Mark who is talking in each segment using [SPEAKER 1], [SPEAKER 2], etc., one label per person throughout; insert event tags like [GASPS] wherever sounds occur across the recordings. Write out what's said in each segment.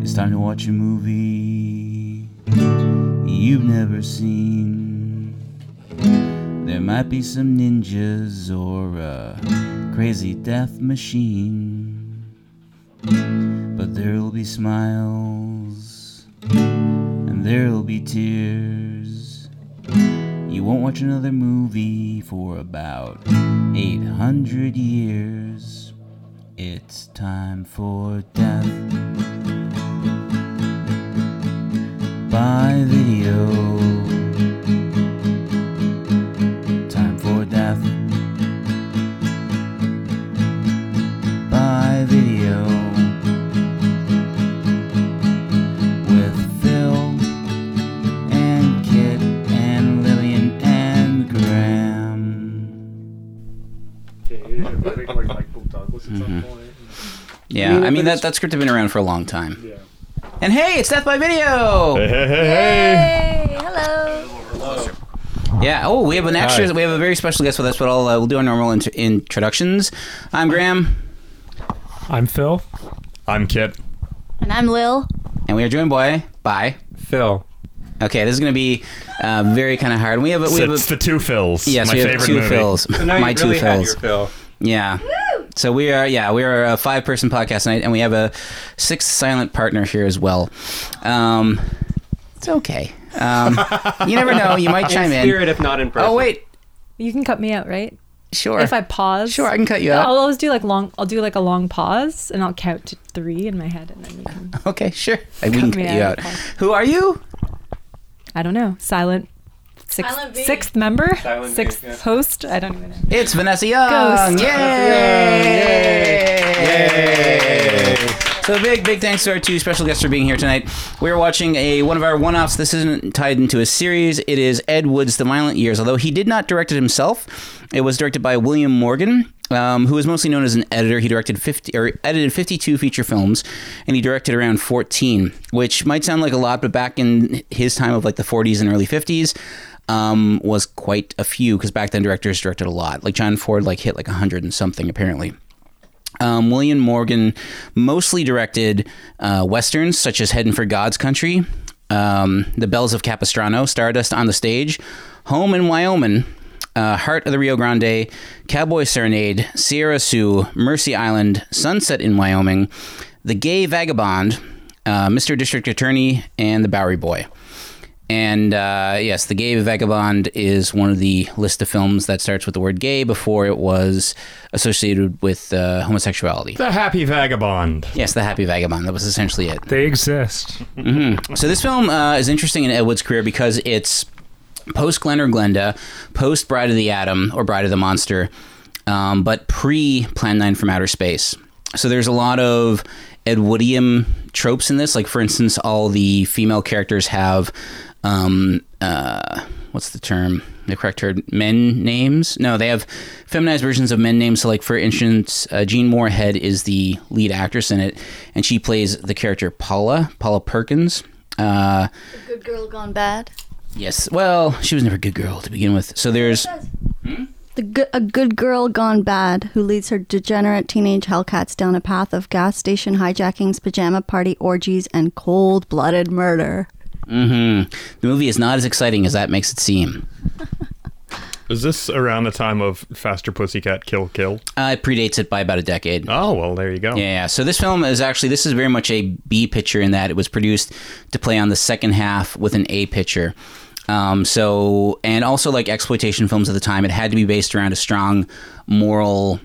[SPEAKER 1] It's time to watch a movie you've never seen. There might be some ninjas or a crazy death machine, but there'll be smiles and there'll be tears. You won't watch another movie for about 800 years. It's time for death by video. Time for death by video with Phil and Kit and Lillian and Graham.
[SPEAKER 2] Big word like Douglas at
[SPEAKER 1] Mm-hmm.
[SPEAKER 2] some point.
[SPEAKER 1] Yeah, I mean that that script has been around for a long time.
[SPEAKER 2] Yeah.
[SPEAKER 1] And hey, it's Death by Video.
[SPEAKER 3] Hey, hey, hey.
[SPEAKER 4] Hey, hello.
[SPEAKER 1] Yeah. Oh, we have an extra.
[SPEAKER 3] Hi.
[SPEAKER 1] We have a very special guest with us, but I'll uh, we'll do our normal int- introductions. I'm Graham,
[SPEAKER 5] I'm Phil.
[SPEAKER 3] I'm Kit.
[SPEAKER 4] And I'm Lil.
[SPEAKER 1] and we are joined by by.
[SPEAKER 5] Phil.
[SPEAKER 1] Okay, this is gonna be uh, very kind of hard. We have a, we have a,
[SPEAKER 3] It's the two fills.
[SPEAKER 1] yes,
[SPEAKER 3] my
[SPEAKER 1] we have
[SPEAKER 3] favorite
[SPEAKER 1] two
[SPEAKER 3] movie.
[SPEAKER 1] fills. My two fills.
[SPEAKER 5] Phil.
[SPEAKER 1] Yeah. So we are yeah we are a five person podcast tonight, and we have a sixth silent partner here as well. Um, it's okay. Um, you never know. You might chime in.
[SPEAKER 6] spirit, if not in person.
[SPEAKER 1] Oh wait,
[SPEAKER 7] You can cut me out, right?
[SPEAKER 1] sure.
[SPEAKER 7] If I pause.
[SPEAKER 1] sure, I can cut you
[SPEAKER 7] I'll
[SPEAKER 1] out.
[SPEAKER 7] always do like long. I'll do like a long pause, and I'll count to three in my head, and then you can.
[SPEAKER 1] Okay, sure. I we can
[SPEAKER 7] me
[SPEAKER 1] cut you out.
[SPEAKER 7] out.
[SPEAKER 1] Who are you?
[SPEAKER 7] I don't know. Silent. Sixth,
[SPEAKER 4] Silent B.
[SPEAKER 7] sixth member,
[SPEAKER 6] Silent B,
[SPEAKER 7] sixth
[SPEAKER 6] yeah.
[SPEAKER 7] host. I don't even know.
[SPEAKER 1] It's Vanessa Young.
[SPEAKER 7] Ghost.
[SPEAKER 1] Yay! So big, big thanks to our two special guests for being here tonight. We're watching a one of our one-offs. This isn't tied into a series. It is Ed Wood's The Violent Years. Although he did not direct it himself, it was directed by William Morgan, um, who is mostly known as an editor. He directed 50 or edited 52 feature films, and he directed around 14, which might sound like a lot, but back in his time of like the 40s and early 50s, um, was quite a few because back then directors directed a lot. Like John Ford, like hit like hundred and something apparently. Um, William Morgan mostly directed uh, westerns such as Heading for God's Country, um, The Bells of Capistrano, Stardust on the Stage, Home in Wyoming, uh, Heart of the Rio Grande, Cowboy Serenade, Sierra Sioux, Mercy Island, Sunset in Wyoming, The Gay Vagabond, uh, Mr. District Attorney, and The Bowery Boy. And uh, yes, The Gay Vagabond is one of the list of films that starts with the word gay before it was associated with uh, homosexuality.
[SPEAKER 3] The Happy Vagabond.
[SPEAKER 1] Yes, The Happy Vagabond. That was essentially it.
[SPEAKER 5] They exist.
[SPEAKER 1] So this film uh, is interesting in Ed Wood's career because it's post Glenn or Glenda, post Bride of the Atom or Bride of the Monster, um, but pre Plan 9 from Outer Space. So there's a lot of Ed Woodium tropes in this. Like, for instance, all the female characters have, um, uh, what's the term? The correct term, men names? No, they have feminized versions of men names. So, like, for instance, uh, Jean Moorhead is the lead actress in it, and she plays the character Paula, Paula Perkins. Uh,
[SPEAKER 4] Good girl gone bad.
[SPEAKER 1] Yes. Well, she was never a good girl to begin with. So there's
[SPEAKER 4] The good, a good girl gone bad who leads her degenerate teenage Hellcats down a path of gas station hijackings, pajama party orgies, and cold-blooded murder.
[SPEAKER 1] mhm. the movie is not as exciting as that makes it seem.
[SPEAKER 3] Is this around the time of Faster Pussycat Kill Kill?
[SPEAKER 1] Uh, it predates it by about a decade.
[SPEAKER 3] Oh, well, there you go.
[SPEAKER 1] Yeah, yeah. So this film is actually this is very much a B picture in that it was produced to play on the second half with an A picture. Um, so and also like exploitation films at the time, it had to be based around a strong moral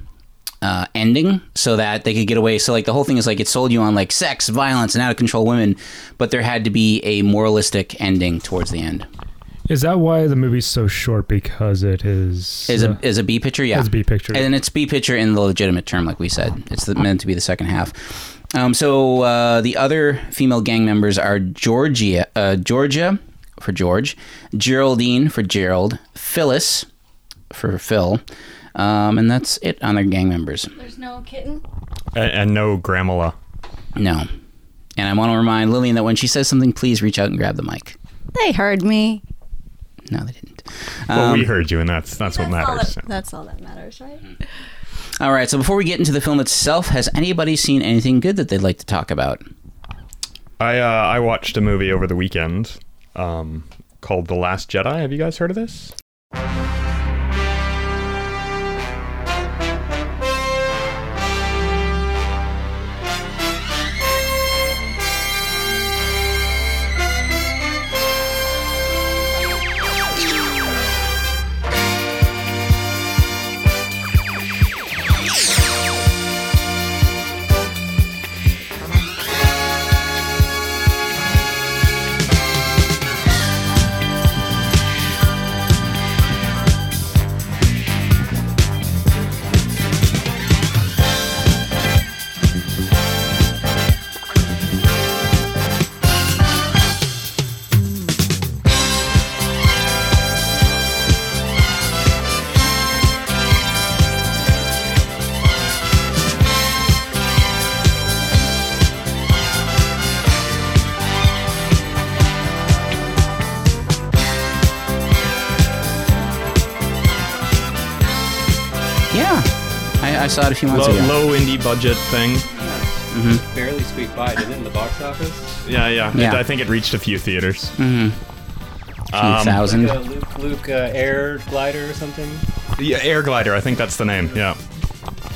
[SPEAKER 1] uh, ending so that they could get away. So like the whole thing is like it sold you on like sex, violence, and out of control women, but there had to be a moralistic ending towards the end.
[SPEAKER 5] Is that why the movie's so short? Because it is.
[SPEAKER 1] Is
[SPEAKER 5] uh,
[SPEAKER 1] a is a B picture? Yeah,
[SPEAKER 5] Is B picture.
[SPEAKER 1] and it's B picture in the legitimate term, like we said. It's the, meant to be the second half. Um, so uh, the other female gang members are Georgia, uh, Georgia for George, Geraldine for Gerald, Phyllis for Phil, um, and that's it on their gang members.
[SPEAKER 4] There's no kitten.
[SPEAKER 3] A- And, no Grandma.
[SPEAKER 1] No, and I want to remind Lillian that when she says something, please reach out and grab the mic.
[SPEAKER 4] They heard me.
[SPEAKER 1] No, they didn't.
[SPEAKER 3] Well,
[SPEAKER 1] Um,
[SPEAKER 3] we heard you, and that's that's, what
[SPEAKER 4] all
[SPEAKER 3] matters.
[SPEAKER 4] that- that's all that matters, right?
[SPEAKER 1] all right. So before we get into the film itself, has anybody seen anything good that they'd like to talk about?
[SPEAKER 3] I uh, I watched a movie over the weekend um, called The Last Jedi. Have you guys heard of this?
[SPEAKER 1] Yeah, I, I saw it a few months
[SPEAKER 3] Low,
[SPEAKER 1] ago.
[SPEAKER 3] low indie budget thing.
[SPEAKER 1] Mm-hmm.
[SPEAKER 6] Barely squeaked by, didn't it, in the box office?
[SPEAKER 3] Yeah, yeah. It-
[SPEAKER 1] Yeah. Mm.
[SPEAKER 3] I think it reached a few theaters. um,
[SPEAKER 1] Two thousand.
[SPEAKER 6] Like a Luke, Luke uh, air glider or something?
[SPEAKER 3] Yeah, Air Glider. I think that's the name. Yeah,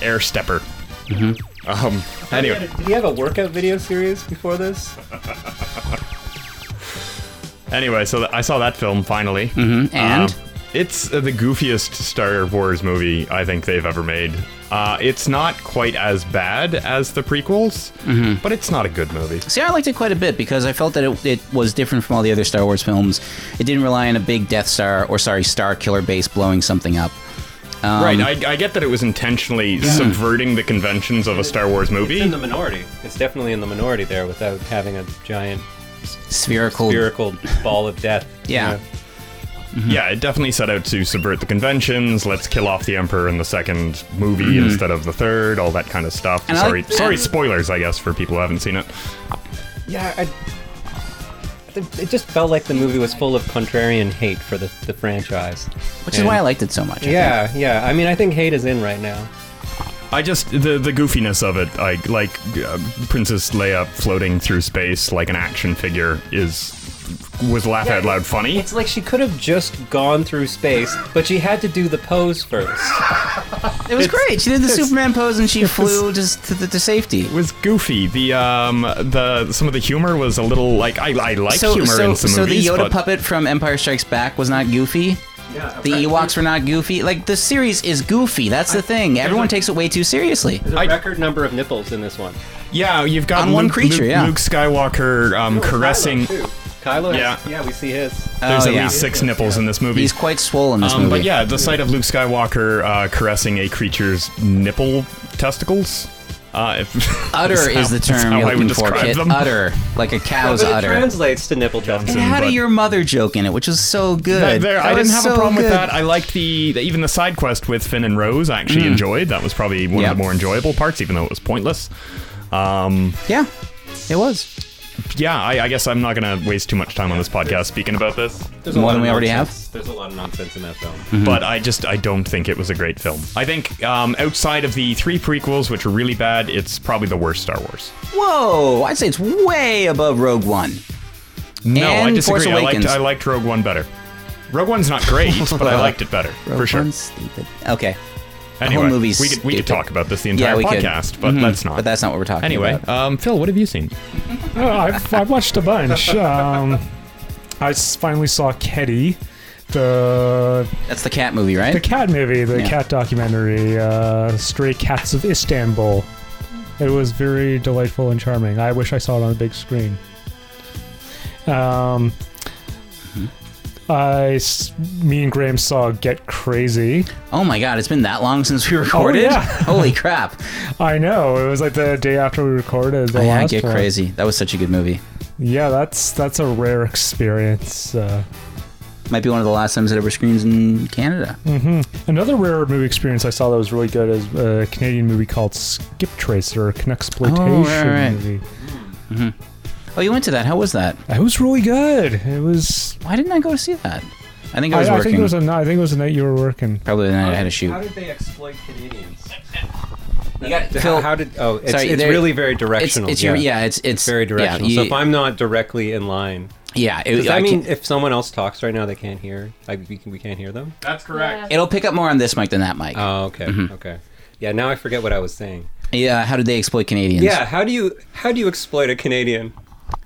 [SPEAKER 3] Air Stepper.
[SPEAKER 1] Mm-hmm.
[SPEAKER 3] Um. Anyway,
[SPEAKER 6] Did he have a workout video series before
[SPEAKER 1] Oh,
[SPEAKER 6] this?
[SPEAKER 3] anyway. So th- I saw that film finally. Um,
[SPEAKER 1] Mhm, and?
[SPEAKER 3] it's uh, the goofiest Star Wars movie I think they've ever made. Uh, it's not quite as bad as the prequels,
[SPEAKER 1] Mm-hmm.
[SPEAKER 3] but it's not a good movie.
[SPEAKER 1] See, I liked it quite a bit because I felt that it, it was different from all the other Star Wars films. It didn't rely on a big Death Star or sorry Star Killer base blowing something up. Um,
[SPEAKER 3] right. I, I get that it was intentionally subverting the conventions of a Star Wars movie.
[SPEAKER 6] It's in the minority. It's definitely in the minority there without having a giant
[SPEAKER 1] spherical.
[SPEAKER 6] spherical ball of death.
[SPEAKER 1] [LAUGHS] Yeah.
[SPEAKER 3] Yeah, it definitely set out to subvert the conventions. Let's kill off the emperor in the second movie instead of the third, all that kind of stuff.
[SPEAKER 1] Mm-hmm. And I
[SPEAKER 3] sorry,
[SPEAKER 1] like-
[SPEAKER 3] sorry, spoilers, I guess, for people who haven't seen it.
[SPEAKER 6] Yeah, I, th- it just felt like the movie was full of contrarian hate for the, the franchise.
[SPEAKER 1] Which is why I liked it so much. I
[SPEAKER 6] Yeah, yeah. I mean, I think hate is in right now.
[SPEAKER 3] I just the the goofiness of it, I like uh, Princess Leia floating through space like an action figure is was laugh out loud funny.
[SPEAKER 6] It's like she could have just gone through space, but she had to do the pose first.
[SPEAKER 1] think. It was great. She did the Superman pose and she flew just to, to, to safety.
[SPEAKER 3] It was goofy. The um the some of the humor was a little like I, I like humor in some
[SPEAKER 1] so
[SPEAKER 3] movies.
[SPEAKER 1] the Yoda
[SPEAKER 3] but-
[SPEAKER 1] puppet from Empire Strikes Back was not goofy.
[SPEAKER 2] Yeah,
[SPEAKER 1] The Ewoks were not goofy. Like the series is goofy. That's the thing. Everyone takes it way too seriously.
[SPEAKER 6] There's a
[SPEAKER 3] I-
[SPEAKER 6] record number of nipples in this one.
[SPEAKER 3] Yeah, you've got
[SPEAKER 1] On one
[SPEAKER 3] Luke-
[SPEAKER 1] creature,
[SPEAKER 3] Luke,
[SPEAKER 1] yeah.
[SPEAKER 3] Luke Skywalker um, caressing.
[SPEAKER 6] Kylo, too. Kylo
[SPEAKER 3] Yeah.
[SPEAKER 6] has- yeah, we see his.
[SPEAKER 3] There's
[SPEAKER 1] Oh,
[SPEAKER 3] at
[SPEAKER 1] yeah.
[SPEAKER 3] least six nipples in this movie.
[SPEAKER 1] He's quite swollen this
[SPEAKER 3] um,
[SPEAKER 1] movie.
[SPEAKER 3] but yeah, the sight of Luke Skywalker uh, caressing a creature's nipple testicles. Uh, if, [LAUGHS]
[SPEAKER 1] Utter
[SPEAKER 3] that's
[SPEAKER 1] is
[SPEAKER 3] how-
[SPEAKER 1] the
[SPEAKER 3] that's how
[SPEAKER 1] term
[SPEAKER 3] I
[SPEAKER 1] you're
[SPEAKER 3] would
[SPEAKER 1] looking for,
[SPEAKER 3] describe
[SPEAKER 1] Kit.
[SPEAKER 3] them.
[SPEAKER 1] Utter, like a cow's
[SPEAKER 6] but it
[SPEAKER 1] utter.
[SPEAKER 6] translates to nipple testicles.
[SPEAKER 1] it had a
[SPEAKER 3] but-
[SPEAKER 1] your mother joke in it, which was so good.
[SPEAKER 3] There- there-
[SPEAKER 1] That
[SPEAKER 3] I
[SPEAKER 1] was
[SPEAKER 3] didn't have
[SPEAKER 1] so
[SPEAKER 3] a problem
[SPEAKER 1] good.
[SPEAKER 3] with that. I liked the, the- even the side quest with Finn and Rose. I actually enjoyed. That was probably one
[SPEAKER 1] Mm. Yep.
[SPEAKER 3] of the more enjoyable parts, even though it was pointless. Um,
[SPEAKER 1] Yeah, it was
[SPEAKER 3] yeah, I, I guess I'm not going to waste too much time on this podcast speaking about this.
[SPEAKER 6] There's lot
[SPEAKER 1] More than
[SPEAKER 6] of
[SPEAKER 1] we already have?
[SPEAKER 6] nonsense. There's a lot of nonsense in that film.
[SPEAKER 1] Mm-hmm.
[SPEAKER 3] but I just I don't think it was a great film. I think um, outside of the three prequels, which are really bad, it's probably the worst Star Wars.
[SPEAKER 1] whoa. I'd say it's way above Rogue One.
[SPEAKER 3] No, I
[SPEAKER 1] And
[SPEAKER 3] disagree.
[SPEAKER 1] Force
[SPEAKER 3] I liked
[SPEAKER 1] Awakens.
[SPEAKER 3] I liked Rogue One better. Rogue One's not
[SPEAKER 1] [LAUGHS]
[SPEAKER 3] great, but I liked it better
[SPEAKER 1] Rogue
[SPEAKER 3] for sure.
[SPEAKER 1] One's stupid. Okay,
[SPEAKER 3] anyway,
[SPEAKER 1] whole movie's
[SPEAKER 3] we could we could
[SPEAKER 1] stupid.
[SPEAKER 3] talk about this the
[SPEAKER 1] Yeah,
[SPEAKER 3] entire
[SPEAKER 1] we could. Mm-hmm.
[SPEAKER 3] podcast, but let's not.
[SPEAKER 1] but that's not what we're talking
[SPEAKER 3] anyway.
[SPEAKER 1] about.
[SPEAKER 3] Um, Phil, what have you seen?
[SPEAKER 5] Oh, I've, I've watched a bunch. Um, I s- finally saw Ketty, the
[SPEAKER 1] That's the cat movie, right?
[SPEAKER 5] the cat movie, the
[SPEAKER 1] Yeah.
[SPEAKER 5] cat documentary, uh, Stray Cats of Istanbul. It was very delightful and charming. I wish I saw it on the big screen. Um, I s me and Graham saw Get Crazy.
[SPEAKER 1] Oh my god, it's been that long since
[SPEAKER 3] Oh,
[SPEAKER 1] we recorded.
[SPEAKER 5] yeah.
[SPEAKER 1] [LAUGHS] Holy crap!
[SPEAKER 5] I know it was like the day after we recorded the
[SPEAKER 1] Oh, yeah,
[SPEAKER 5] last
[SPEAKER 1] get
[SPEAKER 5] one.
[SPEAKER 1] crazy. That was such a good movie.
[SPEAKER 5] Yeah, that's that's a rare experience. Uh,
[SPEAKER 1] Might be one of the last times it ever screams in Canada.
[SPEAKER 5] Another rare movie experience I saw that was really good is a Canadian movie called Skip Tracer, an exploitation
[SPEAKER 1] Oh, right, right.
[SPEAKER 5] movie.
[SPEAKER 1] Oh, you went to that? How was that?
[SPEAKER 5] It was really good. It was.
[SPEAKER 1] Why didn't I go to see that? I think I
[SPEAKER 5] I,
[SPEAKER 1] was
[SPEAKER 5] I
[SPEAKER 1] working.
[SPEAKER 5] think it was a. ni- I think it was the night you were working.
[SPEAKER 1] Probably the night I had a shoot.
[SPEAKER 6] did they exploit Canadians?
[SPEAKER 1] You got
[SPEAKER 8] how,
[SPEAKER 1] Phil.
[SPEAKER 8] how did? Oh, it's,
[SPEAKER 1] Sorry,
[SPEAKER 8] it's
[SPEAKER 1] there-
[SPEAKER 8] really very
[SPEAKER 1] it's,
[SPEAKER 8] directional.
[SPEAKER 1] it's your yeah. It's it's
[SPEAKER 8] very directional.
[SPEAKER 1] Yeah,
[SPEAKER 8] so
[SPEAKER 1] you-
[SPEAKER 8] if I'm not directly in line,
[SPEAKER 1] yeah it-
[SPEAKER 8] does that
[SPEAKER 1] I
[SPEAKER 8] mean
[SPEAKER 1] can-
[SPEAKER 8] if someone else talks right now, they can't hear? Like we, can, we can't hear them?
[SPEAKER 9] That's correct.
[SPEAKER 1] it'll pick up more on this mic than that mic.
[SPEAKER 8] Oh, okay,
[SPEAKER 1] Mm-hmm.
[SPEAKER 8] okay. Yeah, now I forget what I was saying.
[SPEAKER 1] yeah. How did they exploit Canadians?
[SPEAKER 8] Yeah, how do you how do you exploit a Canadian?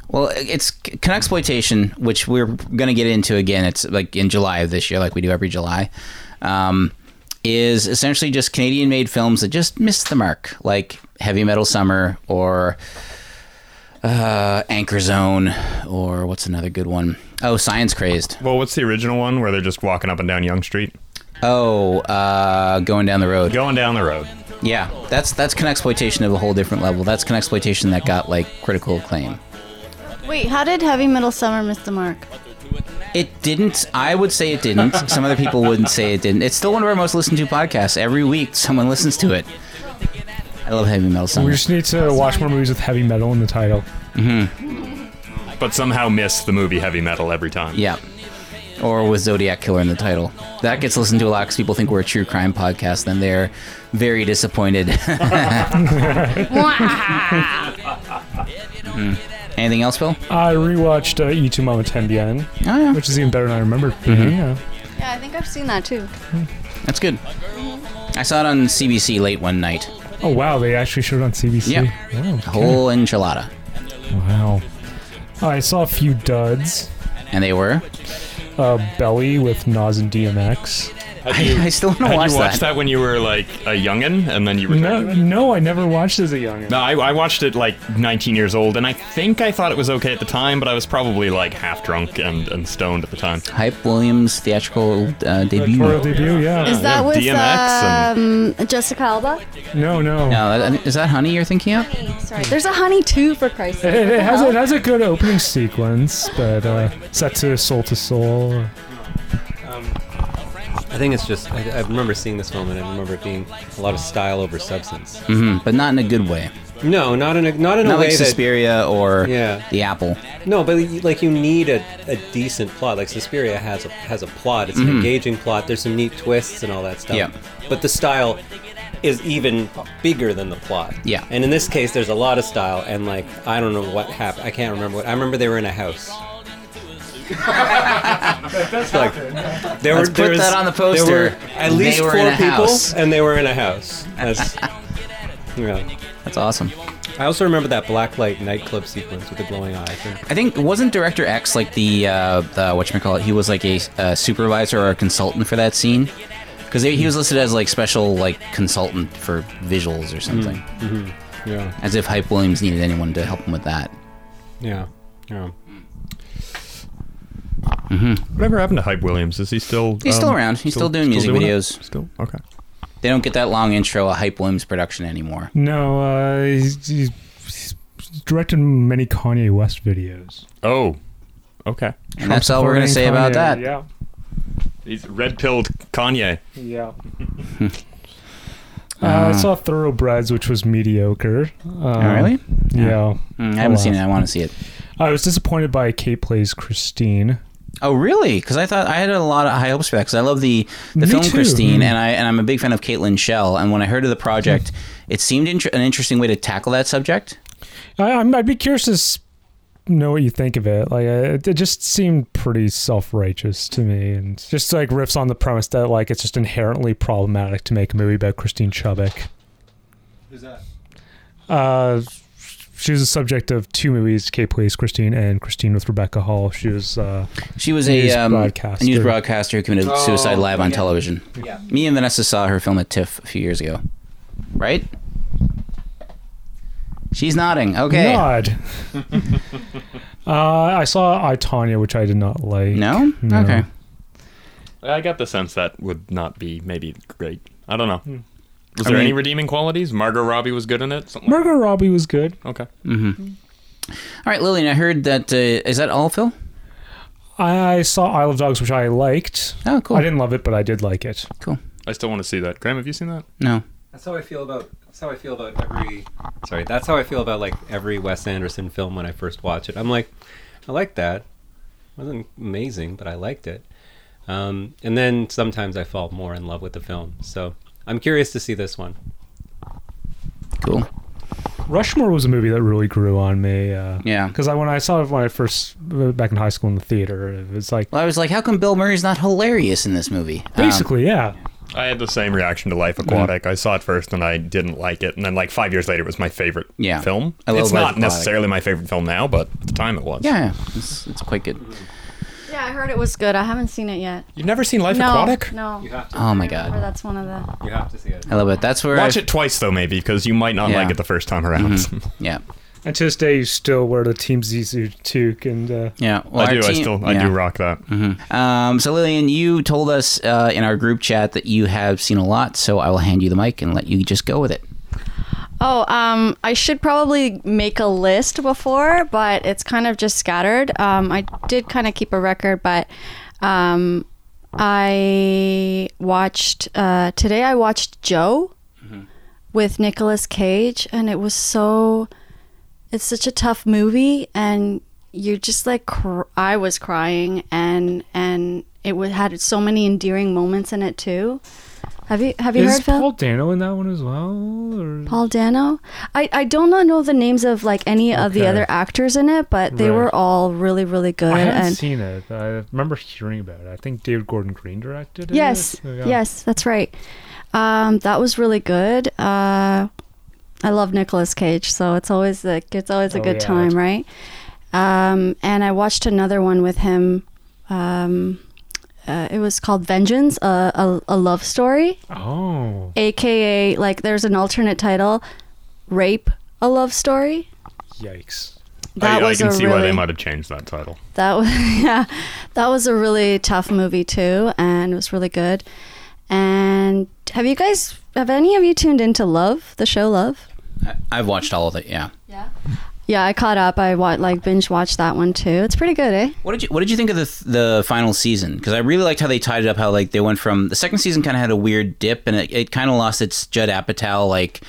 [SPEAKER 1] Well, it's exploitation, which we're going to get into again. It's like in July of this year, like we do every July. Um, is essentially just Canadian-made films that just miss the mark, like Heavy Metal Summer or uh, Anchor Zone, or what's another good one? Oh, Science Crazed.
[SPEAKER 3] Well, what's the original one where they're just walking up and down Young Street?
[SPEAKER 1] Oh, uh, going down the road.
[SPEAKER 3] Going down the road.
[SPEAKER 1] Yeah, that's that's exploitation of a whole different level. That's exploitation that got like critical acclaim.
[SPEAKER 4] Wait, how did Heavy Metal Summer miss the mark?
[SPEAKER 1] It didn't. I would say it didn't. Some other people wouldn't say it didn't. It's still one of our most listened to podcasts. Every week, someone listens to it. I love heavy metal
[SPEAKER 5] We
[SPEAKER 1] summer.
[SPEAKER 5] just need to watch more movies with heavy metal in the title.
[SPEAKER 3] But somehow miss the movie Heavy Metal every time.
[SPEAKER 1] Yeah, or with Zodiac killer in the title. That gets listened to a lot because people think we're a true crime podcast. Then they're very disappointed. [LAUGHS] Hmm. Anything else, Phil?
[SPEAKER 5] I rewatched uh, Y tu Mama Tambien,
[SPEAKER 1] Oh Mm-hmm. yeah,
[SPEAKER 5] which is even better than I remembered. Yeah.
[SPEAKER 4] Yeah, I think I've seen that too.
[SPEAKER 1] that's good. I saw it on CBC late one night.
[SPEAKER 5] Oh wow, they actually showed it on CBC.
[SPEAKER 1] Yeah.
[SPEAKER 5] Wow. Oh, okay.
[SPEAKER 1] Whole enchilada,
[SPEAKER 5] Wow. I saw a few duds.
[SPEAKER 1] and they were.
[SPEAKER 5] Uh, Belly with Nas and DMX.
[SPEAKER 1] [LAUGHS]
[SPEAKER 3] Had
[SPEAKER 1] I, I still want to
[SPEAKER 3] had
[SPEAKER 1] watch
[SPEAKER 3] you watched
[SPEAKER 1] that.
[SPEAKER 3] that. when you were like a youngin, and then you
[SPEAKER 5] No,
[SPEAKER 3] retired?
[SPEAKER 5] no, I never watched as a youngin.
[SPEAKER 3] No, I, I watched it like 19 years old, and I think I thought it was okay at the time, but I was probably like half drunk and, and stoned at the time.
[SPEAKER 1] Hype Williams theatrical uh, debut.
[SPEAKER 5] Editorial debut, yeah.
[SPEAKER 4] Is that
[SPEAKER 3] yeah,
[SPEAKER 4] with
[SPEAKER 3] DMX
[SPEAKER 4] um, Jessica Alba?
[SPEAKER 5] No, no.
[SPEAKER 1] No, that, is that Honey you're thinking of?
[SPEAKER 4] Sorry, there's a honey too for Christ's
[SPEAKER 5] It,
[SPEAKER 4] sake.
[SPEAKER 5] it,
[SPEAKER 4] What the
[SPEAKER 5] has a,
[SPEAKER 4] hell?
[SPEAKER 5] it has a good opening sequence, but uh, set to soul to soul.
[SPEAKER 8] I think it's just I, I remember seeing this film and I remember it being a lot of style over substance.
[SPEAKER 1] hmm but not in a good way.
[SPEAKER 8] No, not in a not in
[SPEAKER 1] Mm-hmm. Not
[SPEAKER 8] a way
[SPEAKER 1] like
[SPEAKER 8] that
[SPEAKER 1] Suspiria or
[SPEAKER 8] Yeah.
[SPEAKER 1] The Apple.
[SPEAKER 8] No, but you- like you need a, a decent plot. Like Suspiria has a has a plot. It's an engaging plot. There's some neat twists and all that stuff.
[SPEAKER 1] Mm-hmm. Yeah.
[SPEAKER 8] But the style is even bigger than the plot.
[SPEAKER 1] Yeah.
[SPEAKER 8] And in this case, there's a lot of style, and like I don't know what happened. I can't remember what. I remember they were in a house. That's like there
[SPEAKER 1] Let's
[SPEAKER 8] were,
[SPEAKER 1] put
[SPEAKER 8] there was-
[SPEAKER 1] that on the
[SPEAKER 8] There were
[SPEAKER 1] poster.
[SPEAKER 8] at
[SPEAKER 1] They
[SPEAKER 8] least
[SPEAKER 1] were in
[SPEAKER 8] four
[SPEAKER 1] a
[SPEAKER 8] people,
[SPEAKER 1] house.
[SPEAKER 8] and they were in a house. That's,
[SPEAKER 1] [LAUGHS]
[SPEAKER 8] yeah.
[SPEAKER 1] That's awesome.
[SPEAKER 8] I also remember that blacklight nightclub sequence with the glowing eye. I think.
[SPEAKER 1] I think wasn't Director X like the uh, the whatchamacallit? He was like a, uh supervisor or a consultant for that scene because he he was listed as like special like consultant for visuals or something.
[SPEAKER 8] Yeah.
[SPEAKER 1] As if Hype Williams needed anyone to help him with that.
[SPEAKER 8] Yeah. Yeah.
[SPEAKER 3] Whatever happened to Hype Williams? Is he still?
[SPEAKER 1] He's still around. He's still doing music
[SPEAKER 3] it?
[SPEAKER 1] videos.
[SPEAKER 3] Um, Still okay.
[SPEAKER 1] They don't get that long intro a Hype Williams production anymore.
[SPEAKER 5] No, uh, he's, he's, he's directed many Kanye West videos.
[SPEAKER 3] Oh, okay.
[SPEAKER 1] And that's all we're gonna say about that.
[SPEAKER 5] Yeah,
[SPEAKER 3] He's red pilled Kanye.
[SPEAKER 5] yeah.
[SPEAKER 1] [LAUGHS]
[SPEAKER 5] uh, I saw Thoroughbreds, which was mediocre. Um,
[SPEAKER 1] Oh, really?
[SPEAKER 5] Yeah.
[SPEAKER 1] Mm, I haven't
[SPEAKER 5] wow.
[SPEAKER 1] seen it. I want to see it.
[SPEAKER 5] I was disappointed by Kate Plays Christine.
[SPEAKER 1] Oh, really? Because I thought I had a lot of high hopes for that. Because I love the the
[SPEAKER 5] Me
[SPEAKER 1] film
[SPEAKER 5] too.
[SPEAKER 1] Christine,
[SPEAKER 5] Mm.
[SPEAKER 1] and I and I'm a big fan of Caitlin Shell. And when I heard of the project,
[SPEAKER 5] Mm-hmm.
[SPEAKER 1] it seemed inter- an interesting way to tackle that subject.
[SPEAKER 5] I, I'm, I'd be curious to s- know what you think of it. Like, uh, it, it just seemed pretty self-righteous to me, and just like riffs on the premise that like it's just inherently problematic to make a movie about Christine Chubbuck.
[SPEAKER 9] Who's that?
[SPEAKER 5] Uh, she was the subject of two movies: Kate Plays Christine and Christine with Rebecca Hall. She was uh,
[SPEAKER 1] She was a
[SPEAKER 5] News
[SPEAKER 1] um,
[SPEAKER 5] broadcaster.
[SPEAKER 1] news broadcaster who committed
[SPEAKER 8] Oh,
[SPEAKER 1] suicide live on
[SPEAKER 8] yeah.
[SPEAKER 1] television.
[SPEAKER 8] Yeah.
[SPEAKER 1] Me and Vanessa saw her film at TIFF a few years ago, right? She's nodding. Okay. [LAUGHS]
[SPEAKER 5] Nod. uh, I saw I Tanya, which I did not like.
[SPEAKER 1] No?
[SPEAKER 5] No.
[SPEAKER 1] Okay.
[SPEAKER 3] I got the sense that would not be maybe great. I don't know. Was
[SPEAKER 1] I
[SPEAKER 3] there
[SPEAKER 1] mean-
[SPEAKER 3] any redeeming qualities? Margot Robbie was good in it. Something like-
[SPEAKER 5] Margot Robbie was good.
[SPEAKER 3] okay.
[SPEAKER 1] All right, Lillian. I heard that. Uh, is that all, Phil?
[SPEAKER 5] I saw Isle of Dogs, which I liked.
[SPEAKER 1] Oh, cool.
[SPEAKER 5] I didn't love it, but I did like it.
[SPEAKER 3] I still want to see that. Graham, have you seen that?
[SPEAKER 1] No.
[SPEAKER 8] That's how I feel about. That's how I feel about every. Sorry, that's how I feel about like every Wes Anderson film when I first watch it. I'm like, I like that. It wasn't amazing, but I liked it. Um, and then sometimes I fall more in love with the film. So I'm curious to see this one.
[SPEAKER 1] Cool.
[SPEAKER 5] Rushmore was a movie that really grew on me. Uh,
[SPEAKER 1] Yeah.
[SPEAKER 5] Because I when I saw it when I first back in high school in the theater, it was like
[SPEAKER 1] Well, I was like, how come Bill Murray's not hilarious in this movie? Um,
[SPEAKER 5] basically, yeah.
[SPEAKER 3] I had the same reaction to Life
[SPEAKER 1] Mm-hmm.
[SPEAKER 3] Aquatic. I saw it first and I didn't like it, and then like five years later, it was my favorite
[SPEAKER 1] Yeah.
[SPEAKER 3] film.
[SPEAKER 1] I love
[SPEAKER 3] it's
[SPEAKER 1] Life
[SPEAKER 3] not
[SPEAKER 1] Aquatic.
[SPEAKER 3] necessarily my favorite film now, but at the time it was.
[SPEAKER 1] yeah, yeah, it's, it's quite good.
[SPEAKER 4] Yeah, I heard it was good. I haven't seen it yet.
[SPEAKER 3] You've never seen Life
[SPEAKER 4] no,
[SPEAKER 3] Aquatic?
[SPEAKER 4] no.
[SPEAKER 6] You have to.
[SPEAKER 1] Oh my
[SPEAKER 4] I remember
[SPEAKER 1] god,
[SPEAKER 4] That's one of the.
[SPEAKER 6] You have to see it.
[SPEAKER 1] I love it. That's where
[SPEAKER 3] Watch
[SPEAKER 1] I,
[SPEAKER 3] it twice though, maybe, because you might not
[SPEAKER 1] Yeah. Mm-hmm.
[SPEAKER 3] like it the first time around. [LAUGHS]
[SPEAKER 1] Yeah,
[SPEAKER 5] And to this day, you still wear the Team Zizu toque and uh,
[SPEAKER 1] yeah. Well,
[SPEAKER 3] I
[SPEAKER 1] our
[SPEAKER 3] do. I
[SPEAKER 1] team-
[SPEAKER 3] still. I
[SPEAKER 1] yeah.
[SPEAKER 3] do rock that.
[SPEAKER 1] Um, so Lillian, you told us uh, in our group chat that you have seen a lot, so I will hand you the mic and let you just go with it.
[SPEAKER 4] Oh, um, I should probably make a list before, but it's kind of just scattered. Um, I did kind of keep a record, but um, I watched uh, today. I watched Joe with Nicolas Cage, and it was so. It's such a tough movie, and you're just like cr- I was crying, and and it w- had so many endearing moments in it too. Have you have you
[SPEAKER 5] is
[SPEAKER 4] heard Phil?
[SPEAKER 5] Paul Dano in that one as well? Or
[SPEAKER 4] Paul Dano. I, I don't know the names of like any of the
[SPEAKER 5] Okay.
[SPEAKER 4] other actors in it, but they
[SPEAKER 5] Right.
[SPEAKER 4] were all really really good.
[SPEAKER 5] I haven't
[SPEAKER 4] and
[SPEAKER 5] seen it. I remember hearing about it. I think David Gordon Green directed it.
[SPEAKER 4] yes,
[SPEAKER 5] oh, Yeah.
[SPEAKER 4] yes, that's right. Um, that was really good. Uh, I love Nicolas Cage, so it's always like it's always a
[SPEAKER 5] Oh,
[SPEAKER 4] good
[SPEAKER 5] yeah.
[SPEAKER 4] time, right? Um, and I watched another one with him. Um, uh, it was called Vengeance, a, a, a love story.
[SPEAKER 5] Oh,
[SPEAKER 4] AKA, like, there's an alternate title, Rape, a love story.
[SPEAKER 5] yikes!
[SPEAKER 4] That
[SPEAKER 3] Oh, I, I
[SPEAKER 4] was
[SPEAKER 3] can
[SPEAKER 4] a
[SPEAKER 3] see
[SPEAKER 4] really,
[SPEAKER 3] why they might have changed that title.
[SPEAKER 4] That was [LAUGHS] yeah, that was a really tough movie too, and it was really good. And have you guys have any of you tuned into Love, the show Love?
[SPEAKER 1] I, I've watched all of it. Yeah.
[SPEAKER 4] Yeah, I caught up. I wa- like binge watched that one too. It's pretty good, eh?
[SPEAKER 1] What did you What did you think of the the final season? Because I really liked how they tied it up. How like they went from the second season kind of had a weird dip, and it, it kind of lost its Judd Apatow like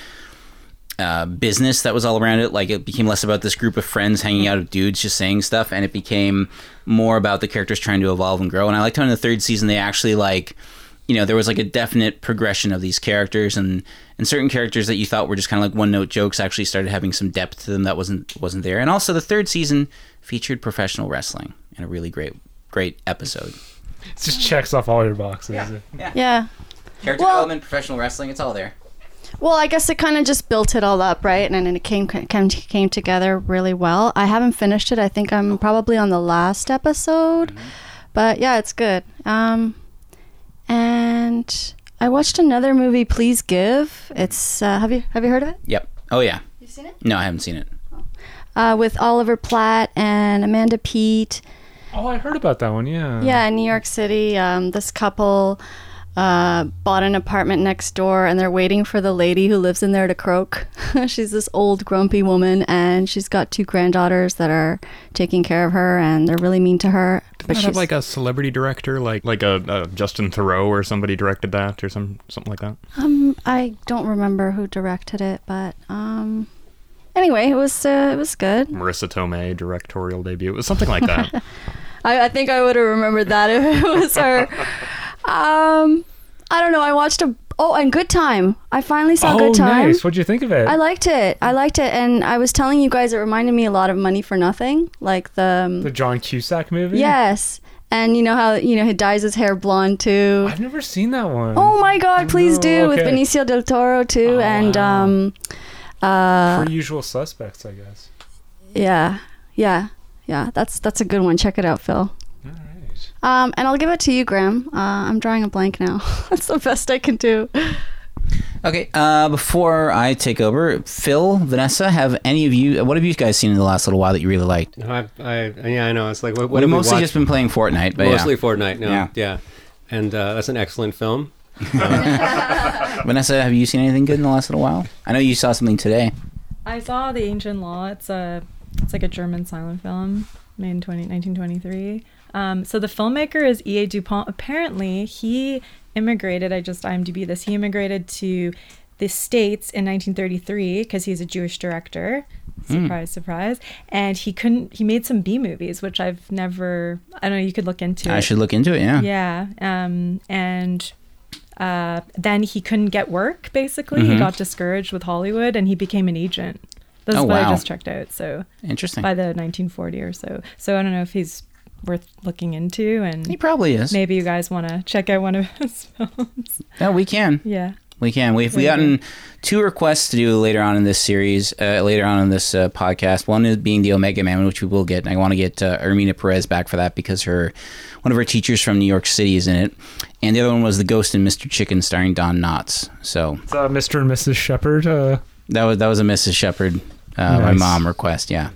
[SPEAKER 1] uh, business that was all around it. Like it became less about this group of friends hanging out of dudes just saying stuff, and it became more about the characters trying to evolve and grow. And I liked how in the third season they actually like, you know, there was like a definite progression of these characters, and and certain characters that you thought were just kind of like one note jokes actually started having some depth to them that wasn't wasn't there. And also the third season featured professional wrestling in a really great great episode.
[SPEAKER 5] It just checks off all your boxes.
[SPEAKER 4] Yeah.
[SPEAKER 1] Character
[SPEAKER 4] Well-
[SPEAKER 1] development, professional wrestling, it's all there.
[SPEAKER 4] Well, I guess it kind of just built it all up, right? And then it came came came together really well. I haven't finished it. I think I'm probably on the last episode, but yeah, it's good. Um, and I watched another movie, Please Give. It's uh, have you have you heard of it?
[SPEAKER 1] Yep. Oh yeah.
[SPEAKER 4] You've seen it?
[SPEAKER 1] No, I haven't seen it.
[SPEAKER 4] Uh, with Oliver Platt and Amanda Peet.
[SPEAKER 5] Oh, I heard about that one. Yeah.
[SPEAKER 4] Yeah, in New York City, um, this couple uh, bought an apartment next door and they're waiting for the lady who lives in there to croak. [LAUGHS] she's this old, grumpy woman and she's got two granddaughters that are taking care of her and they're really mean to her.
[SPEAKER 3] But
[SPEAKER 4] she's,
[SPEAKER 3] have like a celebrity director, like like a, a Justin Thoreau or somebody directed that or some something like that.
[SPEAKER 4] um, I don't remember who directed it, but um, anyway, it was uh, it was good.
[SPEAKER 3] Marissa Tomei directorial debut. It was something like that.
[SPEAKER 4] I, I think I would have remembered that [LAUGHS] if it was her. Um, I don't know. I watched a oh, and Good Time. I finally saw
[SPEAKER 5] Oh,
[SPEAKER 4] Good Time.
[SPEAKER 5] nice. What'd you think of it?
[SPEAKER 4] I liked it. I liked it, and I was telling you guys it reminded me a lot of Money for Nothing, like the, um,
[SPEAKER 5] the John Cusack movie.
[SPEAKER 4] yes, and you know how you know he dyes his hair blonde too.
[SPEAKER 5] I've never seen that one.
[SPEAKER 4] oh my God, please
[SPEAKER 5] No,
[SPEAKER 4] do with
[SPEAKER 5] okay.
[SPEAKER 4] Benicio del Toro too,
[SPEAKER 5] Oh,
[SPEAKER 4] and
[SPEAKER 5] wow.
[SPEAKER 4] um, uh,
[SPEAKER 5] For Usual Suspects, I guess.
[SPEAKER 4] yeah, yeah, yeah. That's that's a good one. Check it out, Phil.
[SPEAKER 5] All right.
[SPEAKER 4] Um, and I'll give it to you, Graham. Uh, I'm drawing a blank now. [LAUGHS] that's the best I can do.
[SPEAKER 1] Okay, uh, before I take over, Phil, Vanessa, have any of you, what have you guys seen in the last little while that you really liked?
[SPEAKER 6] No, I, I, yeah, I know. It's like what, what
[SPEAKER 1] We've
[SPEAKER 6] have we
[SPEAKER 1] mostly
[SPEAKER 6] watched?
[SPEAKER 1] just been playing Fortnite, but
[SPEAKER 6] mostly
[SPEAKER 1] yeah.
[SPEAKER 6] Fortnite. No,
[SPEAKER 1] Yeah.
[SPEAKER 6] yeah, and uh, that's an excellent [LAUGHS] film.
[SPEAKER 1] Vanessa, have you seen anything good in the last little while? I know you saw something today.
[SPEAKER 7] I saw The Ancient Law. It's a it's like a German silent film made in 20, 1923. Um, so the filmmaker is E.A. Dupont. Apparently, he immigrated. I just IMDb this. He immigrated to the states in 1933 because he's a Jewish director. Surprise, surprise! And he couldn't. He made some B movies, which I've never. I don't know. You could look into.
[SPEAKER 1] I
[SPEAKER 7] it.
[SPEAKER 1] should look into it, yeah.
[SPEAKER 7] Yeah. Um, and uh, then he couldn't get work. Basically,
[SPEAKER 1] Mm-hmm.
[SPEAKER 7] he got discouraged with Hollywood, and he became an agent. That's
[SPEAKER 1] Oh,
[SPEAKER 7] what
[SPEAKER 1] wow.
[SPEAKER 7] I just checked out. So
[SPEAKER 1] Interesting.
[SPEAKER 7] by the 1940 or so. So I don't know if he's worth looking into,
[SPEAKER 1] he
[SPEAKER 7] and
[SPEAKER 1] probably is.
[SPEAKER 7] maybe you guys want to check out one of his [LAUGHS] films.
[SPEAKER 1] No, we can.
[SPEAKER 7] Yeah.
[SPEAKER 1] We can. We've
[SPEAKER 7] Later.
[SPEAKER 1] gotten two requests to do later on in this series, uh, later on in this uh, podcast. One is being the Omega Man, which we will get. And I want to get uh, Ermina Perez back for that because her one of her teachers from New York City is in it. And the other one was The Ghost and Mr. Chicken starring Don Knotts. So
[SPEAKER 5] It's, uh, Mr. and Mrs. Shepard. Uh,
[SPEAKER 1] that was that was a Mrs. Shepard, uh, my
[SPEAKER 5] Nice.
[SPEAKER 1] mom request. Yeah,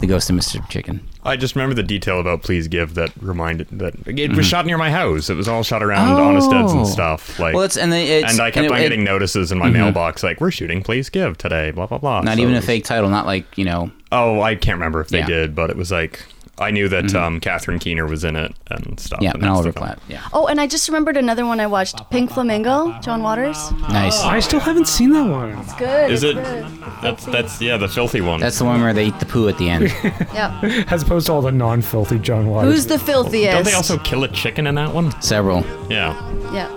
[SPEAKER 1] The Ghost and Mr. Chicken.
[SPEAKER 3] I just remember the detail about Please Give that reminded that it
[SPEAKER 1] Mm-hmm.
[SPEAKER 3] was shot near my house. It was all shot around Honest Ed's
[SPEAKER 1] Oh.
[SPEAKER 3] and stuff. Like,
[SPEAKER 1] Well, it's and they- it's
[SPEAKER 3] and I kept
[SPEAKER 1] it-
[SPEAKER 3] on
[SPEAKER 1] it- Mm-hmm.
[SPEAKER 3] getting notices in my mailbox like, "We're shooting Please Give today." Blah blah blah.
[SPEAKER 1] not
[SPEAKER 3] So
[SPEAKER 1] even
[SPEAKER 3] it
[SPEAKER 1] a
[SPEAKER 3] was-
[SPEAKER 1] fake title. Not like you know.
[SPEAKER 3] Oh, I can't remember if they
[SPEAKER 1] Yeah. Mm-hmm.
[SPEAKER 3] did, but it was like I knew that um, Catherine Keener was in it and stuff.
[SPEAKER 1] Yeah, and
[SPEAKER 3] that's
[SPEAKER 1] Oliver
[SPEAKER 3] the film.
[SPEAKER 1] Platt. Yeah,
[SPEAKER 4] Oh, and I just remembered another one I watched, Pink Flamingo, John Waters.
[SPEAKER 1] nice.
[SPEAKER 5] I still haven't seen that one.
[SPEAKER 4] It's good.
[SPEAKER 3] Is
[SPEAKER 4] it's
[SPEAKER 3] it?
[SPEAKER 4] Good.
[SPEAKER 3] That's that's yeah, the filthy one.
[SPEAKER 1] That's the one where they eat the poo at the end.
[SPEAKER 4] Yep.
[SPEAKER 5] As opposed to all the non-filthy John Waters.
[SPEAKER 4] Who's the filthiest?
[SPEAKER 3] Don't they also kill a chicken in that one?
[SPEAKER 1] Several.
[SPEAKER 3] Yeah.
[SPEAKER 4] Yeah.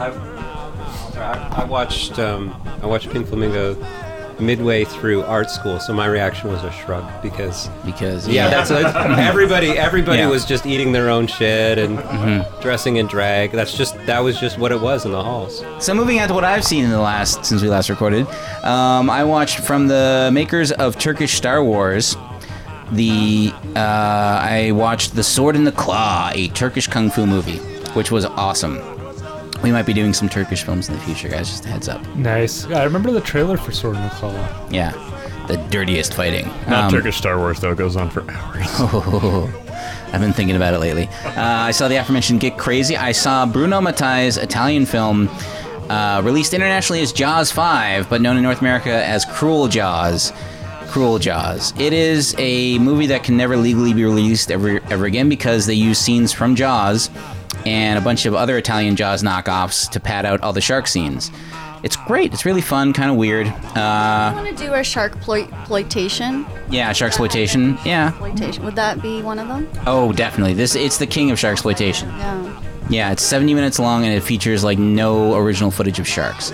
[SPEAKER 6] I've, I, I watched um, I watched Pink Flamingo midway through art school, so my reaction was a shrug because
[SPEAKER 1] Because
[SPEAKER 6] yeah, that's
[SPEAKER 8] [LAUGHS] Mm-hmm.
[SPEAKER 6] everybody everybody
[SPEAKER 1] Yeah.
[SPEAKER 6] was just eating their own shit and
[SPEAKER 8] Mm-hmm.
[SPEAKER 6] dressing in drag. That's just that was just what it was in the halls.
[SPEAKER 1] So moving on to what I've seen in the last since we last recorded, um, I watched from the makers of Turkish Star Wars. The uh, I watched The Sword in the Claw, a Turkish kung fu movie, which was awesome. We might be doing some Turkish films in the future, guys. Just a heads up.
[SPEAKER 5] Nice. I remember the trailer for Sword and the Claw.
[SPEAKER 1] Yeah, the dirtiest fighting.
[SPEAKER 3] Not
[SPEAKER 1] Um,
[SPEAKER 3] Turkish Star Wars though. It goes on for hours. [LAUGHS]
[SPEAKER 1] I've been thinking about it lately. Uh, I saw the aforementioned Get Crazy. I saw Bruno Mattei's Italian film, uh, released internationally as Jaws 5, but known in North America as Cruel Jaws. Cruel Jaws. It is a movie that can never legally be released ever, ever again because they use scenes from Jaws and a bunch of other Italian Jaws knockoffs to pad out all the shark scenes. It's great. It's really fun, kind of weird. Uh,
[SPEAKER 4] I want to do a shark ploitation.
[SPEAKER 1] yeah, shark exploitation. Yeah.
[SPEAKER 4] Ploitation. Would that be one of them?
[SPEAKER 1] Oh, definitely. This it's the king of shark exploitation.
[SPEAKER 4] Yeah.
[SPEAKER 1] Yeah, it's 70 minutes long and it features like no original footage of sharks.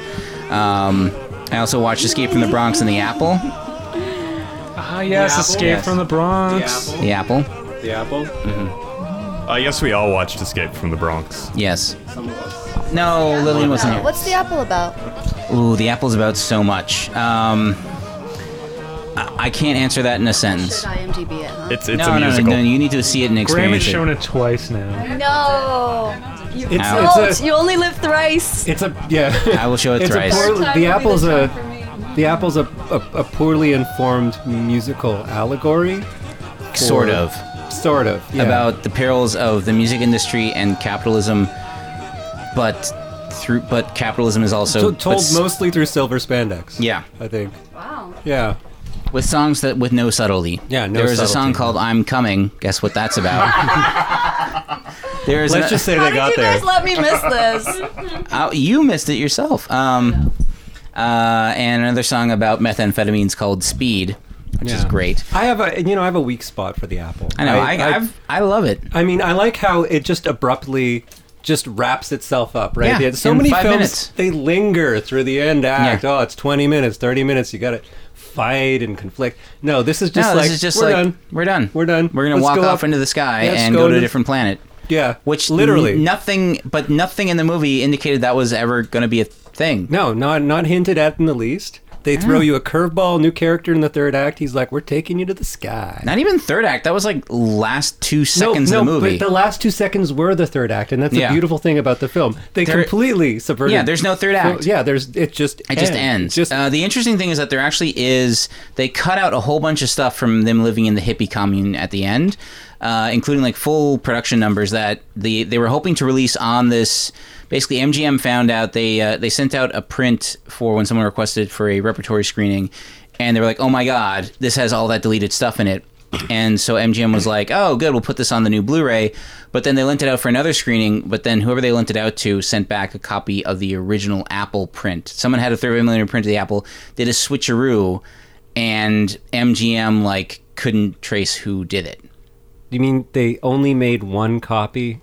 [SPEAKER 1] Um, I also watched Escape from the Bronx and the Apple.
[SPEAKER 5] Ah, yes, Escape
[SPEAKER 6] Yes.
[SPEAKER 5] from the Bronx.
[SPEAKER 1] The Apple?
[SPEAKER 6] The apple.
[SPEAKER 3] I guess we all watched Escape from the Bronx.
[SPEAKER 1] Yes. No, Lillian wasn't here.
[SPEAKER 4] Uh, What's the apple about?
[SPEAKER 1] Ooh, the apple's about so much. Um, I, I can't answer that in a sentence.
[SPEAKER 4] Should IMDb it? Huh?
[SPEAKER 3] It's it's
[SPEAKER 1] no, no,
[SPEAKER 3] a
[SPEAKER 1] no,
[SPEAKER 3] musical.
[SPEAKER 1] no, you need to see it and
[SPEAKER 5] Graham has
[SPEAKER 1] experience
[SPEAKER 5] shown
[SPEAKER 1] it.
[SPEAKER 5] it twice now.
[SPEAKER 4] no. You
[SPEAKER 8] It's,
[SPEAKER 1] Ow.
[SPEAKER 4] don't.
[SPEAKER 8] it's a,
[SPEAKER 4] you only live thrice.
[SPEAKER 8] it's a,
[SPEAKER 6] [LAUGHS]
[SPEAKER 8] yeah.
[SPEAKER 1] I will show it
[SPEAKER 8] [LAUGHS] It's a
[SPEAKER 1] thrice.
[SPEAKER 8] poor,
[SPEAKER 7] Third time
[SPEAKER 8] the
[SPEAKER 7] will be
[SPEAKER 8] apple's
[SPEAKER 7] the
[SPEAKER 8] a,
[SPEAKER 7] time for me.
[SPEAKER 8] the apple's a, a, a poorly informed musical allegory,
[SPEAKER 1] Sort of.
[SPEAKER 8] sort of. yeah.
[SPEAKER 1] about the perils of the music industry and capitalism, but through but capitalism is also
[SPEAKER 8] So told
[SPEAKER 1] but s-
[SPEAKER 8] mostly through silver spandex.
[SPEAKER 1] yeah
[SPEAKER 8] I think.
[SPEAKER 4] Wow.
[SPEAKER 8] Yeah.
[SPEAKER 1] with songs that with no subtlety.
[SPEAKER 6] Yeah, no
[SPEAKER 1] There is a song
[SPEAKER 6] subtlety.
[SPEAKER 1] called "I'm Coming." Guess what that's about?
[SPEAKER 8] [LAUGHS]
[SPEAKER 1] there is.
[SPEAKER 8] Let's
[SPEAKER 1] an-
[SPEAKER 8] just say
[SPEAKER 4] How
[SPEAKER 8] they
[SPEAKER 4] did
[SPEAKER 8] got
[SPEAKER 4] you
[SPEAKER 8] there.
[SPEAKER 4] guys let me miss this?
[SPEAKER 1] Oh, you missed it yourself. Um, uh, and another song about methamphetamines called "Speed," which is
[SPEAKER 6] Yeah.
[SPEAKER 1] great.
[SPEAKER 8] I have a you know I have a weak spot for the apple.
[SPEAKER 1] I know. I I, I've, I love it.
[SPEAKER 8] I mean, I like how it just abruptly just wraps itself up, right?
[SPEAKER 1] Yeah,
[SPEAKER 8] Yeah, so
[SPEAKER 1] in
[SPEAKER 8] many
[SPEAKER 1] five
[SPEAKER 8] films
[SPEAKER 1] minutes.
[SPEAKER 8] they linger through the end act.
[SPEAKER 1] Yeah.
[SPEAKER 8] Oh, it's twenty minutes, thirty minutes. You got to fight and conflict. No, this is just
[SPEAKER 1] no,
[SPEAKER 8] like
[SPEAKER 1] this is just
[SPEAKER 8] we're
[SPEAKER 1] like
[SPEAKER 8] done.
[SPEAKER 1] we're done.
[SPEAKER 8] We're done.
[SPEAKER 1] We're gonna
[SPEAKER 8] Let's
[SPEAKER 1] walk
[SPEAKER 8] go
[SPEAKER 1] off
[SPEAKER 8] up-
[SPEAKER 1] into the sky
[SPEAKER 8] Let's
[SPEAKER 1] and
[SPEAKER 8] go
[SPEAKER 1] go to a
[SPEAKER 8] into-
[SPEAKER 1] different planet.
[SPEAKER 8] Yeah,
[SPEAKER 1] Which
[SPEAKER 8] literally
[SPEAKER 1] n- nothing, but nothing in the movie indicated that was ever going to be a thing.
[SPEAKER 8] No, not not hinted at in the least. They throw you a curveball, new character in the third act. He's like, "We're taking you to the sky."
[SPEAKER 1] Not even third act. That was like last two seconds
[SPEAKER 8] no,
[SPEAKER 1] of
[SPEAKER 8] no,
[SPEAKER 1] the movie.
[SPEAKER 8] but the last two seconds were the third act, and that's
[SPEAKER 1] Yeah.
[SPEAKER 8] the beautiful thing about the film. They
[SPEAKER 1] There-
[SPEAKER 8] completely subverted.
[SPEAKER 1] yeah, there's no third
[SPEAKER 8] Well,
[SPEAKER 1] act.
[SPEAKER 8] yeah, there's it just
[SPEAKER 1] It just ends. uh, the interesting thing is that there actually is. They cut out a whole bunch of stuff from them living in the hippie commune at the end, uh, including like full production numbers that the they were hoping to release on this. Basically, MGM found out they uh, they sent out a print for when someone requested for a repertory screening, and they were like, "Oh my god, this has all that deleted stuff in it." And so MGM was like, "Oh, good, we'll put this on the new Blu-ray." But then they lent it out for another screening. But then whoever they lent it out to sent back a copy of the original Apple print. Someone had a thirty millimeter print of the Apple, did a switcheroo, and MGM like couldn't trace who did it.
[SPEAKER 8] You mean they only made one copy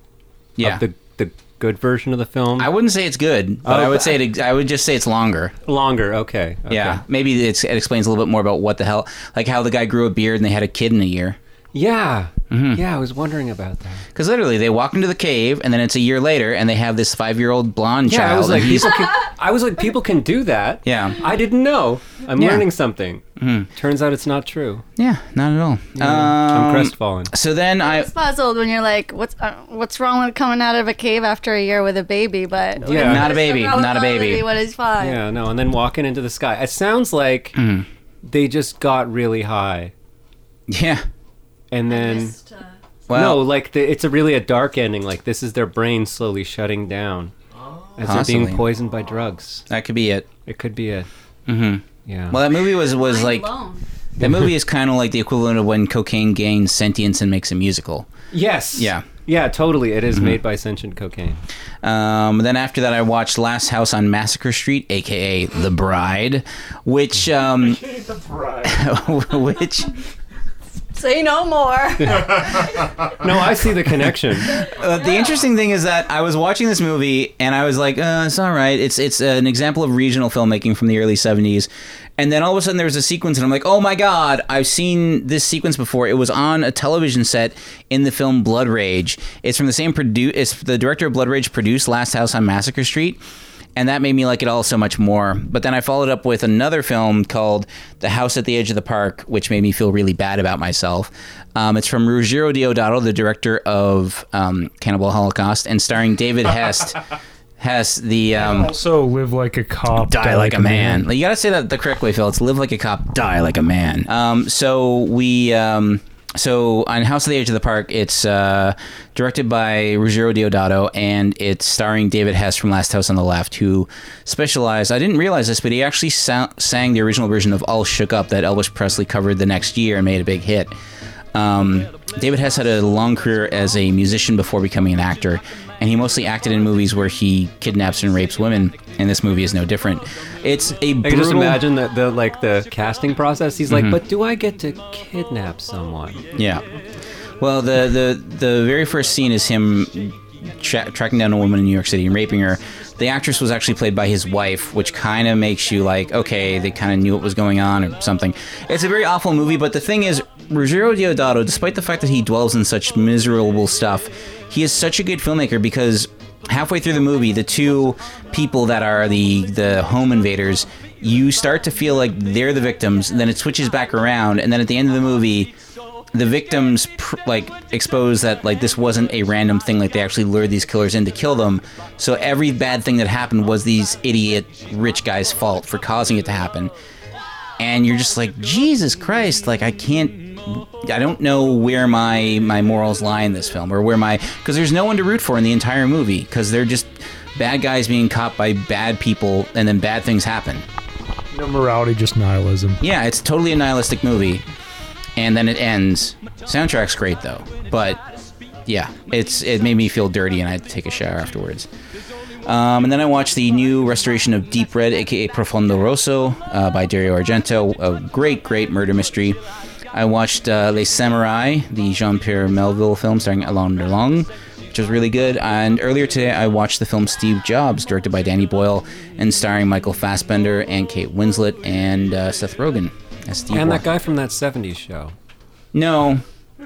[SPEAKER 1] Yeah,
[SPEAKER 8] of the the
[SPEAKER 6] good version of the film?
[SPEAKER 1] I wouldn't say it's good, but
[SPEAKER 6] Oh,
[SPEAKER 1] I would
[SPEAKER 6] but-
[SPEAKER 1] say it. ex- I would just say it's longer.
[SPEAKER 6] Longer, okay. okay.
[SPEAKER 1] Yeah, maybe it's, it explains a little bit more about what the hell, like how the guy grew a beard and they had a kid in a year.
[SPEAKER 6] Yeah.
[SPEAKER 1] Mm-hmm.
[SPEAKER 6] Yeah, I was wondering about that.
[SPEAKER 1] Because literally, they walk into the cave and then it's a year later, and they have this five-year-old blonde
[SPEAKER 8] Yeah,
[SPEAKER 1] child.
[SPEAKER 8] I was
[SPEAKER 1] and
[SPEAKER 8] like,
[SPEAKER 1] he's-
[SPEAKER 8] people can, I was like, people can do that.
[SPEAKER 1] Yeah.
[SPEAKER 8] I didn't know. I'm
[SPEAKER 1] Yeah. Mm-hmm.
[SPEAKER 8] learning something.
[SPEAKER 6] Turns out it's not true.
[SPEAKER 1] yeah, not at all.
[SPEAKER 6] I'm
[SPEAKER 1] Um,
[SPEAKER 6] crestfallen.
[SPEAKER 1] So then I,
[SPEAKER 4] It's puzzled when you're like, what's uh, what's wrong with coming out of a cave after a year with a baby? But what
[SPEAKER 8] Yeah.
[SPEAKER 1] Not a
[SPEAKER 4] is- what is the
[SPEAKER 1] baby, not a baby.
[SPEAKER 4] probability? What is five?
[SPEAKER 8] Yeah, no, and then walking into the sky. It sounds like
[SPEAKER 1] Mm.
[SPEAKER 8] they just got really high,
[SPEAKER 1] yeah,
[SPEAKER 8] and then
[SPEAKER 4] Just, uh,
[SPEAKER 1] well,
[SPEAKER 8] no, like the, it's a really a dark ending. Like this is their brain slowly shutting down as they're
[SPEAKER 1] Possibly.
[SPEAKER 8] being poisoned by drugs.
[SPEAKER 1] that could be it.
[SPEAKER 8] It could be it.
[SPEAKER 1] Mm-hmm.
[SPEAKER 8] Yeah.
[SPEAKER 1] Well, that movie was was
[SPEAKER 4] I'm
[SPEAKER 1] like
[SPEAKER 4] alone.
[SPEAKER 1] that movie is kind of like the equivalent of when cocaine gains sentience and makes a musical.
[SPEAKER 8] yes.
[SPEAKER 1] Yeah. Mm-hmm.
[SPEAKER 8] Yeah. Totally. It is made by sentient cocaine.
[SPEAKER 1] Um, then after that, I watched Last House on Massacre Street, aka The Bride, which um,
[SPEAKER 2] the bride.
[SPEAKER 1] [LAUGHS] which
[SPEAKER 4] Say no more.
[SPEAKER 8] No, I see the
[SPEAKER 1] [LAUGHS]
[SPEAKER 8] connection.
[SPEAKER 1] uh, the interesting thing is that I was watching this movie and I was like, uh, it's all right. It's it's an example of regional filmmaking from the early '70s. And then all of a sudden there was a sequence, and I'm like, oh my god, I've seen this sequence before. It was on a television set in the film Blood Rage. It's from the same produ- It's the director of Blood Rage produced Last House on Massacre Street. And that made me like it all so much more. But then I followed up with another film called The House at the Edge of the Park, which made me feel really bad about myself. Um, it's from Ruggiero Deodato, the director of um, Cannibal Holocaust, and starring David Hest. Hest, the. Um,
[SPEAKER 5] Also, live like a cop,
[SPEAKER 1] Die like a man. You gotta say that the correct way, Phil. It's live like a cop, die like a man. Um, so we, um, so on House of the Age of the Park, it's uh, directed by Ruggiero Deodato, and it's starring David Hess from Last House on the Left, who specialized. I didn't realize this, but he actually sa- sang the original version of All Shook Up that Elvis Presley covered the next year and made a big hit. Um, David Hess had a long career as a musician before becoming an actor, and he mostly acted in movies where he kidnaps and rapes women. And this movie is no different. It's a
[SPEAKER 8] I can just
[SPEAKER 1] brutal. Mm-hmm.
[SPEAKER 8] imagine the, the like the casting process. He's like, but do I get to kidnap someone?
[SPEAKER 1] Yeah. Well, the the the very first scene is him tra- tracking down a woman in New York City and raping her. The actress was actually played by his wife, which kind of makes you like, okay, they kind of knew what was going on or something. It's a very awful movie, but the thing is, Ruggiero Deodato, despite the fact that he dwells in such miserable stuff, he is such a good filmmaker because halfway through the movie, the two people that are the the home invaders, you start to feel like they're the victims. Then it switches back around, and then at the end of the movie the victims pr- like expose that like this wasn't a random thing like they actually lured these killers in to kill them so every bad thing that happened was these idiot rich guys fault for causing it to happen and you're just like jesus christ like i can't i don't know where my my morals lie in this film or where my because there's no one to root for in the entire movie because they're just bad guys being caught by bad people and then bad things happen
[SPEAKER 5] No morality, just nihilism.
[SPEAKER 1] yeah, it's totally a nihilistic movie, and then it ends. Soundtrack's great though, but yeah, it's it made me feel dirty, and I had to take a shower afterwards. Um, and then I watched the new restoration of Deep Red, aka Profondo Rosso, uh, by Dario Argento. A great, great murder mystery. I watched uh, Les Samurai, the Jean Pierre Melville film starring Alain Delon, which was really good. And earlier today, I watched the film Steve Jobs, directed by Danny Boyle and starring Michael Fassbender and Kate Winslet and uh, Seth Rogen as Steve.
[SPEAKER 8] And that
[SPEAKER 1] Wa-
[SPEAKER 8] guy from that '70s show. [LAUGHS]
[SPEAKER 1] No,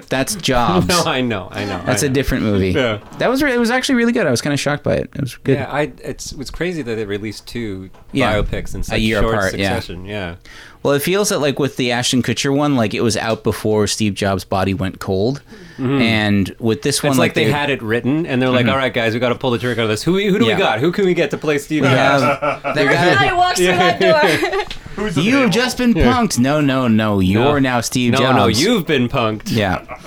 [SPEAKER 1] that's Jobs.
[SPEAKER 8] No, I know, I know.
[SPEAKER 1] that's
[SPEAKER 8] I
[SPEAKER 1] a
[SPEAKER 8] know.
[SPEAKER 1] different movie.
[SPEAKER 8] Yeah.
[SPEAKER 1] That was re- it was actually really good. I was kind of shocked by it. It was good.
[SPEAKER 8] Yeah, I, it's it's crazy that they released two
[SPEAKER 1] Yeah.
[SPEAKER 8] biopics in such
[SPEAKER 1] year
[SPEAKER 8] short
[SPEAKER 1] apart, yeah.
[SPEAKER 8] succession. Yeah.
[SPEAKER 1] Well, it feels that like with the Ashton Kutcher one, like it was out before Steve Jobs' body went cold, and with this one,
[SPEAKER 8] Mm-hmm. It's like, they
[SPEAKER 1] they're-
[SPEAKER 8] had it written and they're like, "All right, guys, we got to pull the trigger out of this. Who who do
[SPEAKER 1] Mm-hmm. Yeah.
[SPEAKER 8] we got? Who can we get to play Steve?"
[SPEAKER 1] they
[SPEAKER 8] [LAUGHS] Jobs?
[SPEAKER 1] [LAUGHS] have- they
[SPEAKER 4] First
[SPEAKER 1] got-
[SPEAKER 4] guy walks through that door.
[SPEAKER 2] Who's
[SPEAKER 1] you have just been punked. No, no, no. You're now Steve
[SPEAKER 8] no,
[SPEAKER 1] Jobs.
[SPEAKER 8] no, you've been punked.
[SPEAKER 1] Yeah.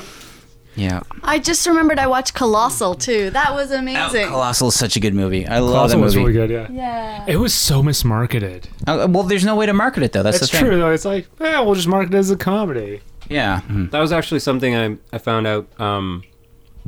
[SPEAKER 1] Yeah.
[SPEAKER 4] I just remembered I watched Colossal too. That was amazing.
[SPEAKER 1] Colossal is such a good movie. I love that
[SPEAKER 5] Colossal
[SPEAKER 1] movie.
[SPEAKER 5] was really good. Yeah.
[SPEAKER 4] yeah.
[SPEAKER 5] It was so mismarketed.
[SPEAKER 1] Uh, well, there's no way to market it though. That's,
[SPEAKER 5] That's
[SPEAKER 1] the thing.
[SPEAKER 5] true though. It's like, yeah, we'll just market it as a comedy.
[SPEAKER 1] Yeah. Mhm.
[SPEAKER 8] That was actually something I I found out. Um,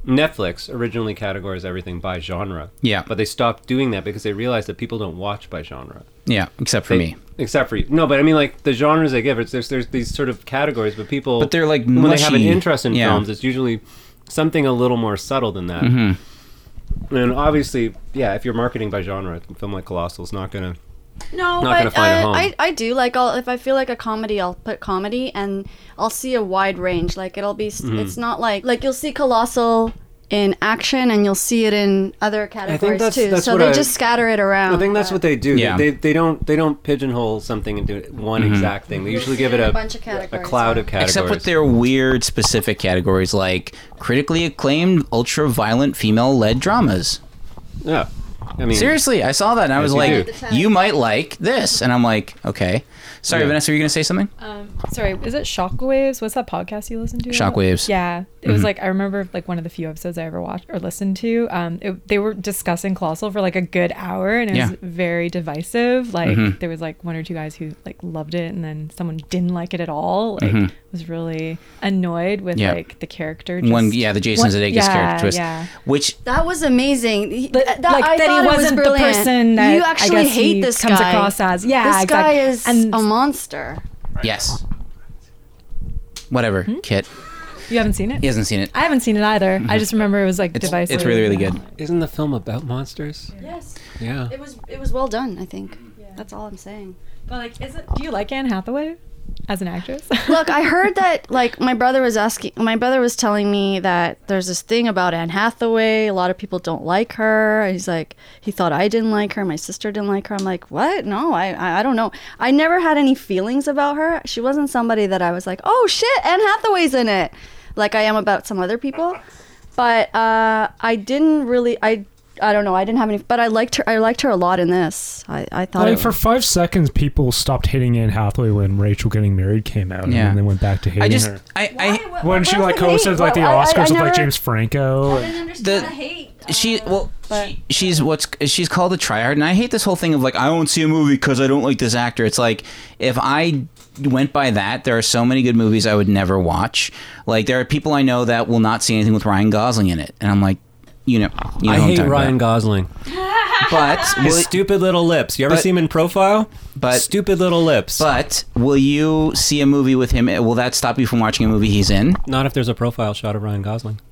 [SPEAKER 8] Netflix originally categorized everything by genre,
[SPEAKER 1] Yeah.
[SPEAKER 8] but they stopped doing that because they realized that people don't watch by genre.
[SPEAKER 1] Yeah. Except for
[SPEAKER 8] They-
[SPEAKER 1] me.
[SPEAKER 8] Except for you. No, but I mean, like the genres they give, it's, there's there's these sort of categories, but people,
[SPEAKER 1] But they're, like,
[SPEAKER 8] when they have an
[SPEAKER 1] mushy.
[SPEAKER 8] interest in
[SPEAKER 1] Yeah.
[SPEAKER 8] films, it's usually something a little more subtle than that.
[SPEAKER 1] Mm-hmm.
[SPEAKER 6] And obviously, yeah, if you're marketing by genre, a film like Colossal's not gonna.
[SPEAKER 4] No,
[SPEAKER 6] Not gonna
[SPEAKER 4] but
[SPEAKER 6] find a
[SPEAKER 4] uh,
[SPEAKER 6] home.
[SPEAKER 4] I, I do like I'll if I feel like a comedy, I'll put comedy, and I'll see a wide range. Like it'll be, s
[SPEAKER 6] Mm-hmm.
[SPEAKER 4] it's not like like you'll see colossal in action, and you'll see it in other categories
[SPEAKER 6] that's-
[SPEAKER 4] too.
[SPEAKER 6] that's
[SPEAKER 4] so
[SPEAKER 6] what
[SPEAKER 4] they
[SPEAKER 6] I-
[SPEAKER 4] just scatter it around.
[SPEAKER 6] I think that's
[SPEAKER 4] but
[SPEAKER 6] what they do.
[SPEAKER 1] Yeah. Mm-hmm.
[SPEAKER 6] They, they don't they don't pigeonhole something into one exact thing. They
[SPEAKER 4] You'll
[SPEAKER 6] usually
[SPEAKER 4] see
[SPEAKER 6] give
[SPEAKER 4] it
[SPEAKER 6] it
[SPEAKER 4] in
[SPEAKER 6] a,
[SPEAKER 4] a bunch of categories,
[SPEAKER 6] cloud
[SPEAKER 4] yeah.
[SPEAKER 6] of categories.
[SPEAKER 1] Except with their weird specific categories like critically acclaimed ultra violent female led dramas.
[SPEAKER 6] yeah, I mean,
[SPEAKER 1] Seriously, I saw that and I was
[SPEAKER 6] Hmm. you
[SPEAKER 1] like,
[SPEAKER 6] do.
[SPEAKER 1] you might like this. And I'm like, okay. Sorry,
[SPEAKER 6] Yeah.
[SPEAKER 1] Vanessa, were you going to say something?
[SPEAKER 7] Um, sorry, is it Shockwaves? What's that podcast you listen to?
[SPEAKER 1] Shockwaves. Mm-hmm.
[SPEAKER 7] Yeah, it was like I remember like one of the few episodes I ever watched or listened to. Um, it, they were discussing Colossal for like a good hour, and it
[SPEAKER 1] Yeah. Mm-hmm.
[SPEAKER 7] was very divisive. Like there was like one or two guys who like loved it, and then someone didn't like it at all. Like was really annoyed with
[SPEAKER 1] Mm-hmm. Yeah.
[SPEAKER 7] like the character.
[SPEAKER 1] One,
[SPEAKER 7] just-
[SPEAKER 1] yeah, the Jason
[SPEAKER 7] One-
[SPEAKER 1] Sudeikis
[SPEAKER 7] yeah,
[SPEAKER 1] character twist,
[SPEAKER 7] Yeah.
[SPEAKER 1] which
[SPEAKER 4] that was amazing. He-
[SPEAKER 7] But,
[SPEAKER 4] that,
[SPEAKER 7] like,
[SPEAKER 4] I
[SPEAKER 7] that he
[SPEAKER 4] thought it was
[SPEAKER 7] wasn't the
[SPEAKER 4] brilliant.
[SPEAKER 7] person that
[SPEAKER 4] you
[SPEAKER 7] I
[SPEAKER 4] actually
[SPEAKER 7] guess
[SPEAKER 4] hate
[SPEAKER 7] he
[SPEAKER 4] this
[SPEAKER 7] comes
[SPEAKER 4] guy.
[SPEAKER 7] across as. Yeah,
[SPEAKER 4] this guy
[SPEAKER 7] exactly.
[SPEAKER 4] is
[SPEAKER 7] And-
[SPEAKER 4] a monster.
[SPEAKER 1] Yes. Whatever, Kit.
[SPEAKER 7] You haven't seen it?
[SPEAKER 1] He hasn't seen it.
[SPEAKER 7] Hmm? I haven't seen it either. I just remember it was like
[SPEAKER 1] Mm-hmm. It's,
[SPEAKER 7] divisive.
[SPEAKER 1] it's really, really good.
[SPEAKER 6] isn't the film about monsters?
[SPEAKER 4] Yes,
[SPEAKER 6] Yeah.
[SPEAKER 4] it was it was well done. I think that's all I'm saying.
[SPEAKER 7] But like, is it? Do you like Anne Hathaway as an actress?
[SPEAKER 4] Look, I heard that like my brother was asking my brother was telling me that there's this thing about Anne Hathaway, a lot of people don't like her. And He's like he thought I didn't like her, my sister didn't like her. I'm like, "What? No, I I, I don't know. I never had any feelings about her. She wasn't somebody that I was like, "Oh shit, Anne Hathaway's in it." Like I am about some other people. But uh I didn't really I I don't know. I didn't have any, but I liked her. I liked her a lot in this. I, I thought
[SPEAKER 5] Like
[SPEAKER 4] it,
[SPEAKER 5] for five seconds, people stopped hating Anne Hathaway when Rachel Getting Married came
[SPEAKER 1] Yeah.
[SPEAKER 5] out, and then they went back to hating
[SPEAKER 1] I just,
[SPEAKER 5] her.
[SPEAKER 1] I, I,
[SPEAKER 5] When she like hosted
[SPEAKER 4] hosted
[SPEAKER 5] like the Oscars with like James Franco,
[SPEAKER 4] didn't
[SPEAKER 1] the-
[SPEAKER 4] understand the hate. um,
[SPEAKER 1] she, well,
[SPEAKER 4] but-
[SPEAKER 1] she, she's what's she's called a tryhard, and I hate this whole thing of like I won't see a movie because I don't like this actor. It's like if I went by that, there are so many good movies I would never watch. Like there are people I know that will not see anything with Ryan Gosling in it, and I'm like, you know, you know
[SPEAKER 8] I
[SPEAKER 1] who I'm
[SPEAKER 8] hate
[SPEAKER 1] talking
[SPEAKER 8] Ryan
[SPEAKER 1] about.
[SPEAKER 8] Gosling.
[SPEAKER 1] [LAUGHS] but
[SPEAKER 8] His
[SPEAKER 1] will,
[SPEAKER 8] stupid little lips. You ever
[SPEAKER 1] but-
[SPEAKER 8] see him in profile?
[SPEAKER 1] but-
[SPEAKER 8] stupid little lips.
[SPEAKER 1] but will you see a movie with him? Will that stop you from watching a movie he's in?
[SPEAKER 6] Not if there's a profile shot of Ryan Gosling.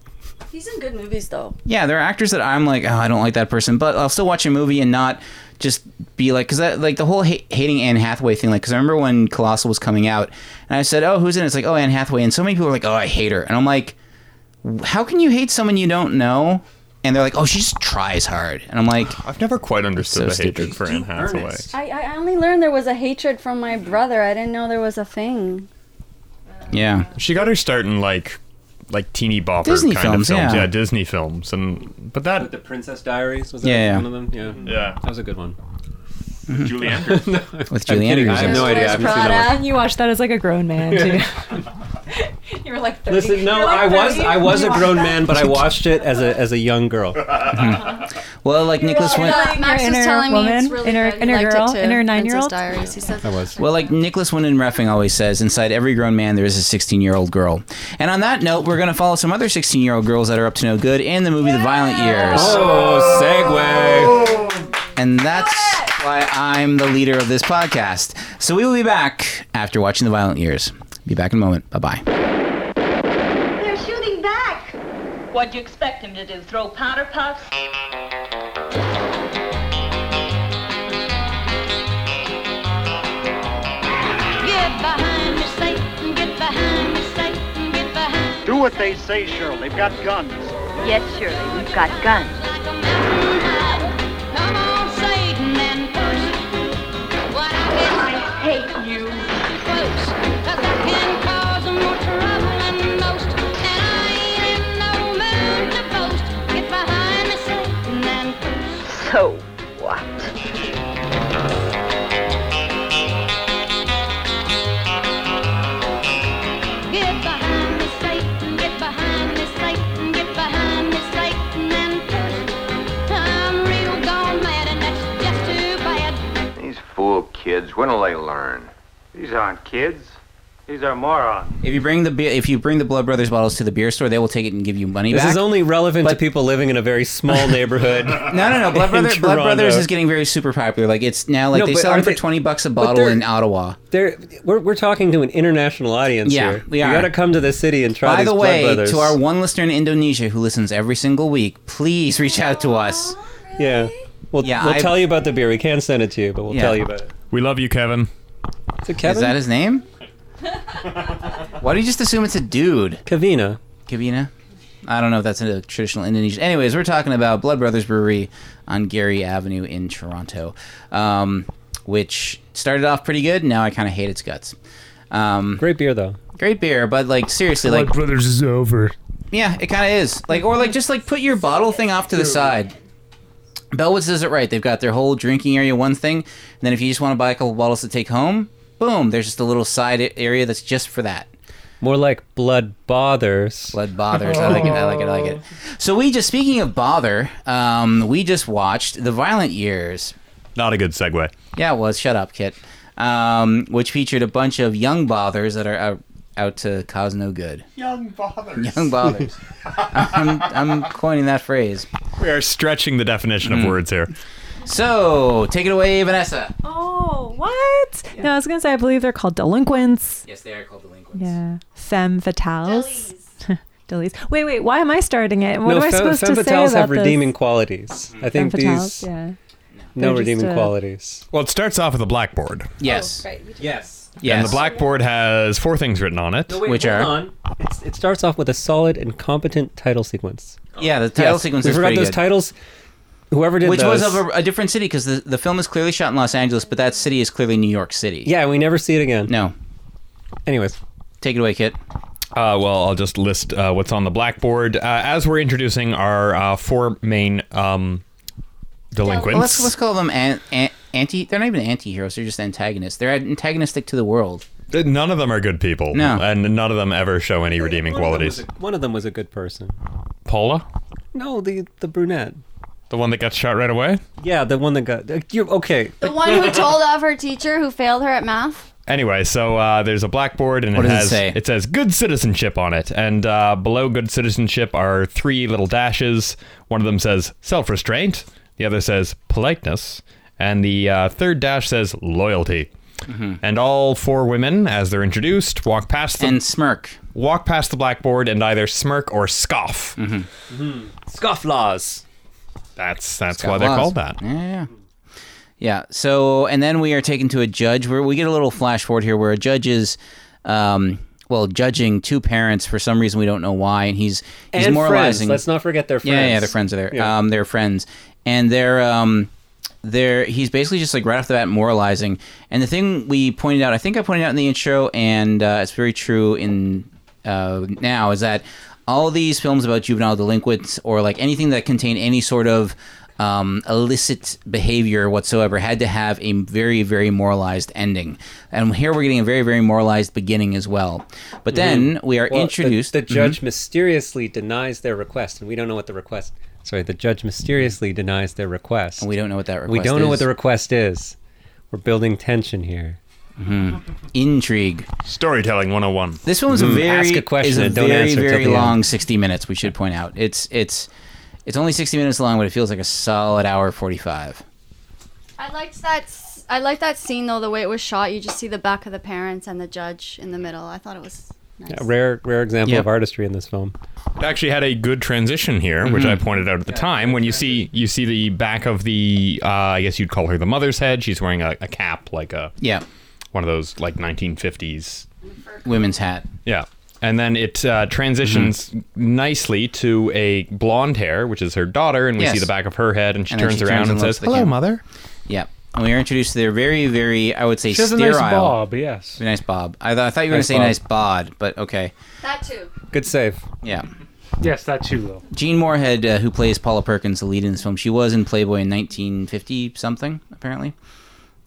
[SPEAKER 4] He's in good movies though.
[SPEAKER 1] Yeah, there are actors that I'm like, oh, I don't like that person, but I'll still watch a movie and not just be like, because that like the whole ha- hating Anne Hathaway thing. Like, because I remember when Colossal was coming out, and I said, oh, who's in? it? It's like, oh, Anne Hathaway, and so many people are like, oh, I hate her, and I'm like, how can you hate someone you don't know? And they're like, oh, she just tries hard, and
[SPEAKER 6] [SIGHS]
[SPEAKER 1] I'm like,
[SPEAKER 3] I've never quite understood
[SPEAKER 1] so
[SPEAKER 3] the hatred
[SPEAKER 1] stupid.
[SPEAKER 3] for Anne Hathaway.
[SPEAKER 4] I, I only learned there was a hatred from my brother. I didn't know there was a thing.
[SPEAKER 1] yeah,
[SPEAKER 3] She got her start in like like teeny bopper
[SPEAKER 1] Disney
[SPEAKER 3] kind
[SPEAKER 1] films,
[SPEAKER 3] of films.
[SPEAKER 1] yeah.
[SPEAKER 3] Disney films, and
[SPEAKER 6] But
[SPEAKER 3] but that
[SPEAKER 6] the Princess Diaries was that
[SPEAKER 1] Yeah, yeah.
[SPEAKER 6] one of them. Yeah.
[SPEAKER 3] yeah,
[SPEAKER 6] That was a good one.
[SPEAKER 3] Julie Andrews.
[SPEAKER 1] with Julie
[SPEAKER 6] kidding,
[SPEAKER 1] Andrews.
[SPEAKER 6] I have no idea. I haven't seen that
[SPEAKER 7] and you watched that as like a grown man too. [LAUGHS] you were like, 30.
[SPEAKER 6] Listen, no,
[SPEAKER 7] You're, like,
[SPEAKER 6] I was
[SPEAKER 7] 30.
[SPEAKER 6] I was a
[SPEAKER 7] You watched
[SPEAKER 6] grown
[SPEAKER 7] that?
[SPEAKER 6] man, but I watched it as a as a young girl.
[SPEAKER 1] Well, like Nicholas Win-
[SPEAKER 7] Like
[SPEAKER 4] Max
[SPEAKER 7] your
[SPEAKER 4] was
[SPEAKER 7] inner
[SPEAKER 4] telling me it's
[SPEAKER 7] woman,
[SPEAKER 4] really
[SPEAKER 7] inner-
[SPEAKER 4] good. He
[SPEAKER 7] inner
[SPEAKER 4] liked
[SPEAKER 7] girl,
[SPEAKER 4] it too.
[SPEAKER 7] inner nine-year-old?
[SPEAKER 4] Princess Diaries. He said
[SPEAKER 6] I was.
[SPEAKER 1] Well, like Nicholas Winden Refing always says, inside every grown man there is a 16 year old girl. And on that note, we're going to follow some other 16 year old girls that are up to no good in the movie The Violent Years.
[SPEAKER 6] Oh, segue.
[SPEAKER 1] And that's why I'm the leader of this podcast. So we will be back after watching The Violent Years. Be back in a moment. Bye bye.
[SPEAKER 10] They're shooting back. What do you expect him to do? Throw powder puffs? Get behind me, Satan. Get behind me, Satan. Get behind
[SPEAKER 2] Do what they say, Cheryl. They've got guns.
[SPEAKER 10] Yes, surely. We've got guns. Come on, Satan, and push. What I can I hate you. Close, 'cause I can cause more trouble than most. And I ain't in no mood to boast. Get behind me, Satan, and push. So what? Get behind me, Satan, get behind me, Satan, get behind me, Satan, and push. I'm real gone mad, and that's just too bad.
[SPEAKER 11] These fool kids, when will they learn?
[SPEAKER 2] These aren't kids.
[SPEAKER 12] He's a moron.
[SPEAKER 1] If you bring the beer, if you bring the Blood Brothers bottles to the beer store, they will take it and give you money
[SPEAKER 8] This
[SPEAKER 1] back.
[SPEAKER 8] is only relevant to
[SPEAKER 1] But-
[SPEAKER 8] people living in a very small
[SPEAKER 1] [LAUGHS]
[SPEAKER 8] neighborhood.
[SPEAKER 1] no, no,
[SPEAKER 8] [LAUGHS]
[SPEAKER 1] no. Blood,
[SPEAKER 8] in
[SPEAKER 1] Brother, Blood
[SPEAKER 8] Toronto.
[SPEAKER 1] Brothers is getting very super popular. Like it's now like
[SPEAKER 8] No,
[SPEAKER 1] they
[SPEAKER 8] but
[SPEAKER 1] sell them
[SPEAKER 8] aren't
[SPEAKER 1] for
[SPEAKER 8] they-
[SPEAKER 1] twenty bucks a
[SPEAKER 8] but
[SPEAKER 1] bottle
[SPEAKER 8] they're-
[SPEAKER 1] in Ottawa.
[SPEAKER 8] They're, we're, we're talking to an international audience
[SPEAKER 1] Yeah,
[SPEAKER 8] here.
[SPEAKER 1] we
[SPEAKER 8] You
[SPEAKER 1] are.
[SPEAKER 8] got to come to the city and try
[SPEAKER 1] By
[SPEAKER 8] these
[SPEAKER 1] the
[SPEAKER 8] Blood
[SPEAKER 1] way,
[SPEAKER 8] Brothers.
[SPEAKER 1] to our one listener in Indonesia who listens every single week, please reach out to us.
[SPEAKER 8] yeah, we'll,
[SPEAKER 1] Yeah,
[SPEAKER 8] we'll
[SPEAKER 1] I-
[SPEAKER 8] tell you about the beer. We can send it to you, but we'll
[SPEAKER 1] Yeah.
[SPEAKER 8] tell you about it.
[SPEAKER 3] [LAUGHS] We love you, Kevin.
[SPEAKER 8] Is it Kevin?
[SPEAKER 1] Is that his name? Why do you just assume it's a dude,
[SPEAKER 8] Kavina?
[SPEAKER 1] Kavina? I don't know if that's a traditional Indonesian. Anyways, we're talking about Blood Brothers Brewery on Gary Avenue in Toronto, um, which started off pretty good. Now I kind of hate its guts. Um,
[SPEAKER 8] Great beer though.
[SPEAKER 1] great beer, but like seriously, like
[SPEAKER 5] Brothers is over.
[SPEAKER 1] Yeah, it kind of is. Like, or like, just like put your bottle thing off to the side. Bellwoods does it right. They've got their whole drinking area one thing, and then if you just want to buy a couple bottles to take home, boom, there's just a little side a- area that's just for that.
[SPEAKER 8] More like Blood Bothers.
[SPEAKER 1] Blood bothers. I like it. I like it. I like it. So we just speaking of bother, um, we just watched The Violent Years.
[SPEAKER 3] Not a good segue.
[SPEAKER 1] Yeah, it was. Shut up, Kit. Um, which featured a bunch of young bothers that are out, out to cause no good.
[SPEAKER 12] Young father.
[SPEAKER 1] Young bothers. I'm, I'm coining that phrase.
[SPEAKER 3] [LAUGHS] We are stretching the definition
[SPEAKER 1] Mm.
[SPEAKER 3] of words here.
[SPEAKER 1] So, take it away, Vanessa.
[SPEAKER 7] Oh, what? No, I was gonna say I believe they're called delinquents.
[SPEAKER 1] Yes, they are called delinquents.
[SPEAKER 7] Yeah, femme fatales. [LAUGHS] Dillies. Wait, wait. Why am I starting it? What
[SPEAKER 8] no,
[SPEAKER 7] am I
[SPEAKER 8] fe-
[SPEAKER 7] supposed
[SPEAKER 8] femme
[SPEAKER 7] to say
[SPEAKER 8] fatales
[SPEAKER 7] about
[SPEAKER 8] have
[SPEAKER 7] this?
[SPEAKER 8] redeeming qualities.
[SPEAKER 1] Mm-hmm.
[SPEAKER 8] I
[SPEAKER 7] Femme
[SPEAKER 8] think
[SPEAKER 7] fatales,
[SPEAKER 8] these
[SPEAKER 7] yeah. They're
[SPEAKER 8] no
[SPEAKER 7] just,
[SPEAKER 8] redeeming
[SPEAKER 7] uh,
[SPEAKER 8] qualities.
[SPEAKER 3] Well, it starts off with a blackboard.
[SPEAKER 1] Yes.
[SPEAKER 8] Yes.
[SPEAKER 1] Yes.
[SPEAKER 3] And the blackboard has four things written on it.
[SPEAKER 1] Which are?
[SPEAKER 8] It's, it starts off with a solid and competent title sequence.
[SPEAKER 1] Yeah, the title sequence
[SPEAKER 8] we
[SPEAKER 1] is
[SPEAKER 8] forgot
[SPEAKER 1] pretty
[SPEAKER 8] those
[SPEAKER 1] good.
[SPEAKER 8] titles. Whoever did
[SPEAKER 1] which
[SPEAKER 8] those,
[SPEAKER 1] was of a, a different city because the, the film is clearly shot in Los Angeles, but that city is clearly New York City.
[SPEAKER 8] yeah, we never see it again.
[SPEAKER 1] No.
[SPEAKER 8] Anyways,
[SPEAKER 1] Take it away, Kit.
[SPEAKER 3] Uh, well, I'll just list uh, what's on the blackboard. Uh, as we're introducing our uh, four main um,
[SPEAKER 1] Well, let's,
[SPEAKER 3] delinquents.
[SPEAKER 1] let's call them an, an, anti. They're not even anti-heroes. They're just antagonists. They're antagonistic to the world.
[SPEAKER 3] Uh, None of them are good people.
[SPEAKER 1] No.
[SPEAKER 3] And none of them ever show any redeeming qualities.
[SPEAKER 8] one of them was a good person.
[SPEAKER 3] Paula?
[SPEAKER 8] No, the the brunette.
[SPEAKER 3] The one that got shot right away?
[SPEAKER 8] Yeah, the one that got. uh, You're okay.
[SPEAKER 4] The one who told off her teacher who failed her at math.
[SPEAKER 3] Anyway, so uh, there's a blackboard and
[SPEAKER 1] What
[SPEAKER 3] it
[SPEAKER 1] does it
[SPEAKER 3] has
[SPEAKER 1] say?
[SPEAKER 3] says good citizenship on it, and uh, below good citizenship are three little dashes. One of them says self restraint, the other says politeness, and the uh, third dash says loyalty.
[SPEAKER 1] Mm-hmm.
[SPEAKER 3] And all four women, as they're introduced, walk past the
[SPEAKER 1] And smirk.
[SPEAKER 3] walk past the blackboard and either smirk or scoff.
[SPEAKER 1] Mm-hmm.
[SPEAKER 8] Scofflaws.
[SPEAKER 3] That's that's
[SPEAKER 1] Got
[SPEAKER 3] why they're
[SPEAKER 1] laws.
[SPEAKER 3] called that.
[SPEAKER 1] Yeah, yeah. yeah. Yeah. So, and then we are taken to a judge where we get a little flash forward here where a judge is, um, well, judging two parents for some reason we don't know why, and he's he's
[SPEAKER 8] and
[SPEAKER 1] moralizing.
[SPEAKER 8] friends. Let's not forget their friends.
[SPEAKER 1] Yeah, yeah, their friends are there.
[SPEAKER 8] Yeah.
[SPEAKER 1] Um, they're friends, and they're um, they're he's basically just like right off the bat moralizing. And the thing we pointed out, I think I pointed out in the intro, and uh, it's very true in uh, now, is that all these films about juvenile delinquents or like anything that contain any sort of um, illicit behavior whatsoever had to have a very very moralized ending and here we're getting a very very moralized beginning as well but then we are
[SPEAKER 8] Mm-hmm. Well, the-
[SPEAKER 1] introduced Mm-hmm.
[SPEAKER 8] The, judge mysteriously denies their request, and we don't know what the request. Sorry, the judge mysteriously denies their request.
[SPEAKER 1] we don't know what that request
[SPEAKER 8] We don't know what
[SPEAKER 1] is.
[SPEAKER 8] the request is. We're building tension here.
[SPEAKER 1] intrigue
[SPEAKER 3] Storytelling 101.
[SPEAKER 1] This one was
[SPEAKER 5] Mm.
[SPEAKER 1] a very
[SPEAKER 8] Ask a question
[SPEAKER 1] is a
[SPEAKER 8] and don't
[SPEAKER 1] very
[SPEAKER 8] answer till
[SPEAKER 1] very
[SPEAKER 8] the end.
[SPEAKER 1] long sixty minutes. We should point out it's it's it's only sixty minutes long, but it feels like a solid hour forty five.
[SPEAKER 4] I liked that. s- I liked that scene though. The way it was shot, you just see the back of the parents and the judge in the middle. I thought it was nice.
[SPEAKER 8] A rare, rare example
[SPEAKER 1] Yep.
[SPEAKER 8] of artistry in this film.
[SPEAKER 3] It actually had a good transition here, which I pointed out at the time. When you see you see the back of the, uh, I guess you'd call her the mother's head. She's wearing a, a cap, like a
[SPEAKER 1] Yeah,
[SPEAKER 3] one of those like 1950s.
[SPEAKER 1] women's hat.
[SPEAKER 3] Yeah, and then it uh, transitions nicely to a blonde hair, which is her daughter, and we see
[SPEAKER 1] Yes.
[SPEAKER 3] the back of her head, and she
[SPEAKER 1] And then
[SPEAKER 3] turns
[SPEAKER 1] she turns
[SPEAKER 3] around
[SPEAKER 1] and
[SPEAKER 3] and,
[SPEAKER 1] looks
[SPEAKER 3] says,
[SPEAKER 1] at the
[SPEAKER 3] "Hello,
[SPEAKER 1] camera."
[SPEAKER 3] mother."
[SPEAKER 1] Yeah, and we are introduced to their very very I would say
[SPEAKER 5] She has a
[SPEAKER 1] sterile.
[SPEAKER 5] nice bob, yes.
[SPEAKER 1] Very nice bob. I, thought I thought you were
[SPEAKER 8] Nice
[SPEAKER 1] gonna say
[SPEAKER 8] bob.
[SPEAKER 1] nice bod, but okay.
[SPEAKER 4] That too.
[SPEAKER 8] Good save.
[SPEAKER 1] Yeah.
[SPEAKER 5] Yes, that too, though.
[SPEAKER 1] Jean Moorhead, uh, who plays Paula Perkins, the lead in this film, she was in Playboy in 1950 something, apparently.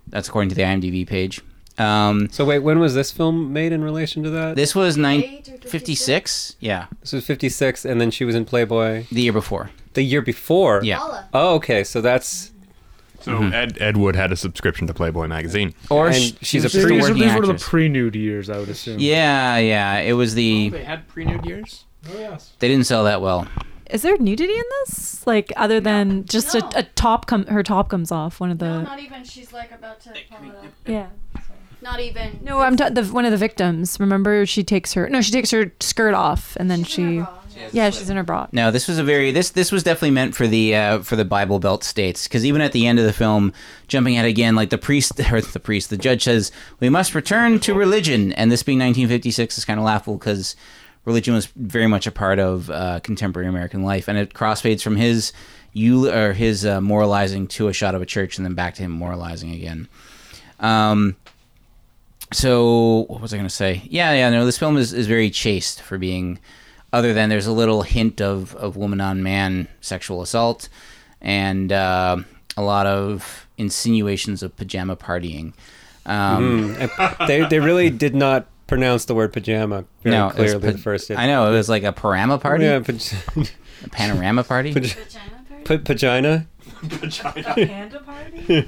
[SPEAKER 1] That's according to the IMDb page. Um,
[SPEAKER 8] So wait, when was this film made in relation to that?
[SPEAKER 1] this was nine-
[SPEAKER 4] Eight or
[SPEAKER 1] 56? Yeah,
[SPEAKER 8] This was '56, and then she was in Playboy
[SPEAKER 1] the year before.
[SPEAKER 8] the year before.
[SPEAKER 1] Yeah.
[SPEAKER 4] Paula.
[SPEAKER 8] Oh, okay. So that's
[SPEAKER 3] So Ed, Ed Wood had a subscription to Playboy magazine.
[SPEAKER 1] Or
[SPEAKER 8] And
[SPEAKER 1] sh-
[SPEAKER 8] she's a
[SPEAKER 1] she was just
[SPEAKER 8] pre-
[SPEAKER 5] These are
[SPEAKER 1] working
[SPEAKER 5] these were the
[SPEAKER 1] actress.
[SPEAKER 5] pre-nude years, I would assume.
[SPEAKER 1] yeah, yeah. It was the
[SPEAKER 11] Oh, They had pre nude years?
[SPEAKER 1] they didn't sell that well.
[SPEAKER 7] Is there nudity in this? Like other than just
[SPEAKER 4] No.
[SPEAKER 7] a, a top come her top comes off one of the
[SPEAKER 4] No, not even. She's like about to. pull it up.
[SPEAKER 7] yeah.
[SPEAKER 4] Not even.
[SPEAKER 7] No, I'm ta- the one of the victims. Remember, she takes her no, she takes her skirt off and then
[SPEAKER 4] She's in
[SPEAKER 7] she
[SPEAKER 4] her bra, yeah.
[SPEAKER 7] yeah, she's in her bra.
[SPEAKER 1] No, this was a very this this was definitely meant for the uh, for the Bible Belt states because even at the end of the film, jumping ahead again, like the priest [LAUGHS] or the priest, the judge says we must return to religion, and this being 1956 is kind of laughable because religion was very much a part of uh, contemporary American life, and it crossfades from his you or his uh, moralizing to a shot of a church, and then back to him moralizing again. Um, so what was I going to say? Yeah, yeah, no, this film is, is very chaste for being, other than there's a little hint of, of woman on man sexual assault and uh, a lot of insinuations of pajama partying.
[SPEAKER 8] Mm-hmm.
[SPEAKER 1] Um,
[SPEAKER 8] hmm, they, they really did not pronounce the word pajama very
[SPEAKER 1] no, it was
[SPEAKER 8] clearly
[SPEAKER 1] pa-
[SPEAKER 8] the first.
[SPEAKER 1] I know, it was like a parama party,
[SPEAKER 8] Yeah, [LAUGHS] paj-
[SPEAKER 1] a panorama party.
[SPEAKER 8] [LAUGHS] paj- pa- pagina.
[SPEAKER 7] Panda party.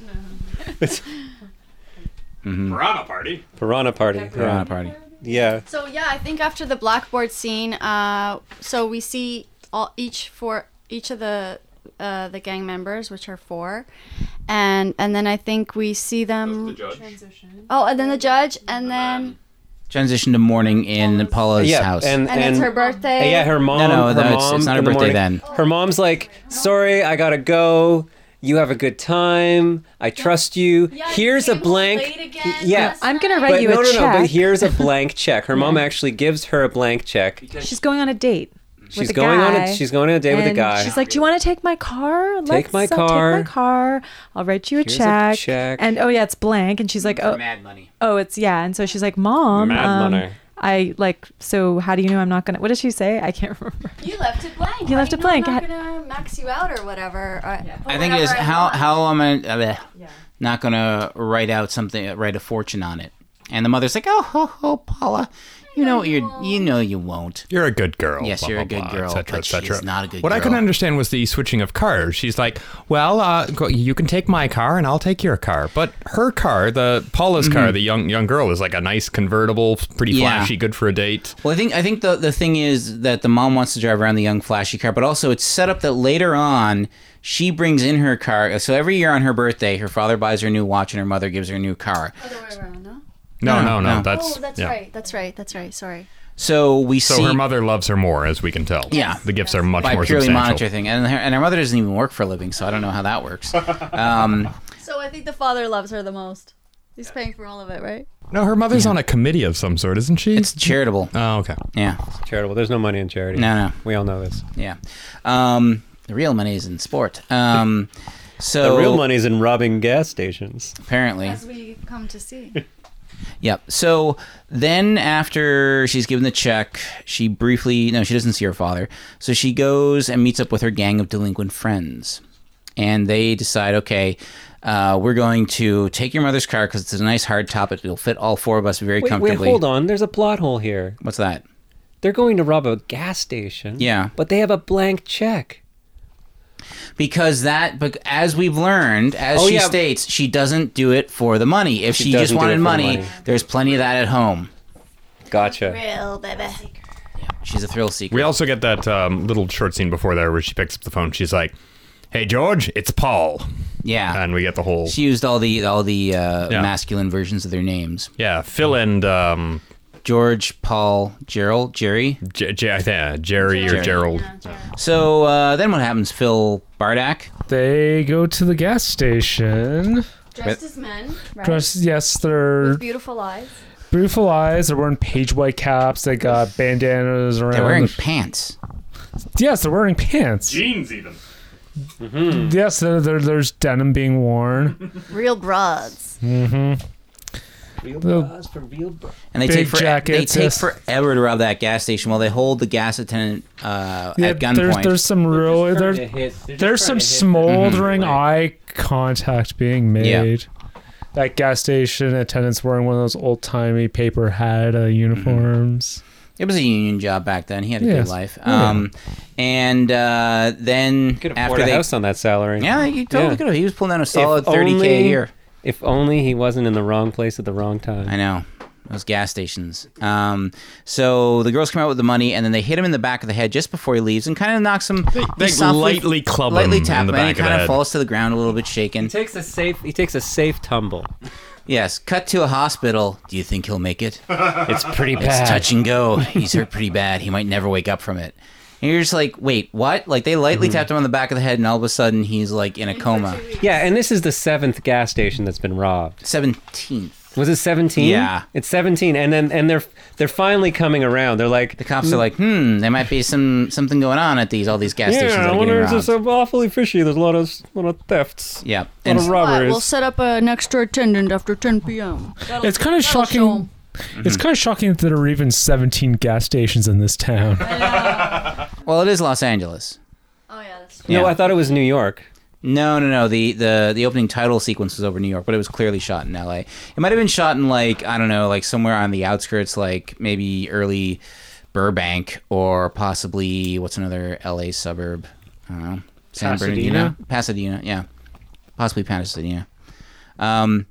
[SPEAKER 11] Piranha Party.
[SPEAKER 8] Piranha party.
[SPEAKER 1] Piranha Mm-hmm, party.
[SPEAKER 8] Yeah.
[SPEAKER 4] So yeah, I think after the blackboard scene, uh, so we see all each for each of the uh, the gang members, which are four, and and then I think we see them. Oh, and then the judge, and then
[SPEAKER 1] Transition to morning in Paula's
[SPEAKER 8] yeah.
[SPEAKER 1] house.
[SPEAKER 8] And,
[SPEAKER 4] and it's her
[SPEAKER 8] and
[SPEAKER 4] birthday.
[SPEAKER 8] yeah, her mom.
[SPEAKER 1] no, no,
[SPEAKER 8] her
[SPEAKER 1] no, it's-
[SPEAKER 8] mom
[SPEAKER 1] it's not her
[SPEAKER 8] in the
[SPEAKER 1] birthday
[SPEAKER 8] morning-
[SPEAKER 1] then.
[SPEAKER 8] Her mom's like, "Sorry, I gotta go. You have a good time. I trust you. Here's a blank. Yeah,
[SPEAKER 7] I'm gonna write
[SPEAKER 8] but
[SPEAKER 7] you
[SPEAKER 8] no,
[SPEAKER 7] a
[SPEAKER 8] no,
[SPEAKER 7] check.
[SPEAKER 8] no. But here's a blank check. Her mom actually gives her a blank check.
[SPEAKER 7] she's going on a date.
[SPEAKER 8] She's
[SPEAKER 7] with a
[SPEAKER 8] going on.
[SPEAKER 7] guy,
[SPEAKER 8] A, she's going on a date with a
[SPEAKER 7] and
[SPEAKER 8] guy.
[SPEAKER 7] She's like, "Do you want to take my car? Let's,
[SPEAKER 8] my
[SPEAKER 7] uh,
[SPEAKER 8] car.
[SPEAKER 7] Take my car. I'll write you a
[SPEAKER 8] Here's a
[SPEAKER 7] check.
[SPEAKER 8] check.
[SPEAKER 7] And oh yeah, it's blank. And she's like, "Oh,
[SPEAKER 1] Mad money.
[SPEAKER 7] oh, it's yeah." And so she's like, "Mom,
[SPEAKER 8] Mad
[SPEAKER 7] um,
[SPEAKER 8] money.
[SPEAKER 7] I like. So how do you know I'm not gonna? What did she say? I can't [LAUGHS] remember.
[SPEAKER 4] You left it blank.
[SPEAKER 7] You left
[SPEAKER 4] How do
[SPEAKER 7] it
[SPEAKER 4] know
[SPEAKER 7] blank.
[SPEAKER 4] I'm not gonna max you out or whatever. or- or
[SPEAKER 1] I think it is
[SPEAKER 4] whatever I
[SPEAKER 1] how
[SPEAKER 4] want.
[SPEAKER 1] how am I uh, bleh, not gonna write out something write a fortune on it? And the mother's like, oh, ho, ho, Paula, you know what you're you know you won't.
[SPEAKER 3] You're a good girl.
[SPEAKER 1] Yes,
[SPEAKER 3] blah,
[SPEAKER 1] you're a
[SPEAKER 3] blah,
[SPEAKER 1] good
[SPEAKER 3] blah,
[SPEAKER 1] girl,
[SPEAKER 3] et cetera,
[SPEAKER 1] but
[SPEAKER 3] et cetera.
[SPEAKER 1] she's not a good
[SPEAKER 3] What I
[SPEAKER 1] girl.
[SPEAKER 3] couldn't understand was the switching of cars. She's like, "Well, uh, go, you can take my car, and I'll take your car." But her car, the Paula's car, the young young girl, was like a nice convertible, pretty
[SPEAKER 1] Mm-hmm. Yeah.
[SPEAKER 3] flashy, good for a date.
[SPEAKER 1] Well, I think I think the the thing is that the mom wants to drive around the young flashy car, but also it's set up that later on she brings in her car. So every year on her birthday, her father buys her a new watch and her mother gives her a new car.
[SPEAKER 4] Other way around, no?
[SPEAKER 3] No, no, no.
[SPEAKER 1] no.
[SPEAKER 3] That's,
[SPEAKER 4] oh, that's
[SPEAKER 3] yeah.
[SPEAKER 4] right. That's right. That's right. Sorry.
[SPEAKER 1] So we
[SPEAKER 3] So
[SPEAKER 1] see
[SPEAKER 3] her mother loves her more, as we can tell.
[SPEAKER 1] Yeah.
[SPEAKER 3] the gifts are much
[SPEAKER 1] by
[SPEAKER 3] more
[SPEAKER 1] purely
[SPEAKER 3] substantial.
[SPEAKER 1] monetary thing, and her, and her mother doesn't even work for a living, so I don't know how that works. Um,
[SPEAKER 4] So I think the father loves her the most. He's paying for all of it, right?
[SPEAKER 3] No, her mother's on a committee of some sort, isn't she?
[SPEAKER 1] Mm-hmm. it's charitable.
[SPEAKER 3] oh, okay.
[SPEAKER 1] Yeah,
[SPEAKER 8] charitable. There's no money in charity.
[SPEAKER 1] no, no.
[SPEAKER 8] We all know this.
[SPEAKER 1] Yeah. Um, the real money is in sport. Um, so
[SPEAKER 8] The real money's in robbing gas stations.
[SPEAKER 1] apparently.
[SPEAKER 4] As we come to see.
[SPEAKER 1] Yep. So then after she's given the check, she briefly no, she doesn't see her father. So she goes and meets up with her gang of delinquent friends, and they decide, okay. Uh, we're going to take your mother's car because it's a nice hard top. It'll fit all four of us very
[SPEAKER 8] Wait, wait,
[SPEAKER 1] comfortably.
[SPEAKER 8] hold on. There's a plot hole here.
[SPEAKER 1] What's that?
[SPEAKER 8] They're going to rob a gas station.
[SPEAKER 1] Yeah.
[SPEAKER 8] But they have a blank check.
[SPEAKER 1] because that but as we've learned as
[SPEAKER 8] Oh,
[SPEAKER 1] she
[SPEAKER 8] yeah.
[SPEAKER 1] states she doesn't do it for the money if she,
[SPEAKER 8] She
[SPEAKER 1] just
[SPEAKER 8] doesn't do it
[SPEAKER 1] wanted
[SPEAKER 8] for the
[SPEAKER 1] money,
[SPEAKER 8] money.
[SPEAKER 1] there's plenty of that at home
[SPEAKER 8] Gotcha.
[SPEAKER 4] Real baby.
[SPEAKER 1] she's a thrill seeker
[SPEAKER 3] We also get that um, little short scene before there where she picks up the phone. She's like, "Hey, George, it's Paul,"
[SPEAKER 1] yeah
[SPEAKER 3] and we get the whole
[SPEAKER 1] she used all the all the uh,
[SPEAKER 3] Yeah.
[SPEAKER 1] masculine versions of their names
[SPEAKER 3] yeah. Phil and um,
[SPEAKER 1] george paul gerald jerry
[SPEAKER 3] J- J- I think, uh, Jerry or
[SPEAKER 1] Jerry.
[SPEAKER 3] Gerald.
[SPEAKER 1] so uh, then what happens phil bardak
[SPEAKER 5] They go to the gas station.
[SPEAKER 4] Dressed as men, right?
[SPEAKER 5] Dress, yes, they're
[SPEAKER 4] With beautiful eyes.
[SPEAKER 5] beautiful eyes. They're wearing page white caps. They got bandanas around.
[SPEAKER 1] they're wearing
[SPEAKER 5] their-
[SPEAKER 1] pants
[SPEAKER 5] yes, they're wearing pants.
[SPEAKER 11] Jeans, even.
[SPEAKER 1] Mm-hmm.
[SPEAKER 5] Yes, there, there, there's denim being worn.
[SPEAKER 4] Real broads.
[SPEAKER 8] Real
[SPEAKER 5] The-
[SPEAKER 8] buzz for real buzz.
[SPEAKER 1] and they
[SPEAKER 5] Big
[SPEAKER 1] take for, they
[SPEAKER 5] jackets,
[SPEAKER 1] take
[SPEAKER 5] yes.
[SPEAKER 1] forever to rob that gas station while they hold the gas attendant uh,
[SPEAKER 5] Yeah,
[SPEAKER 1] at
[SPEAKER 5] there's,
[SPEAKER 1] gunpoint
[SPEAKER 5] there's some real there, there's some
[SPEAKER 1] Mm-hmm.
[SPEAKER 5] smoldering eye contact being
[SPEAKER 1] Yeah.
[SPEAKER 5] made.
[SPEAKER 11] Mm-hmm.
[SPEAKER 5] That gas station attendant's wearing one of those old timey paper hat uh, uniforms.
[SPEAKER 1] It was a union job back then. He had a
[SPEAKER 5] Yes.
[SPEAKER 1] good life.
[SPEAKER 8] Oh,
[SPEAKER 5] Yeah.
[SPEAKER 1] Um, and uh, then
[SPEAKER 8] Could afford
[SPEAKER 1] after
[SPEAKER 8] a
[SPEAKER 1] they,
[SPEAKER 8] house on that salary.
[SPEAKER 1] yeah, you totally
[SPEAKER 8] Yeah.
[SPEAKER 1] could have. He was pulling down a solid
[SPEAKER 8] If
[SPEAKER 1] thirty k a
[SPEAKER 8] only-
[SPEAKER 1] year.
[SPEAKER 8] If only he wasn't in the wrong place at the wrong time.
[SPEAKER 1] I know. Those gas stations. Um, so the girls come out with the money, and then they hit him in the back of the head just before he leaves, and kind of knocks him. They,
[SPEAKER 3] they lightly club
[SPEAKER 1] lightly
[SPEAKER 3] him
[SPEAKER 1] tap
[SPEAKER 3] in the
[SPEAKER 1] and he
[SPEAKER 3] back of
[SPEAKER 1] kind
[SPEAKER 3] the
[SPEAKER 1] of
[SPEAKER 3] head.
[SPEAKER 1] falls to the ground a little bit shaken.
[SPEAKER 8] He takes a safe. He takes a safe tumble.
[SPEAKER 1] Yes. Cut to a hospital. Do you think he'll make it?
[SPEAKER 8] It's pretty bad.
[SPEAKER 1] It's touch and
[SPEAKER 8] [LAUGHS]
[SPEAKER 1] go. He's hurt pretty bad. He might never wake up from it. And you're just like, wait, what? Like they lightly
[SPEAKER 8] Mm-hmm.
[SPEAKER 1] tapped him on the back of the head, and all of a sudden he's like in a coma.
[SPEAKER 8] Yeah, and this is the seventh gas station that's been robbed.
[SPEAKER 1] Seventeenth.
[SPEAKER 8] Was it seventeen?
[SPEAKER 1] Yeah.
[SPEAKER 8] it's seventeen. And then and they're they're finally coming around. They're like,
[SPEAKER 1] The cops are like, hmm, there might be some something going on at these all these gas stations. that
[SPEAKER 8] yeah,
[SPEAKER 1] are
[SPEAKER 8] I
[SPEAKER 1] getting
[SPEAKER 8] wonder if
[SPEAKER 1] robbed."
[SPEAKER 8] this is awfully fishy. There's a lot of lot of thefts.
[SPEAKER 1] Yeah.
[SPEAKER 8] a lot of
[SPEAKER 1] And-
[SPEAKER 4] But
[SPEAKER 8] robberies.
[SPEAKER 4] we'll set up an extra attendant after 10 p.m.
[SPEAKER 5] It's kind of shocking. It's
[SPEAKER 11] Mm-hmm.
[SPEAKER 5] kind of shocking that there are even 17 gas stations in this town.
[SPEAKER 1] well, it is Los Angeles.
[SPEAKER 4] Oh, yeah, that's
[SPEAKER 1] Yeah.
[SPEAKER 8] No, I thought it was New York.
[SPEAKER 1] No, no, no. The, the the opening title sequence was over New York, but it was clearly shot in L.A. It might have been shot in like I don't know, like somewhere on the outskirts, like maybe early Burbank or possibly what's another L.A. suburb? I don't know. San Bernardino, Pasadena, yeah, possibly Pasadena. Um,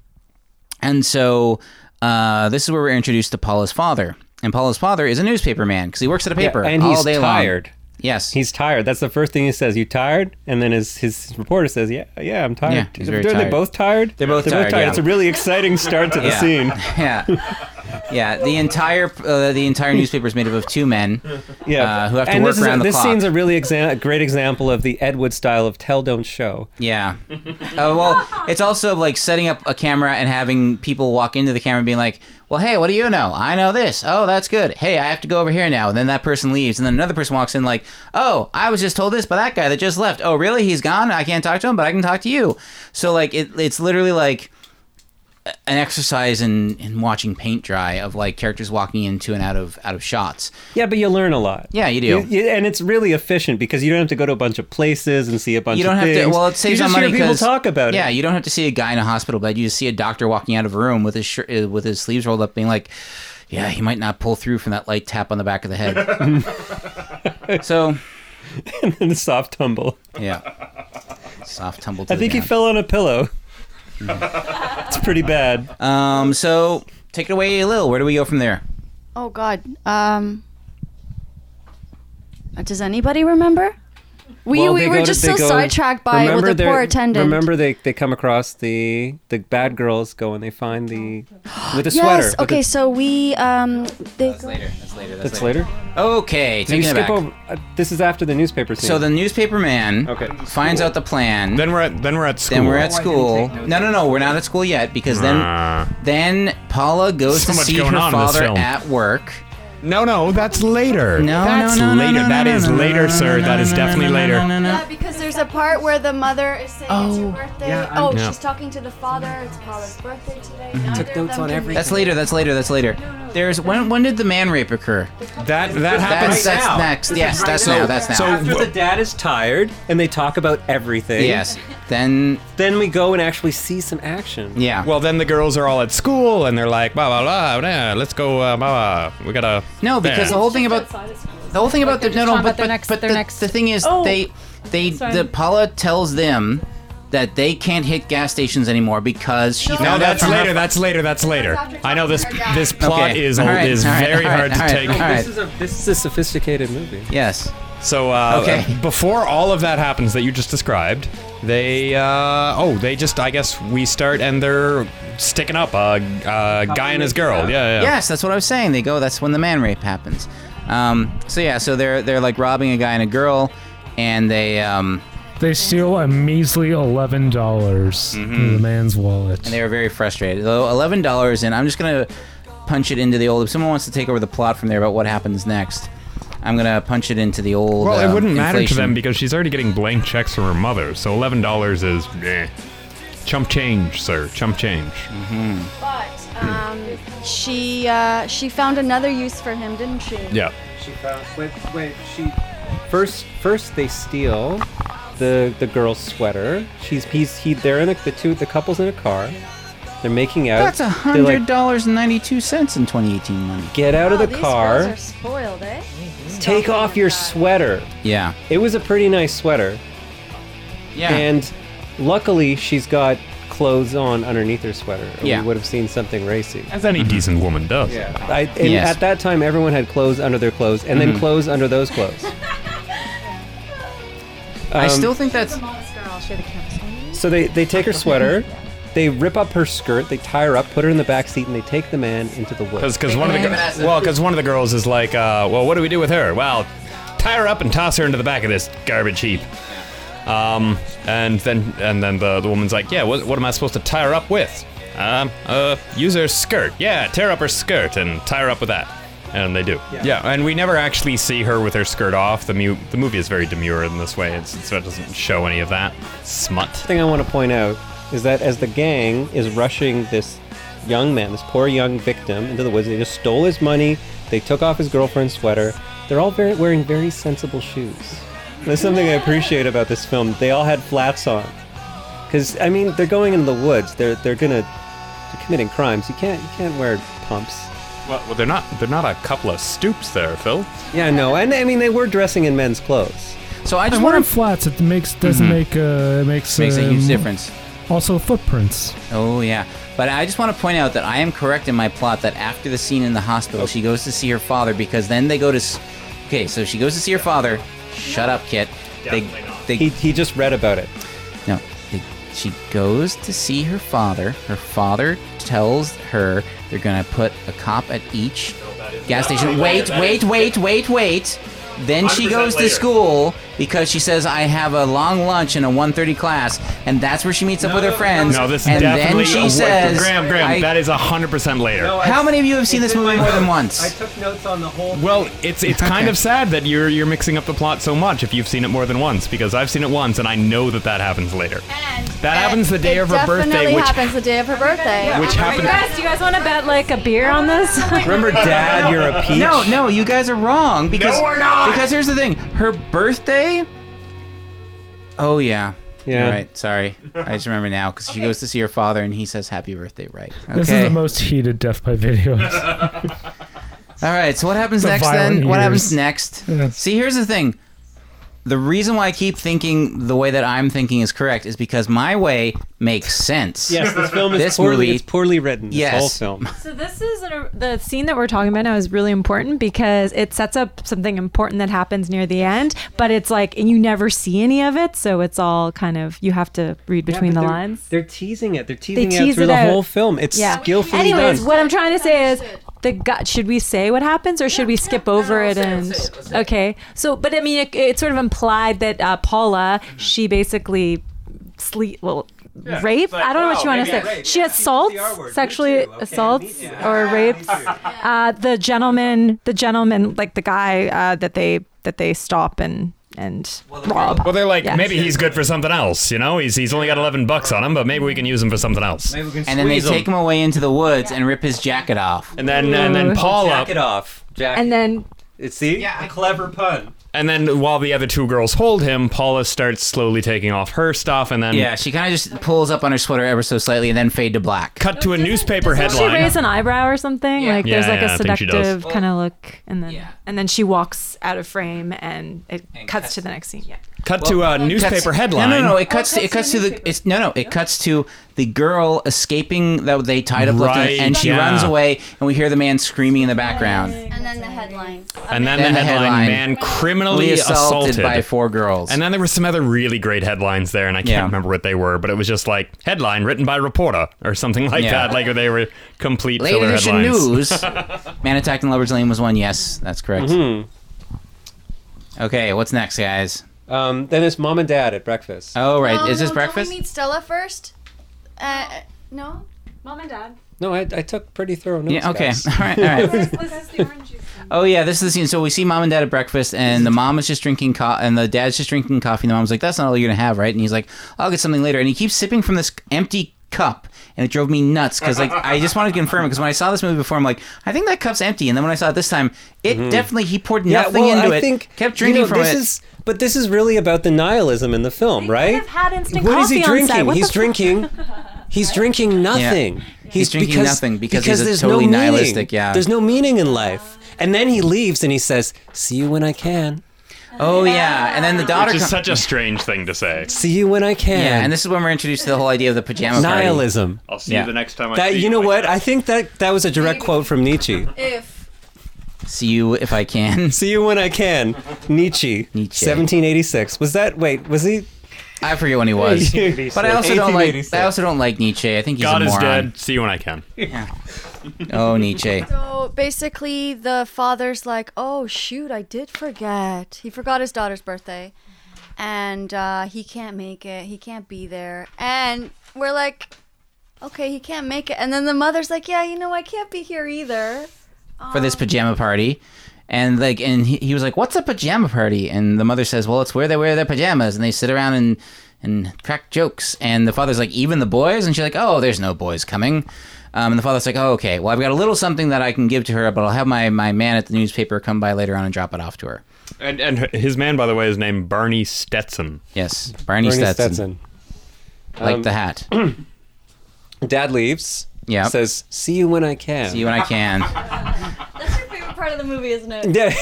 [SPEAKER 1] and so uh, this is where we're introduced to Paula's father, and Paula's father is a newspaper man because he works at a paper
[SPEAKER 8] and
[SPEAKER 1] all
[SPEAKER 8] he's
[SPEAKER 1] day long.
[SPEAKER 8] tired.
[SPEAKER 1] Yes,
[SPEAKER 8] He's tired. That's the first thing he says. You tired? And then his his reporter says, Yeah, yeah, I'm tired.
[SPEAKER 1] Yeah, he's very
[SPEAKER 8] Are
[SPEAKER 1] tired.
[SPEAKER 8] they both tired?
[SPEAKER 1] They're both tired, yeah.
[SPEAKER 8] It's a really exciting start to
[SPEAKER 1] [LAUGHS]
[SPEAKER 8] the
[SPEAKER 1] Yeah.
[SPEAKER 8] scene.
[SPEAKER 1] yeah. Yeah, the entire uh, the entire newspaper is made up of two men.
[SPEAKER 8] Yeah,
[SPEAKER 1] Uh, who have to
[SPEAKER 8] and
[SPEAKER 1] work
[SPEAKER 8] this is
[SPEAKER 1] around
[SPEAKER 8] a,
[SPEAKER 1] the
[SPEAKER 8] this
[SPEAKER 1] clock.
[SPEAKER 8] scene's a really exa- a great example of the Ed Wood style of tell don't show.
[SPEAKER 1] Yeah. Uh, well, it's also like setting up a camera and having people walk into the camera and being like, "Well, hey, what do you know? I know this. Oh, that's good. Hey, I have to go over here now." And then that person leaves, and then another person walks in like, "Oh, I was just told this by that guy that just left. Oh, really? He's gone. I can't talk to him, but I can talk to you." So like, it, it's literally like an exercise in, in watching paint dry of like characters walking into and out of out of shots.
[SPEAKER 8] Yeah, but you learn a lot.
[SPEAKER 1] Yeah, you do.
[SPEAKER 8] You- you- and it's really efficient because you don't have to go to a bunch of places and see a bunch.
[SPEAKER 1] you don't
[SPEAKER 8] of
[SPEAKER 1] have to.
[SPEAKER 8] things.
[SPEAKER 1] Well, it saves
[SPEAKER 8] you
[SPEAKER 1] on
[SPEAKER 8] just
[SPEAKER 1] money
[SPEAKER 8] Hear people
[SPEAKER 1] 'cause-
[SPEAKER 8] talk about
[SPEAKER 1] Yeah,
[SPEAKER 8] it.
[SPEAKER 1] you don't have to see a guy in a hospital bed. You just see a doctor walking out of a room with his shirt, uh, with his sleeves rolled up, being like, "Yeah, he might not pull through from that light tap on the back of the head."
[SPEAKER 8] [LAUGHS]
[SPEAKER 1] so,
[SPEAKER 8] Yeah, [LAUGHS] and a soft tumble.
[SPEAKER 1] yeah, soft tumble. To
[SPEAKER 8] I
[SPEAKER 1] the
[SPEAKER 8] think he
[SPEAKER 1] ground.
[SPEAKER 8] fell on a pillow. [LAUGHS] it's pretty bad.
[SPEAKER 1] Um, so take it away, Lil. Where do we go from there?
[SPEAKER 4] Oh, God. Um, uh, does anybody remember? We,
[SPEAKER 8] Well,
[SPEAKER 4] we
[SPEAKER 8] they
[SPEAKER 4] were
[SPEAKER 8] go to-
[SPEAKER 4] just
[SPEAKER 8] they
[SPEAKER 4] so
[SPEAKER 8] go-
[SPEAKER 4] sidetracked by with the
[SPEAKER 8] they're-
[SPEAKER 4] poor attendant.
[SPEAKER 8] Remember they, they come across the the bad girls go and they find the with a sweater.
[SPEAKER 4] [GASPS] Yes.
[SPEAKER 8] with
[SPEAKER 4] Okay.
[SPEAKER 8] a-
[SPEAKER 4] so we um. They go,
[SPEAKER 1] That's later.
[SPEAKER 8] that's later.
[SPEAKER 1] Okay,
[SPEAKER 8] Do you
[SPEAKER 1] take it
[SPEAKER 8] skip
[SPEAKER 1] back.
[SPEAKER 8] over? Uh, this is after the newspaper scene.
[SPEAKER 1] So the newspaper man
[SPEAKER 8] Okay.
[SPEAKER 1] finds out the plan.
[SPEAKER 3] Then we're at then we're at school.
[SPEAKER 1] Then we're at school. No, no, no, we're not at school yet because
[SPEAKER 3] Ah.
[SPEAKER 1] then then Paula goes
[SPEAKER 3] So
[SPEAKER 1] to
[SPEAKER 3] much
[SPEAKER 1] see
[SPEAKER 3] going
[SPEAKER 1] her
[SPEAKER 3] on in this
[SPEAKER 1] father
[SPEAKER 3] film.
[SPEAKER 1] at work.
[SPEAKER 3] No, no, that's later.
[SPEAKER 1] No,
[SPEAKER 3] that's
[SPEAKER 1] no, no, no,
[SPEAKER 3] later.
[SPEAKER 1] no, no,
[SPEAKER 3] That
[SPEAKER 1] no,
[SPEAKER 3] is
[SPEAKER 1] no, no,
[SPEAKER 3] later,
[SPEAKER 1] no,
[SPEAKER 3] sir.
[SPEAKER 1] no,
[SPEAKER 3] that is
[SPEAKER 1] no,
[SPEAKER 3] definitely
[SPEAKER 1] no, no,
[SPEAKER 3] later.
[SPEAKER 1] no, no, no.
[SPEAKER 4] Yeah, because there's a part where the mother is saying it's your birthday. oh,
[SPEAKER 3] Yeah.
[SPEAKER 4] she's talking to the father. It's Paula's birthday today.
[SPEAKER 8] Mhm.
[SPEAKER 4] Neither of
[SPEAKER 13] notes
[SPEAKER 4] them
[SPEAKER 13] on
[SPEAKER 4] can
[SPEAKER 13] every-
[SPEAKER 4] make
[SPEAKER 1] That's later. That's later. That's later. There's when when did the man rape occur?
[SPEAKER 3] That that
[SPEAKER 1] That's
[SPEAKER 3] happens.
[SPEAKER 1] that's next. Yes, that's now. That's now.
[SPEAKER 3] so
[SPEAKER 8] after
[SPEAKER 3] wha-
[SPEAKER 8] the dad is tired and they talk about everything.
[SPEAKER 1] yes. Then
[SPEAKER 8] Then we go and actually see some action.
[SPEAKER 1] yeah.
[SPEAKER 3] Well, then the girls are all at school and they're like, blah blah blah. blah let's go, uh, blah blah. We gotta.
[SPEAKER 1] no, because the
[SPEAKER 3] Yeah.
[SPEAKER 1] whole thing about the whole thing about the no
[SPEAKER 7] they're just
[SPEAKER 1] no
[SPEAKER 7] talking
[SPEAKER 1] but
[SPEAKER 7] about their
[SPEAKER 1] but,
[SPEAKER 7] next-
[SPEAKER 1] but
[SPEAKER 7] their
[SPEAKER 1] the,
[SPEAKER 7] next-
[SPEAKER 1] the thing is
[SPEAKER 7] Oh.
[SPEAKER 1] they they
[SPEAKER 7] Sorry.
[SPEAKER 1] the Paula tells them that they can't hit gas stations anymore because she
[SPEAKER 3] No,
[SPEAKER 1] found out
[SPEAKER 3] that's
[SPEAKER 1] from her
[SPEAKER 3] later. That's later. That's later.
[SPEAKER 4] after
[SPEAKER 3] I know this
[SPEAKER 4] talking to her
[SPEAKER 3] this
[SPEAKER 4] dad.
[SPEAKER 3] plot
[SPEAKER 1] Okay.
[SPEAKER 3] is
[SPEAKER 1] All right,
[SPEAKER 3] is
[SPEAKER 1] all right,
[SPEAKER 3] very
[SPEAKER 1] all right,
[SPEAKER 3] hard to
[SPEAKER 1] all right,
[SPEAKER 3] take.
[SPEAKER 1] all right.
[SPEAKER 8] This is a this is a sophisticated movie.
[SPEAKER 1] Yes.
[SPEAKER 3] So uh,
[SPEAKER 1] Okay.
[SPEAKER 3] uh, before all of that happens that you just described, they uh, oh they just I guess we start and they're sticking up a uh, guy and his girl. Yeah, yeah.
[SPEAKER 1] Yes, that's what I was saying. They go. That's when the man rape happens. Um, so yeah, so they're they're like robbing a guy and a girl, and they um,
[SPEAKER 5] They steal a measly eleven dollars
[SPEAKER 11] Mm-hmm.
[SPEAKER 5] from the man's wallet.
[SPEAKER 1] and they were very frustrated. Though eleven dollars, and I'm just gonna punch it into the old. If someone wants to take over the plot from there about what happens next, I'm gonna punch it into the old.
[SPEAKER 3] Well,
[SPEAKER 1] um,
[SPEAKER 3] it wouldn't matter to
[SPEAKER 1] inflation.
[SPEAKER 3] them because she's already getting blank checks from her mother. So eleven dollars is eh. chump change, sir. Chump change.
[SPEAKER 4] But um, she uh, she found another use for him, didn't she?
[SPEAKER 3] Yeah.
[SPEAKER 8] She found Uh, wait wait she first first they steal the the girl's sweater. She's he's he they're in a, the two the couple's in a car. They're making out.
[SPEAKER 1] That's a
[SPEAKER 8] They're like,
[SPEAKER 1] hundred dollars and ninety-two cents in 2018 money.
[SPEAKER 8] get out of the car.
[SPEAKER 4] spoiled, eh?
[SPEAKER 3] Mm-hmm.
[SPEAKER 8] Take off your sweater.
[SPEAKER 1] Yeah,
[SPEAKER 8] It was a pretty nice sweater.
[SPEAKER 1] yeah.
[SPEAKER 8] And luckily, she's got clothes on underneath her sweater. Or
[SPEAKER 1] Yeah.
[SPEAKER 8] We would have seen something racy.
[SPEAKER 3] As any decent woman does.
[SPEAKER 6] Yeah.
[SPEAKER 8] I, and
[SPEAKER 1] Yes. Mm-hmm.
[SPEAKER 8] At that time, everyone had clothes under their clothes and then clothes under those clothes.
[SPEAKER 1] I
[SPEAKER 8] Um,
[SPEAKER 1] still think that's
[SPEAKER 8] So they, they take her sweater, they rip up her skirt, they tie her up, put her in the back seat, and they take the man into the woods.
[SPEAKER 3] Because one of the
[SPEAKER 1] him
[SPEAKER 3] gir-
[SPEAKER 1] as a-
[SPEAKER 3] well, because one of the girls is like, uh, well, what do we do with her? Well, tie her up and toss her into the back of this garbage heap. Um, and then and then the, the woman's like, yeah, what, what am I supposed to tie her up with? Um, uh, use her skirt. Yeah, tear up her skirt and tie her up with that. And they do. Yeah. and we never actually see her with her skirt off. The mu- the movie is very demure in this way, it's, so it doesn't show any of that smut.
[SPEAKER 8] thing I want to point out is that as the gang is rushing this young man, this poor young victim, into the woods, they just stole his money. They took off his girlfriend's sweater. They're all very, wearing very sensible shoes. That's something I appreciate about this film. They all had flats on, because I mean they're going into the woods. They're they're gonna they're committing crimes. You can't you can't wear pumps.
[SPEAKER 3] Well, well, they're not they're not a couple of stoops there, Phil.
[SPEAKER 8] Yeah, no, and I mean they were dressing in men's clothes.
[SPEAKER 1] so. I
[SPEAKER 14] I'm
[SPEAKER 1] just
[SPEAKER 14] wearing
[SPEAKER 1] want to
[SPEAKER 14] flats. It makes doesn't make uh, it makes
[SPEAKER 1] makes a huge
[SPEAKER 14] um,
[SPEAKER 1] difference.
[SPEAKER 14] Also, footprints.
[SPEAKER 1] Oh yeah, but I just want to point out that I am correct in my plot that after the scene in the hospital, she goes to see her father because then they go to. s- Okay, so she goes to see her father. Shut up, Kit. They, they
[SPEAKER 8] He he just read about it.
[SPEAKER 1] No, they, she goes to see her father. Her father tells her they're gonna put a cop at each gas station. wait, wait, wait, wait, wait. Then she
[SPEAKER 11] 100%
[SPEAKER 1] goes to
[SPEAKER 11] later.
[SPEAKER 1] school because she says I have a long lunch and a 1:30 class, and that's where she meets up with her friends.
[SPEAKER 3] No, this is
[SPEAKER 1] and
[SPEAKER 3] definitely
[SPEAKER 1] then she
[SPEAKER 3] a,
[SPEAKER 1] says,
[SPEAKER 3] Graham, Graham,
[SPEAKER 1] I-
[SPEAKER 3] that is hundred percent later.
[SPEAKER 1] How many of you have seen this movie
[SPEAKER 8] [LAUGHS]
[SPEAKER 1] more than
[SPEAKER 6] I
[SPEAKER 1] once?
[SPEAKER 6] took notes on the whole.
[SPEAKER 3] Well, it's it's kind of sad that you're you're mixing up the plot so much if you've seen it more than once because I've seen it once and I know that that happens later.
[SPEAKER 4] And
[SPEAKER 3] That happens the day
[SPEAKER 4] it
[SPEAKER 3] of her birthday,
[SPEAKER 4] Definitely
[SPEAKER 3] which
[SPEAKER 4] happens the day of her birthday.
[SPEAKER 3] which
[SPEAKER 7] You
[SPEAKER 3] happened.
[SPEAKER 7] guys, do you guys want to bet like a beer on this? [LAUGHS]
[SPEAKER 8] Remember, Dad, you're a peach.
[SPEAKER 1] No, no, you guys are wrong because
[SPEAKER 11] we're not.
[SPEAKER 1] because here's the thing. Her birthday. Oh yeah.
[SPEAKER 8] Yeah.
[SPEAKER 1] All right. Sorry, I just remember now because she goes to see her father and he says happy birthday. Right. Okay.
[SPEAKER 14] This is the most heated death by
[SPEAKER 1] [LAUGHS]
[SPEAKER 14] videos.
[SPEAKER 1] All right. So what happens
[SPEAKER 14] The
[SPEAKER 1] next then?
[SPEAKER 14] violent
[SPEAKER 1] What
[SPEAKER 14] years.
[SPEAKER 1] happens next?
[SPEAKER 14] Yeah.
[SPEAKER 1] See, here's the thing. The reason why I keep thinking the way that I'm thinking is correct is because my way makes sense.
[SPEAKER 8] Yes, this film is
[SPEAKER 1] This
[SPEAKER 8] poorly
[SPEAKER 1] movie-
[SPEAKER 8] it's poorly written. This
[SPEAKER 1] Yes.
[SPEAKER 8] whole film.
[SPEAKER 7] So this is an, the scene that we're talking about now is really important because it sets up something important that happens near the end, but it's like and you never see any of it, so it's all kind of you have to read
[SPEAKER 8] Yeah,
[SPEAKER 7] between the
[SPEAKER 8] but they're-
[SPEAKER 7] lines.
[SPEAKER 8] They're teasing it. They're teasing it
[SPEAKER 7] tease
[SPEAKER 8] through
[SPEAKER 7] it
[SPEAKER 8] the
[SPEAKER 7] out.
[SPEAKER 8] whole film. It's
[SPEAKER 7] Yeah.
[SPEAKER 8] skillfully
[SPEAKER 7] Anyways,
[SPEAKER 8] done.
[SPEAKER 7] what I'm trying to say is the gut. Should we say what happens, or should we skip over it? And okay, so but I mean, it, it's sort of implied that uh, Paula, she basically sleep well. rape?
[SPEAKER 11] it's like,
[SPEAKER 7] I don't know what you
[SPEAKER 11] wow,
[SPEAKER 7] want to
[SPEAKER 11] maybe
[SPEAKER 7] say.
[SPEAKER 11] I raped.
[SPEAKER 7] She
[SPEAKER 11] Yeah.
[SPEAKER 7] assaults,
[SPEAKER 6] Use the R word. Me
[SPEAKER 7] sexually
[SPEAKER 6] too. Okay, me
[SPEAKER 7] assaults
[SPEAKER 6] too.
[SPEAKER 7] or rapes uh, the gentleman. The gentleman, like the guy uh, that they that they stop and and rob.
[SPEAKER 3] Well, they're like
[SPEAKER 7] Yeah.
[SPEAKER 3] maybe he's good for something else. You know, he's he's only got eleven bucks on him, but maybe we can use him for something else.
[SPEAKER 6] Maybe we can
[SPEAKER 1] And then they
[SPEAKER 6] squeeze 'em.
[SPEAKER 1] take him away into the woods and rip his jacket off.
[SPEAKER 3] And then and then Paula,
[SPEAKER 6] Jacket off. Jacket.
[SPEAKER 7] And then
[SPEAKER 6] It's see, yeah, a clever pun.
[SPEAKER 3] and then while the other two girls hold him, Paula starts slowly taking off her stuff, and then
[SPEAKER 1] Yeah, she kind of just pulls up on her sweater ever so slightly and then fade to black.
[SPEAKER 3] cut to a newspaper
[SPEAKER 7] Doesn't
[SPEAKER 3] headline.
[SPEAKER 7] she raise an eyebrow or something?
[SPEAKER 1] Yeah.
[SPEAKER 7] Like
[SPEAKER 3] Yeah,
[SPEAKER 7] there's like
[SPEAKER 3] yeah, I
[SPEAKER 7] a
[SPEAKER 3] think she does.
[SPEAKER 7] seductive kind of look, and then
[SPEAKER 1] Yeah.
[SPEAKER 7] and then she walks out of frame, and it
[SPEAKER 1] And
[SPEAKER 7] cuts,
[SPEAKER 1] cuts.
[SPEAKER 7] to the next scene. Yeah.
[SPEAKER 3] cut to a
[SPEAKER 1] cuts-
[SPEAKER 3] newspaper headline.
[SPEAKER 1] No, no, no. It cuts. to, it cuts to the. It's no, no. It cuts to the girl escaping that they tied up, left
[SPEAKER 3] Right,
[SPEAKER 1] and, and she
[SPEAKER 3] yeah.
[SPEAKER 1] runs away, and we hear the man screaming in the background.
[SPEAKER 10] And then the headline.
[SPEAKER 3] And then,
[SPEAKER 1] Then
[SPEAKER 3] the
[SPEAKER 1] the
[SPEAKER 3] headline,
[SPEAKER 1] headline,
[SPEAKER 3] man criminally
[SPEAKER 1] Lee assaulted,
[SPEAKER 3] assaulted
[SPEAKER 1] by four girls.
[SPEAKER 3] And then there were some other really great headlines there, and I can't
[SPEAKER 1] Yeah.
[SPEAKER 3] remember what they were, but it was just like headline written by reporter or something like
[SPEAKER 1] Yeah.
[SPEAKER 3] that. Like they were complete
[SPEAKER 1] Late
[SPEAKER 3] filler
[SPEAKER 1] edition
[SPEAKER 3] headlines.
[SPEAKER 1] news.
[SPEAKER 3] [LAUGHS]
[SPEAKER 1] man attacked in Lover's Lane was one. Yes, that's correct.
[SPEAKER 3] Mm-hmm.
[SPEAKER 1] Okay, what's next, guys?
[SPEAKER 8] Um, then it's mom and dad at breakfast.
[SPEAKER 1] Oh right, is this
[SPEAKER 4] Um,
[SPEAKER 10] no,
[SPEAKER 1] breakfast?
[SPEAKER 10] Don't we meet Stella first? Uh, no?
[SPEAKER 7] Mom and [LAUGHS] Dad.
[SPEAKER 8] no, I, I took pretty thorough notes.
[SPEAKER 1] yeah. Okay. [LAUGHS]
[SPEAKER 8] guys.
[SPEAKER 1] All right. All right. Oh yeah, this is the scene. So we see mom and dad at breakfast, and the mom is just drinking coffee, and the dad's just drinking coffee. And the mom's like, "That's not all you're gonna have, right?" And he's like, "I'll get something later." And he keeps sipping from this empty cup, and it drove me nuts because like I just wanted to confirm it because when I saw this movie before, I'm like, I think that cup's empty. And then when I saw it this time, it definitely he poured nothing
[SPEAKER 8] Mm-hmm. well,
[SPEAKER 1] into
[SPEAKER 8] I
[SPEAKER 1] it.
[SPEAKER 8] Think,
[SPEAKER 1] kept drinking
[SPEAKER 8] you know,
[SPEAKER 1] from
[SPEAKER 8] this
[SPEAKER 1] it.
[SPEAKER 8] is- but this is really about the nihilism in the film, right?
[SPEAKER 7] I've had instant
[SPEAKER 8] What is
[SPEAKER 7] coffee
[SPEAKER 8] he
[SPEAKER 7] on set.
[SPEAKER 8] drinking?
[SPEAKER 7] What the
[SPEAKER 8] He's
[SPEAKER 7] fuck?
[SPEAKER 8] drinking He's drinking nothing.
[SPEAKER 1] Yeah. He's drinking nothing because he's a
[SPEAKER 8] there's
[SPEAKER 1] totally
[SPEAKER 8] no meaning.
[SPEAKER 1] nihilistic, yeah.
[SPEAKER 8] There's no meaning in life. And then he leaves and he says, "See you when I can.
[SPEAKER 1] Oh yeah, and then the daughter.
[SPEAKER 11] Which is
[SPEAKER 1] com-
[SPEAKER 11] such a strange thing to say.
[SPEAKER 8] See you when I can."
[SPEAKER 1] yeah, and this is when we're introduced to the whole idea of the pajama party.
[SPEAKER 8] nihilism.
[SPEAKER 11] I'll see
[SPEAKER 1] Yeah.
[SPEAKER 11] you the next time I
[SPEAKER 8] That
[SPEAKER 11] see
[SPEAKER 8] you know
[SPEAKER 11] like
[SPEAKER 8] what?
[SPEAKER 11] that.
[SPEAKER 8] I think that that was a direct quote from Nietzsche.
[SPEAKER 4] If
[SPEAKER 1] See you if I can.
[SPEAKER 8] [LAUGHS] See you when I can. Nietzsche,
[SPEAKER 1] Nietzsche.
[SPEAKER 8] 1786. Was that wait? Was he?
[SPEAKER 1] I forget when he
[SPEAKER 8] [LAUGHS]
[SPEAKER 1] was, but I also don't like. I also don't like Nietzsche. I think he's
[SPEAKER 11] God
[SPEAKER 1] a
[SPEAKER 11] is
[SPEAKER 1] moron.
[SPEAKER 11] dead. See you when I [LAUGHS] can.
[SPEAKER 1] Oh Nietzsche.
[SPEAKER 4] so, basically, the father's like, "Oh shoot, I did forget. He forgot his daughter's birthday, and uh, he can't make it. He can't be there." And we're like, "Okay, he can't make it." And then the mother's like, "Yeah, you know, I can't be here either."
[SPEAKER 1] for this pajama party. And like, and he, he was like, "What's a pajama party?" And the mother says, "Well, it's where they wear their pajamas and they sit around and and crack jokes." And the father's like, "Even the boys?" And she's like, "Oh, there's no boys coming." Um, and the father's like, "Oh, okay. Well, I've got a little something that I can give to her, but I'll have my my man at the newspaper come by later on and drop it off to her."
[SPEAKER 3] And and his man, by the way, is named Barney Stetson.
[SPEAKER 1] Yes, Barney,
[SPEAKER 8] Ernie
[SPEAKER 1] Stetson,
[SPEAKER 8] Stetson.
[SPEAKER 1] like
[SPEAKER 8] Um,
[SPEAKER 1] the hat.
[SPEAKER 8] Dad leaves.
[SPEAKER 1] Yeah.
[SPEAKER 8] Says, "See you when I can."
[SPEAKER 1] See you when I
[SPEAKER 8] [CLEARS THROAT]
[SPEAKER 1] can.
[SPEAKER 4] That's your favorite part of the movie, isn't
[SPEAKER 8] [LAUGHS]
[SPEAKER 4] it?
[SPEAKER 8] yeah.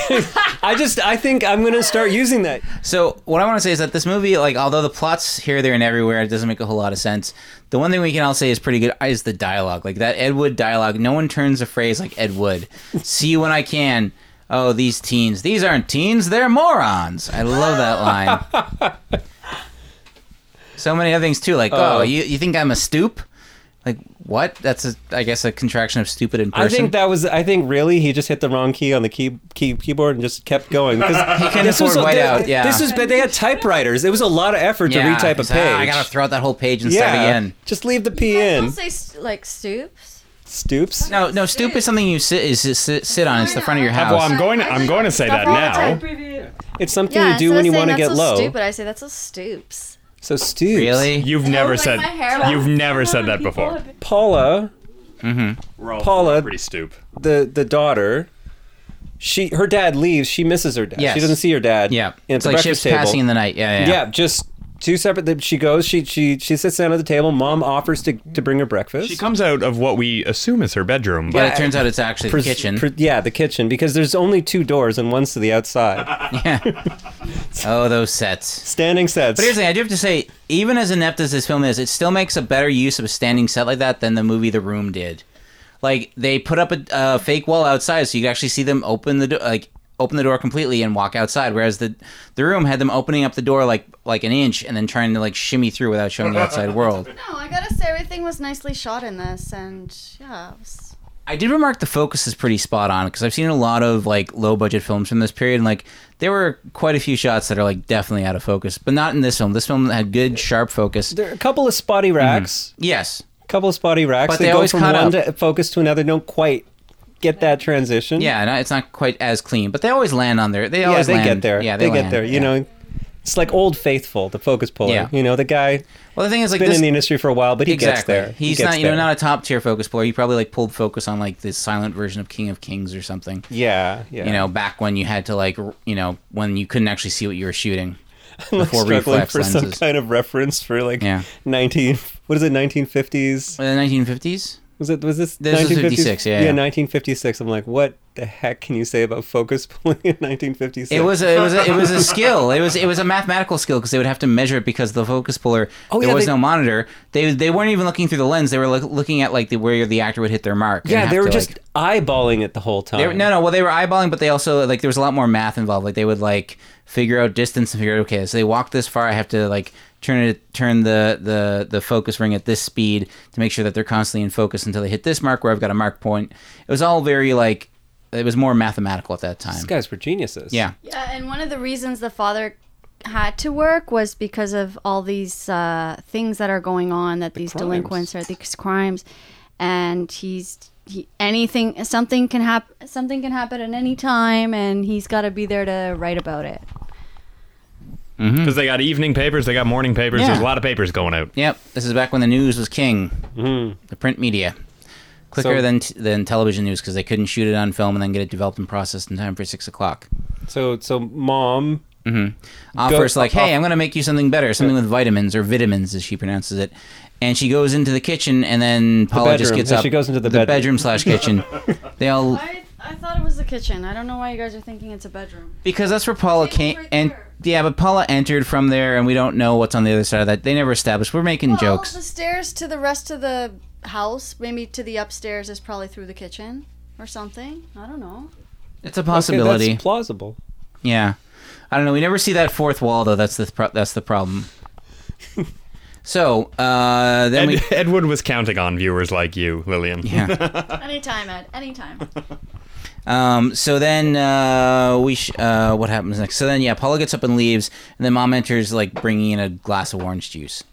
[SPEAKER 8] I just I think I'm gonna start using that.
[SPEAKER 1] So what I want to say is that this movie, like, although the plots here, there, and everywhere, it doesn't make a whole lot of sense. The one thing we can all say is pretty good uh, is the dialogue, like that Ed Wood dialogue. No one turns a phrase like Ed
[SPEAKER 8] [LAUGHS]
[SPEAKER 1] Wood. See you when I can. Oh, these teens. These aren't teens. They're morons. I love that line.
[SPEAKER 8] [LAUGHS]
[SPEAKER 1] so many other things too, like, oh,
[SPEAKER 8] Oh.
[SPEAKER 1] you, you think I'm a stoop? Like what? That's a, I guess, a contraction of stupid and person.
[SPEAKER 8] I think that was. I think really he just hit the wrong key on the key, key keyboard and just kept
[SPEAKER 1] [LAUGHS]
[SPEAKER 8] going. Because he
[SPEAKER 1] couldn't afford whiteout, yeah.
[SPEAKER 8] This was. But they had typewriters. It was a lot of effort
[SPEAKER 1] Yeah,
[SPEAKER 8] to retype a
[SPEAKER 1] it's,
[SPEAKER 8] page.
[SPEAKER 1] ah, I gotta throw out that whole page and start again.
[SPEAKER 8] Just leave the P
[SPEAKER 4] Guys
[SPEAKER 8] in.
[SPEAKER 4] Don't say st- like stoops.
[SPEAKER 8] Stoops.
[SPEAKER 1] No, no, stoop is something you sit is is sit, sit on. It's the front of your house.
[SPEAKER 3] Well, I'm going. I'm going to say that now.
[SPEAKER 8] It's something
[SPEAKER 4] Yeah,
[SPEAKER 8] you do
[SPEAKER 4] instead
[SPEAKER 8] when
[SPEAKER 4] of
[SPEAKER 8] you
[SPEAKER 4] saying
[SPEAKER 8] want to
[SPEAKER 4] that's
[SPEAKER 8] get
[SPEAKER 4] so
[SPEAKER 8] low.
[SPEAKER 4] Stupid. I say that's so stoops.
[SPEAKER 8] So stoops.
[SPEAKER 1] Really?
[SPEAKER 3] You've
[SPEAKER 4] Oh,
[SPEAKER 3] never
[SPEAKER 4] like
[SPEAKER 3] said.
[SPEAKER 4] my hair.
[SPEAKER 3] You've never said that before.
[SPEAKER 8] Paula,
[SPEAKER 1] Mm-hmm.
[SPEAKER 11] We're all
[SPEAKER 8] Paula-
[SPEAKER 11] pretty stoop.
[SPEAKER 8] the the daughter. She her dad leaves. She misses her dad.
[SPEAKER 1] Yes.
[SPEAKER 8] She doesn't see her dad.
[SPEAKER 1] Yeah,
[SPEAKER 8] And
[SPEAKER 1] it's
[SPEAKER 8] it's the
[SPEAKER 1] like ships
[SPEAKER 8] breakfast table.
[SPEAKER 1] passing in the night. Yeah, yeah.
[SPEAKER 8] yeah. just two separate. that She goes. She she she sits down at the table. Mom offers to to bring her breakfast.
[SPEAKER 3] She comes out of what we assume is her bedroom,
[SPEAKER 1] But
[SPEAKER 3] but
[SPEAKER 1] it turns out it's actually
[SPEAKER 8] Pres-
[SPEAKER 1] the kitchen.
[SPEAKER 8] pre- yeah, the kitchen because there's only two doors and one's to
[SPEAKER 1] [LAUGHS]
[SPEAKER 8] the outside.
[SPEAKER 1] yeah. Oh, those sets.
[SPEAKER 8] Standing sets.
[SPEAKER 1] But here's the thing: I do have to say, even as inept as this film is, it still makes a better use of a standing set like that than the movie The Room did. Like they put up a, a fake wall outside, so you could actually see them open the do- like open the door completely and walk outside. Whereas the the room had them opening up the door like like an inch and then trying to like shimmy through without showing the outside world.
[SPEAKER 4] No, I gotta say everything was nicely shot in this, and yeah, it was
[SPEAKER 1] I did remark the focus is pretty spot on because I've seen a lot of like low budget films from this period, and like there were quite a few shots that are like definitely out of focus, but not in this film. This film had good sharp focus.
[SPEAKER 8] there are a couple of spotty racks.
[SPEAKER 1] Yes,
[SPEAKER 8] A couple of spotty
[SPEAKER 1] Mm-hmm.
[SPEAKER 8] racks.
[SPEAKER 1] But
[SPEAKER 8] they,
[SPEAKER 1] they
[SPEAKER 8] go
[SPEAKER 1] always
[SPEAKER 8] from
[SPEAKER 1] caught
[SPEAKER 8] one
[SPEAKER 1] up.
[SPEAKER 8] to focus to another. Don't quite get that transition.
[SPEAKER 1] yeah, no, it's not quite as clean, but they always land on there. They
[SPEAKER 8] Yeah,
[SPEAKER 1] always
[SPEAKER 8] they
[SPEAKER 1] land.
[SPEAKER 8] get there.
[SPEAKER 1] Yeah,
[SPEAKER 8] they,
[SPEAKER 1] they,
[SPEAKER 8] get
[SPEAKER 1] land.
[SPEAKER 8] there. You
[SPEAKER 1] Yeah.
[SPEAKER 8] know, it's like old faithful, the focus puller.
[SPEAKER 1] Yeah.
[SPEAKER 8] You know, the guy
[SPEAKER 1] Well, the thing is, like
[SPEAKER 8] been
[SPEAKER 1] this,
[SPEAKER 8] in the industry for a while, but he
[SPEAKER 1] exactly.
[SPEAKER 8] gets there. He
[SPEAKER 1] He's
[SPEAKER 8] gets
[SPEAKER 1] not, you know,
[SPEAKER 8] there.
[SPEAKER 1] not a top tier focus player. He probably like pulled focus on like the silent version of King of Kings or something.
[SPEAKER 8] yeah, yeah.
[SPEAKER 1] You know, back when you had to like, r- you know, when you couldn't actually see what you were shooting
[SPEAKER 8] I'm [LAUGHS] like
[SPEAKER 1] before
[SPEAKER 8] struggling
[SPEAKER 1] reflex
[SPEAKER 8] for some
[SPEAKER 1] lenses.
[SPEAKER 8] kind of reference for like
[SPEAKER 1] Yeah.
[SPEAKER 8] 19. What is it? 1950s?
[SPEAKER 1] The 1950s.
[SPEAKER 8] Was it? Was this?
[SPEAKER 1] This was
[SPEAKER 8] 1956?
[SPEAKER 1] 56, yeah,
[SPEAKER 8] Yeah,
[SPEAKER 1] yeah.
[SPEAKER 8] 1956. I'm like, what the heck can you say about focus pulling in 1956?
[SPEAKER 1] It was a, it was a, it was
[SPEAKER 8] [LAUGHS]
[SPEAKER 1] a skill. It was it was a mathematical skill because they would have to measure it because the focus puller
[SPEAKER 8] Oh,
[SPEAKER 1] there
[SPEAKER 8] yeah,
[SPEAKER 1] was
[SPEAKER 8] they-
[SPEAKER 1] no monitor. They they weren't even looking through the lens. They were look, looking at like the where the actor would hit their mark. and
[SPEAKER 8] Yeah,
[SPEAKER 1] have
[SPEAKER 8] they were
[SPEAKER 1] to,
[SPEAKER 8] just
[SPEAKER 1] like-
[SPEAKER 8] eyeballing it the whole time.
[SPEAKER 1] they were- no no well they were eyeballing but they also like there was a lot more math involved. Like they would like figure out distance and figure out okay so they walked this far I have to like turn it turn the the the focus ring at this speed to make sure that they're constantly in focus until they hit this mark where I've got a mark point. It was all very like it was more mathematical at that time.
[SPEAKER 8] These guys were geniuses.
[SPEAKER 1] Yeah.
[SPEAKER 4] yeah. And one of the reasons the father had to work was because of all these uh, things that are going on that these
[SPEAKER 8] crimes.
[SPEAKER 4] delinquents are these crimes, and he's he, anything something can happen something can happen at any time, and he's got to be there to write about it.
[SPEAKER 3] because they got evening papers, they got morning
[SPEAKER 1] Mm.
[SPEAKER 3] papers.
[SPEAKER 1] Yeah.
[SPEAKER 3] There's a lot of papers going out.
[SPEAKER 1] Yep, this is back when the news was king. The print media. Quicker
[SPEAKER 8] Mm-hmm. So-
[SPEAKER 1] than, t- than television news because they couldn't shoot it on film and then get it developed and processed in time for six o'clock. Uh,
[SPEAKER 8] So so mom
[SPEAKER 1] Offers like, hey, I'm going to make you something better, something with vitamins or vitamins as she pronounces it. and she goes into the kitchen, and then Paula just
[SPEAKER 8] bedroom.
[SPEAKER 1] gets
[SPEAKER 8] Yeah,
[SPEAKER 1] up.
[SPEAKER 8] she goes into the
[SPEAKER 1] bedroom,
[SPEAKER 8] bedroom.
[SPEAKER 1] slash
[SPEAKER 8] [LAUGHS]
[SPEAKER 1] kitchen. they all
[SPEAKER 4] I, I thought it was the kitchen. I don't know why you guys are thinking it's a bedroom.
[SPEAKER 1] because that's where Paula came and yeah, but Paula entered from there, and we don't know what's on the other side of that. They never established. We're making
[SPEAKER 4] Well,
[SPEAKER 1] jokes.
[SPEAKER 4] the stairs to the rest of the house, maybe to the upstairs, is probably through the kitchen or something. I don't [LAUGHS] know.
[SPEAKER 1] It's a possibility.
[SPEAKER 8] that's plausible.
[SPEAKER 1] Yeah, I don't know. We never see that fourth wall though. That's the pro- that's the problem. so uh, then
[SPEAKER 3] Ed,
[SPEAKER 1] we
[SPEAKER 3] [LAUGHS] Edward was counting on viewers like you, Lillian.
[SPEAKER 1] yeah.
[SPEAKER 4] anytime, Ed. Anytime.
[SPEAKER 1] Um, so then uh, we sh- uh, what happens next? So then yeah, Paula gets up and leaves, and then Mom enters like bringing in a glass of orange juice.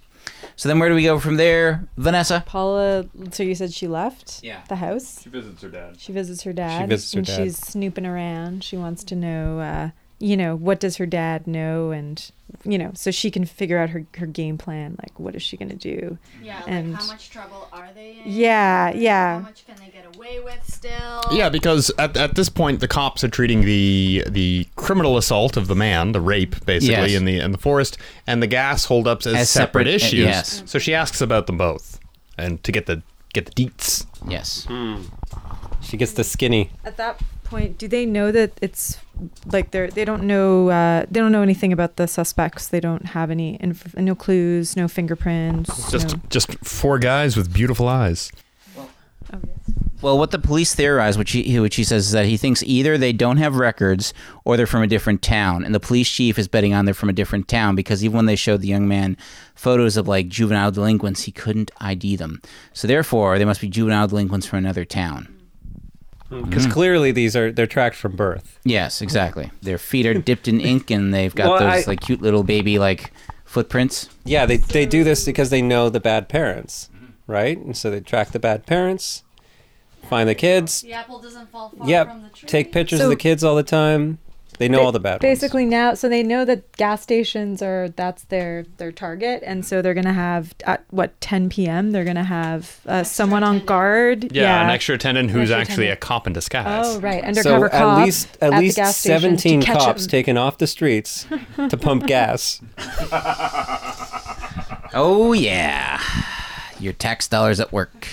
[SPEAKER 1] So then where do we go from there, Vanessa?
[SPEAKER 7] Paula, so you said she left
[SPEAKER 1] Yeah.
[SPEAKER 7] the house?
[SPEAKER 15] She visits her dad.
[SPEAKER 7] She visits her dad.
[SPEAKER 8] visits her
[SPEAKER 7] and
[SPEAKER 8] dad.
[SPEAKER 7] she's snooping around. She wants to know, uh, you know, what does her dad know, and you know, so she can figure out her, her game plan. Like, what is she gonna do?
[SPEAKER 4] Yeah,
[SPEAKER 7] and
[SPEAKER 4] like how much trouble are they in?
[SPEAKER 7] Yeah, yeah.
[SPEAKER 4] How much can they get away with still?
[SPEAKER 3] Yeah, because at, at this point the cops are treating the the criminal assault of the man, the rape basically
[SPEAKER 1] Yes.
[SPEAKER 3] in the in the forest, and the gas holdups as,
[SPEAKER 1] As
[SPEAKER 3] separate,
[SPEAKER 1] separate- uh,
[SPEAKER 3] issues.
[SPEAKER 1] yes.
[SPEAKER 3] So she asks about them both, and to get the get the deets.
[SPEAKER 1] Yes.
[SPEAKER 8] She gets the skinny.
[SPEAKER 7] At that point, do they know that it's like they're they don't know uh, they don't know anything about the suspects. They don't have any inf- no clues, no fingerprints.
[SPEAKER 3] Just
[SPEAKER 7] no-
[SPEAKER 3] just four guys with beautiful eyes.
[SPEAKER 1] Well, what the police theorize, which he, which he says, is that he thinks either they don't have records or they're from a different town. And the police chief is betting on they're from a different town because even when they showed the young man photos of like juvenile delinquents, he couldn't ID them. So therefore, they must be juvenile delinquents from another town. Mm.
[SPEAKER 8] Because clearly these are they're tracked from birth.
[SPEAKER 1] Yes, exactly. Their feet are dipped in ink and they've got
[SPEAKER 8] Well,
[SPEAKER 1] those
[SPEAKER 8] I-
[SPEAKER 1] like cute little baby like footprints.
[SPEAKER 8] Yeah, they they do this because they know the bad parents,
[SPEAKER 4] Mm-hmm.
[SPEAKER 8] right? And so they track the bad parents, find the kids.
[SPEAKER 4] The apple doesn't fall far from the
[SPEAKER 8] Yep,
[SPEAKER 4] tree.
[SPEAKER 8] take pictures
[SPEAKER 7] So-
[SPEAKER 8] of the kids all the time. They know all the bad ones.
[SPEAKER 7] basically now so they know that gas stations are that's their their target and so they're gonna have at what 10 p.m they're gonna have uh, someone on guard
[SPEAKER 3] Yeah, an extra attendant who's
[SPEAKER 7] extra
[SPEAKER 3] actually
[SPEAKER 7] attendant.
[SPEAKER 3] a cop in disguise.
[SPEAKER 7] oh right undercover
[SPEAKER 8] so
[SPEAKER 7] cop
[SPEAKER 8] at least at
[SPEAKER 7] the
[SPEAKER 8] least
[SPEAKER 7] gas station to
[SPEAKER 8] 17
[SPEAKER 7] catch
[SPEAKER 8] cops
[SPEAKER 7] him.
[SPEAKER 8] taken off the
[SPEAKER 7] [LAUGHS]
[SPEAKER 8] streets to pump gas.
[SPEAKER 1] Oh yeah, your tax dollars at work.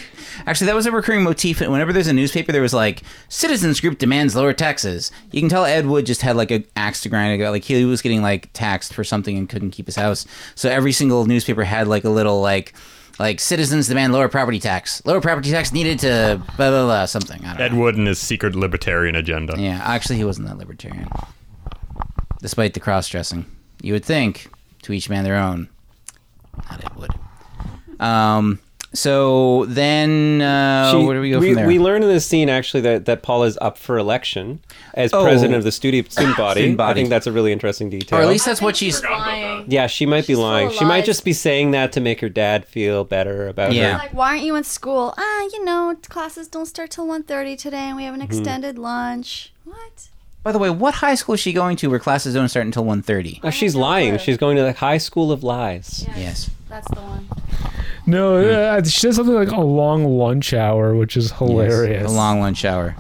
[SPEAKER 1] Actually, that was a recurring motif. Whenever there's a newspaper, there was like citizens group demands lower taxes. You can tell Ed Wood just had like an axe to grind. Like he was getting like taxed for something and couldn't keep his house. So every single newspaper had like a little like like citizens demand lower property tax. Lower property tax needed to blah blah blah something. I don't
[SPEAKER 3] Ed
[SPEAKER 1] know.
[SPEAKER 3] Wood and his secret libertarian agenda.
[SPEAKER 1] Yeah, actually, he wasn't that libertarian, despite the cross dressing. You would think to each man their own. Not Ed Wood. Um, so then, uh,
[SPEAKER 8] She-
[SPEAKER 1] where do we go
[SPEAKER 8] we,
[SPEAKER 1] from there?
[SPEAKER 8] we learn in this scene actually that, that Paul is up for election as
[SPEAKER 1] Oh.
[SPEAKER 8] president of the studio student body.
[SPEAKER 1] Student body.
[SPEAKER 8] I think that's a really interesting detail.
[SPEAKER 1] or at least that's what she's.
[SPEAKER 4] Lying.
[SPEAKER 8] yeah, she might be
[SPEAKER 4] She's full
[SPEAKER 8] lying.
[SPEAKER 4] of
[SPEAKER 8] She might
[SPEAKER 4] lies.
[SPEAKER 8] just be saying that to make her dad feel better about
[SPEAKER 1] Yeah.
[SPEAKER 8] her.
[SPEAKER 4] Like, why aren't you in school? Ah, you know, classes don't start till 1.30 today and we have
[SPEAKER 8] Mm-hmm.
[SPEAKER 4] an extended lunch. What?
[SPEAKER 1] By the way, what high school is she going to where classes don't start until 1.30?
[SPEAKER 8] [LAUGHS] Oh, she's lying. She's going to the high school of lies.
[SPEAKER 1] Yes.
[SPEAKER 4] That's the one.
[SPEAKER 5] No, uh, she does something like a long lunch hour, which is hilarious.
[SPEAKER 1] Yes, A long lunch hour.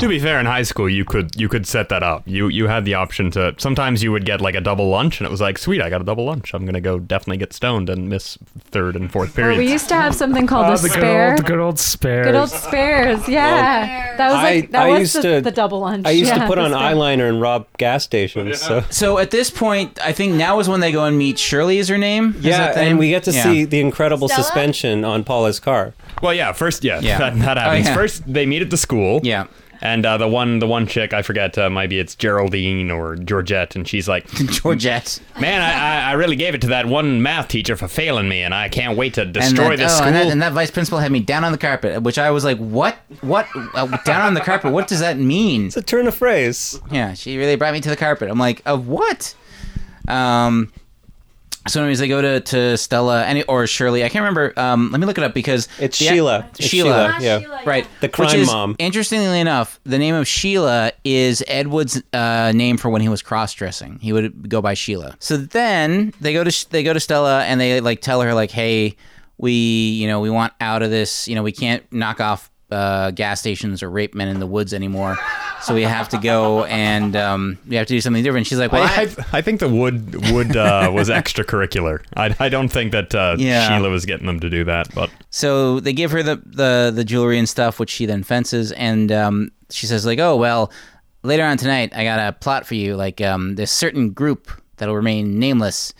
[SPEAKER 3] To be fair, in high school you could you could set that up. You you had the option to sometimes you would get like a double lunch and it was like, sweet, I got a double lunch. I'm gonna go definitely get stoned and miss third and fourth
[SPEAKER 7] Well,
[SPEAKER 3] periods.
[SPEAKER 7] we used to have something
[SPEAKER 3] Oh,
[SPEAKER 7] called
[SPEAKER 5] Ah,
[SPEAKER 7] a
[SPEAKER 5] the good
[SPEAKER 7] spare
[SPEAKER 5] old, the good old spare.
[SPEAKER 7] Good old spares yeah that was like
[SPEAKER 8] I-
[SPEAKER 7] that
[SPEAKER 8] I
[SPEAKER 7] was
[SPEAKER 8] used
[SPEAKER 7] the,
[SPEAKER 8] to-
[SPEAKER 7] the double lunch
[SPEAKER 8] I used
[SPEAKER 7] yeah,
[SPEAKER 8] to put
[SPEAKER 7] the
[SPEAKER 8] on
[SPEAKER 7] spare.
[SPEAKER 8] eyeliner and rob gas stations. [LAUGHS] So
[SPEAKER 1] So at this point, I think now is when they go and meet Shirley is her name? Is
[SPEAKER 8] yeah,
[SPEAKER 1] that the name?
[SPEAKER 8] and we get to
[SPEAKER 1] Yeah.
[SPEAKER 8] see the incredible
[SPEAKER 4] Stella?
[SPEAKER 8] suspension on Paula's car.
[SPEAKER 3] Well, yeah. First, yeah,
[SPEAKER 1] Yeah.
[SPEAKER 3] That, that
[SPEAKER 1] Oh,
[SPEAKER 3] happens.
[SPEAKER 1] yeah.
[SPEAKER 3] First, they meet at the school.
[SPEAKER 1] Yeah. [LAUGHS]
[SPEAKER 3] And uh, the one, the one chick, I forget. Uh, maybe it's Geraldine or Georgette, and she's like,
[SPEAKER 1] Georgette.
[SPEAKER 3] "Man, I, I, I really gave it to that one math teacher for failing me, and I can't wait to
[SPEAKER 1] and
[SPEAKER 3] destroy
[SPEAKER 1] that,
[SPEAKER 3] this
[SPEAKER 1] oh,
[SPEAKER 3] school."
[SPEAKER 1] And that, and that vice principal had me down on the carpet, which I was like, "What? What? Uh, down on the carpet? What does that mean?"
[SPEAKER 8] It's a turn of phrase.
[SPEAKER 1] Yeah, she really brought me to the carpet. I'm like, "Of what?" Um. So, anyways, they go to, to Stella and or Shirley. I can't remember. Um, let me look it up because
[SPEAKER 8] It's
[SPEAKER 1] the-
[SPEAKER 8] Sheila. It's
[SPEAKER 1] Sheila.
[SPEAKER 8] Sheila, yeah.
[SPEAKER 1] Right.
[SPEAKER 8] The
[SPEAKER 1] Which
[SPEAKER 8] crime
[SPEAKER 1] is,
[SPEAKER 8] mom.
[SPEAKER 1] Interestingly enough, the name of Sheila is Ed Wood's uh, name for when he was cross-dressing. He would go by Sheila. So then they go to they go to Stella and they like tell her like, "Hey, we you know we want out of this. You know we can't knock off uh, gas stations or rape men in the woods anymore." so we have to go and um, we have to do something different. She's like, well,
[SPEAKER 3] I, I think the wood wood uh, was extracurricular. I, I don't think that uh,
[SPEAKER 1] Yeah.
[SPEAKER 3] Sheila was getting them to do that, but
[SPEAKER 1] So they give her the, the, the jewelry and stuff, which she then fences, and um, she says like, "Oh well, later on tonight, I got a plot for you. Like, um, there's certain group that'll remain nameless.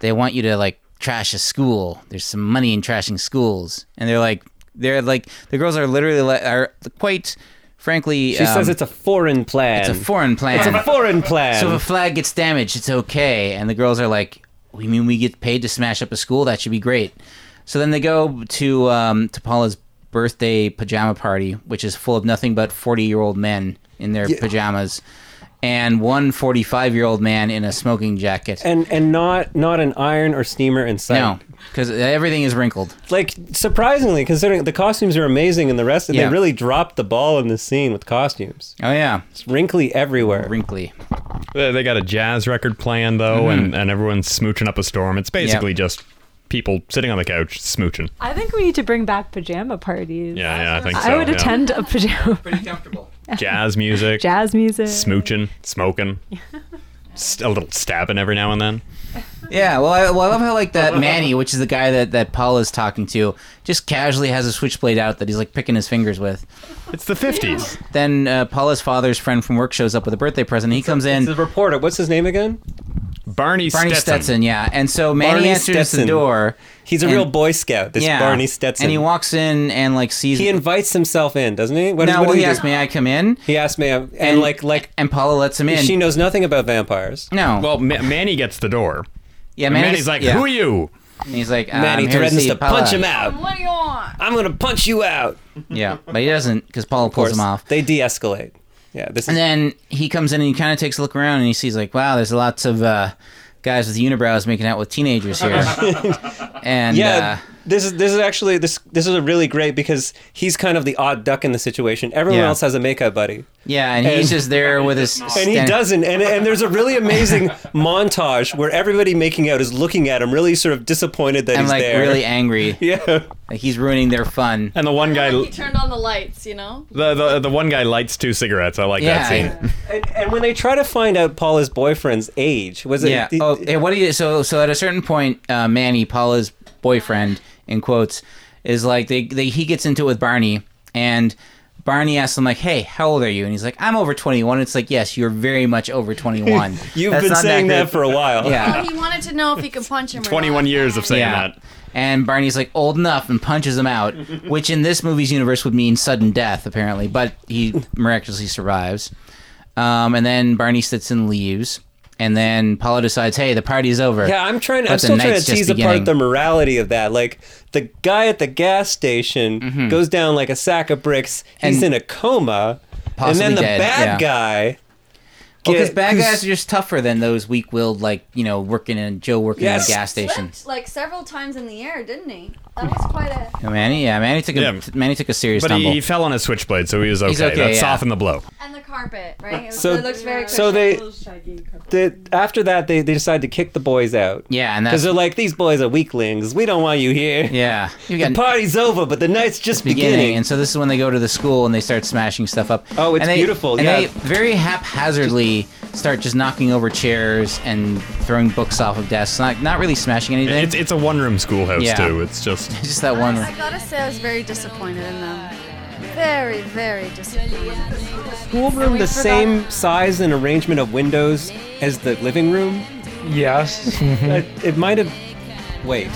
[SPEAKER 1] They want you to like trash a school. There's some money in trashing schools, and they're like, they're like, the girls are literally like, are quite." Frankly,
[SPEAKER 8] She says it's a foreign plan.
[SPEAKER 1] Um, It's a foreign plan.
[SPEAKER 8] [LAUGHS] It's a foreign plan.
[SPEAKER 1] So if a flag gets damaged, it's okay. And the girls are like, "We mean we get paid to smash up a school? That should be great." So then they go to um, to Paula's birthday pajama party, which is full of nothing but forty year old men in their
[SPEAKER 8] Yeah.
[SPEAKER 1] pajamas, and one 45 year old man in a smoking jacket.
[SPEAKER 8] and and not not an iron or steamer in sight.
[SPEAKER 1] No, because everything is wrinkled.
[SPEAKER 8] Like surprisingly, considering the costumes are amazing and the rest, and
[SPEAKER 1] Yeah.
[SPEAKER 8] they really dropped the ball in this scene with costumes.
[SPEAKER 1] Oh yeah,
[SPEAKER 8] it's wrinkly everywhere.
[SPEAKER 1] Wrinkly.
[SPEAKER 3] they, they got a jazz record playing though, and, and everyone's smooching up a storm. It's basically just people sitting on the couch smooching.
[SPEAKER 7] I think we need to bring back pajama parties.
[SPEAKER 3] Yeah, yeah, I think
[SPEAKER 7] I
[SPEAKER 3] so.
[SPEAKER 7] would
[SPEAKER 3] yeah.
[SPEAKER 7] attend a pajama.
[SPEAKER 1] Pretty comfortable.
[SPEAKER 3] [LAUGHS] jazz music,
[SPEAKER 7] [LAUGHS] Jazz music.
[SPEAKER 3] smooching, smoking, st- a little stabbing every now and then.
[SPEAKER 1] Yeah, well, I, well, I love how like that Manny, which is the guy that that Paula's talking to, just casually has a switchblade out that he's like picking his fingers with.
[SPEAKER 3] It's the fifties.
[SPEAKER 1] Then uh, Paula's father's friend from work shows up with a birthday present. He comes in.
[SPEAKER 8] The reporter, what's his name again?
[SPEAKER 3] Barney,
[SPEAKER 1] Barney Stetson. yeah. And so Manny
[SPEAKER 8] Barney
[SPEAKER 1] answers the
[SPEAKER 8] Stetson.
[SPEAKER 1] door.
[SPEAKER 8] He's a
[SPEAKER 1] and-
[SPEAKER 8] real Boy Scout. This
[SPEAKER 1] Yeah.
[SPEAKER 8] Barney Stetson.
[SPEAKER 1] And he walks in and like sees.
[SPEAKER 8] He invites himself in, doesn't he?
[SPEAKER 1] no,
[SPEAKER 8] does
[SPEAKER 1] well, he
[SPEAKER 8] do?
[SPEAKER 1] asked, "May I come in?"
[SPEAKER 8] He asked me, and,
[SPEAKER 1] And-
[SPEAKER 8] like like
[SPEAKER 1] and Paula lets him in.
[SPEAKER 8] She knows nothing about vampires.
[SPEAKER 1] No.
[SPEAKER 3] Well, Ma- Manny gets the door.
[SPEAKER 1] yeah,
[SPEAKER 3] and
[SPEAKER 1] Manny
[SPEAKER 3] Manny's
[SPEAKER 1] gets-
[SPEAKER 3] like,
[SPEAKER 1] yeah.
[SPEAKER 3] "Who are you?"
[SPEAKER 1] And he's like, "Uh, "I'm
[SPEAKER 8] Manny
[SPEAKER 1] here to
[SPEAKER 8] threatens
[SPEAKER 1] see
[SPEAKER 8] to
[SPEAKER 1] Paula."
[SPEAKER 8] punch him out.
[SPEAKER 7] What do you want?
[SPEAKER 8] I'm gonna punch you out.
[SPEAKER 1] Yeah, but he doesn't because Paula pulls him off.
[SPEAKER 8] They de-escalate. Yeah, this
[SPEAKER 1] And
[SPEAKER 8] is
[SPEAKER 1] then he comes in and he kind of takes a look around and he sees like, wow, there's lots of uh, guys with unibrows making out with teenagers
[SPEAKER 8] [LAUGHS]
[SPEAKER 1] here. and
[SPEAKER 8] yeah.
[SPEAKER 1] uh,
[SPEAKER 8] This is this is actually this this is a really great because he's kind of the odd duck in the situation. Everyone
[SPEAKER 1] Yeah.
[SPEAKER 8] else has a makeup buddy.
[SPEAKER 1] yeah, and, he's just there with his
[SPEAKER 8] And he
[SPEAKER 1] stand-
[SPEAKER 8] doesn't. And, and there's a really amazing montage where everybody making out is looking at him, really sort of disappointed that
[SPEAKER 1] and
[SPEAKER 8] he's
[SPEAKER 1] like
[SPEAKER 8] there.
[SPEAKER 1] really angry.
[SPEAKER 8] [LAUGHS] Yeah,
[SPEAKER 1] like he's ruining their fun.
[SPEAKER 3] And the one guy,
[SPEAKER 4] He turned on the lights, you know?
[SPEAKER 3] the, the the one guy lights two cigarettes. I like that scene. [LAUGHS]
[SPEAKER 1] Yeah.
[SPEAKER 8] and, and when they try to find out Paula's boyfriend's age, was it?
[SPEAKER 1] yeah. oh, yeah, what do you? So, so at a certain point, uh, Manny, Paula's boyfriend, in quotes, is like they, they he gets into it with Barney, and Barney asks him like, "Hey, how old are you?" And he's like, "I'm over 21." It's like, "Yes, you're very much over 21."
[SPEAKER 8] [LAUGHS] You've
[SPEAKER 1] That's
[SPEAKER 8] been
[SPEAKER 1] not
[SPEAKER 8] saying that
[SPEAKER 1] accurate.
[SPEAKER 8] for a while.
[SPEAKER 1] Yeah.
[SPEAKER 4] He wanted to know if he could punch him or
[SPEAKER 3] 21
[SPEAKER 4] not.
[SPEAKER 3] years of saying
[SPEAKER 1] Yeah.
[SPEAKER 3] that.
[SPEAKER 1] And Barney's like old enough and punches him
[SPEAKER 3] [LAUGHS]
[SPEAKER 1] out, which in this movie's universe would mean sudden death, apparently. But he miraculously survives. Um, and then Barney sits and leaves. And then Paula decides, "Hey, the party's over."
[SPEAKER 8] [LAUGHS] Yeah, I'm trying.
[SPEAKER 1] But
[SPEAKER 8] I'm
[SPEAKER 1] the
[SPEAKER 8] still trying to
[SPEAKER 1] night's just
[SPEAKER 8] tease apart
[SPEAKER 1] beginning.
[SPEAKER 8] the morality of that. Like the guy at the gas station goes down like a sack of bricks. He's
[SPEAKER 1] Mm-hmm. And-
[SPEAKER 8] in a coma, and
[SPEAKER 1] Possibly
[SPEAKER 8] then the
[SPEAKER 1] dead,
[SPEAKER 8] bad
[SPEAKER 1] yeah.
[SPEAKER 8] guy.
[SPEAKER 1] Because
[SPEAKER 8] get-
[SPEAKER 1] bad
[SPEAKER 8] 'cause-
[SPEAKER 1] guys are just tougher than those weak-willed, like you know, working in Joe working
[SPEAKER 8] Yes.
[SPEAKER 1] in a gas station.
[SPEAKER 4] Flipped, like several times in the air, didn't he? That was quite a.
[SPEAKER 1] Yeah, Manny, yeah, Manny took a
[SPEAKER 3] Yeah.
[SPEAKER 1] Manny took a serious
[SPEAKER 3] But
[SPEAKER 1] tumble.
[SPEAKER 3] he, he fell on a switchblade, so he was okay.
[SPEAKER 1] He's okay,
[SPEAKER 3] that
[SPEAKER 1] yeah.
[SPEAKER 3] softened the blow.
[SPEAKER 4] And the carpet, right? It, was,
[SPEAKER 8] So-
[SPEAKER 4] it looks very.
[SPEAKER 8] So they, the, after that, they, they decide to kick the boys out.
[SPEAKER 1] yeah, and that's
[SPEAKER 8] Because they're like, these boys are weaklings. We don't want you here.
[SPEAKER 1] yeah. You
[SPEAKER 8] The party's over, but the night's just
[SPEAKER 1] beginning.
[SPEAKER 8] beginning.
[SPEAKER 1] and so this is when they go to the school and they start smashing stuff up.
[SPEAKER 8] Oh, it's
[SPEAKER 1] and they,
[SPEAKER 8] beautiful,
[SPEAKER 1] And
[SPEAKER 8] yeah.
[SPEAKER 1] they very haphazardly start just knocking over chairs and throwing books off of desks. Not not really smashing anything.
[SPEAKER 3] It's it's a one room schoolhouse
[SPEAKER 1] Yeah.
[SPEAKER 3] too. It's just
[SPEAKER 1] just that one.
[SPEAKER 4] I gotta say, I was very disappointed in them. Very, very disappointed.
[SPEAKER 8] schoolroom the same size and arrangement of windows as the living room?
[SPEAKER 1] [LAUGHS]
[SPEAKER 5] Yes.
[SPEAKER 1] Hmm.
[SPEAKER 8] It, it might have. Wait.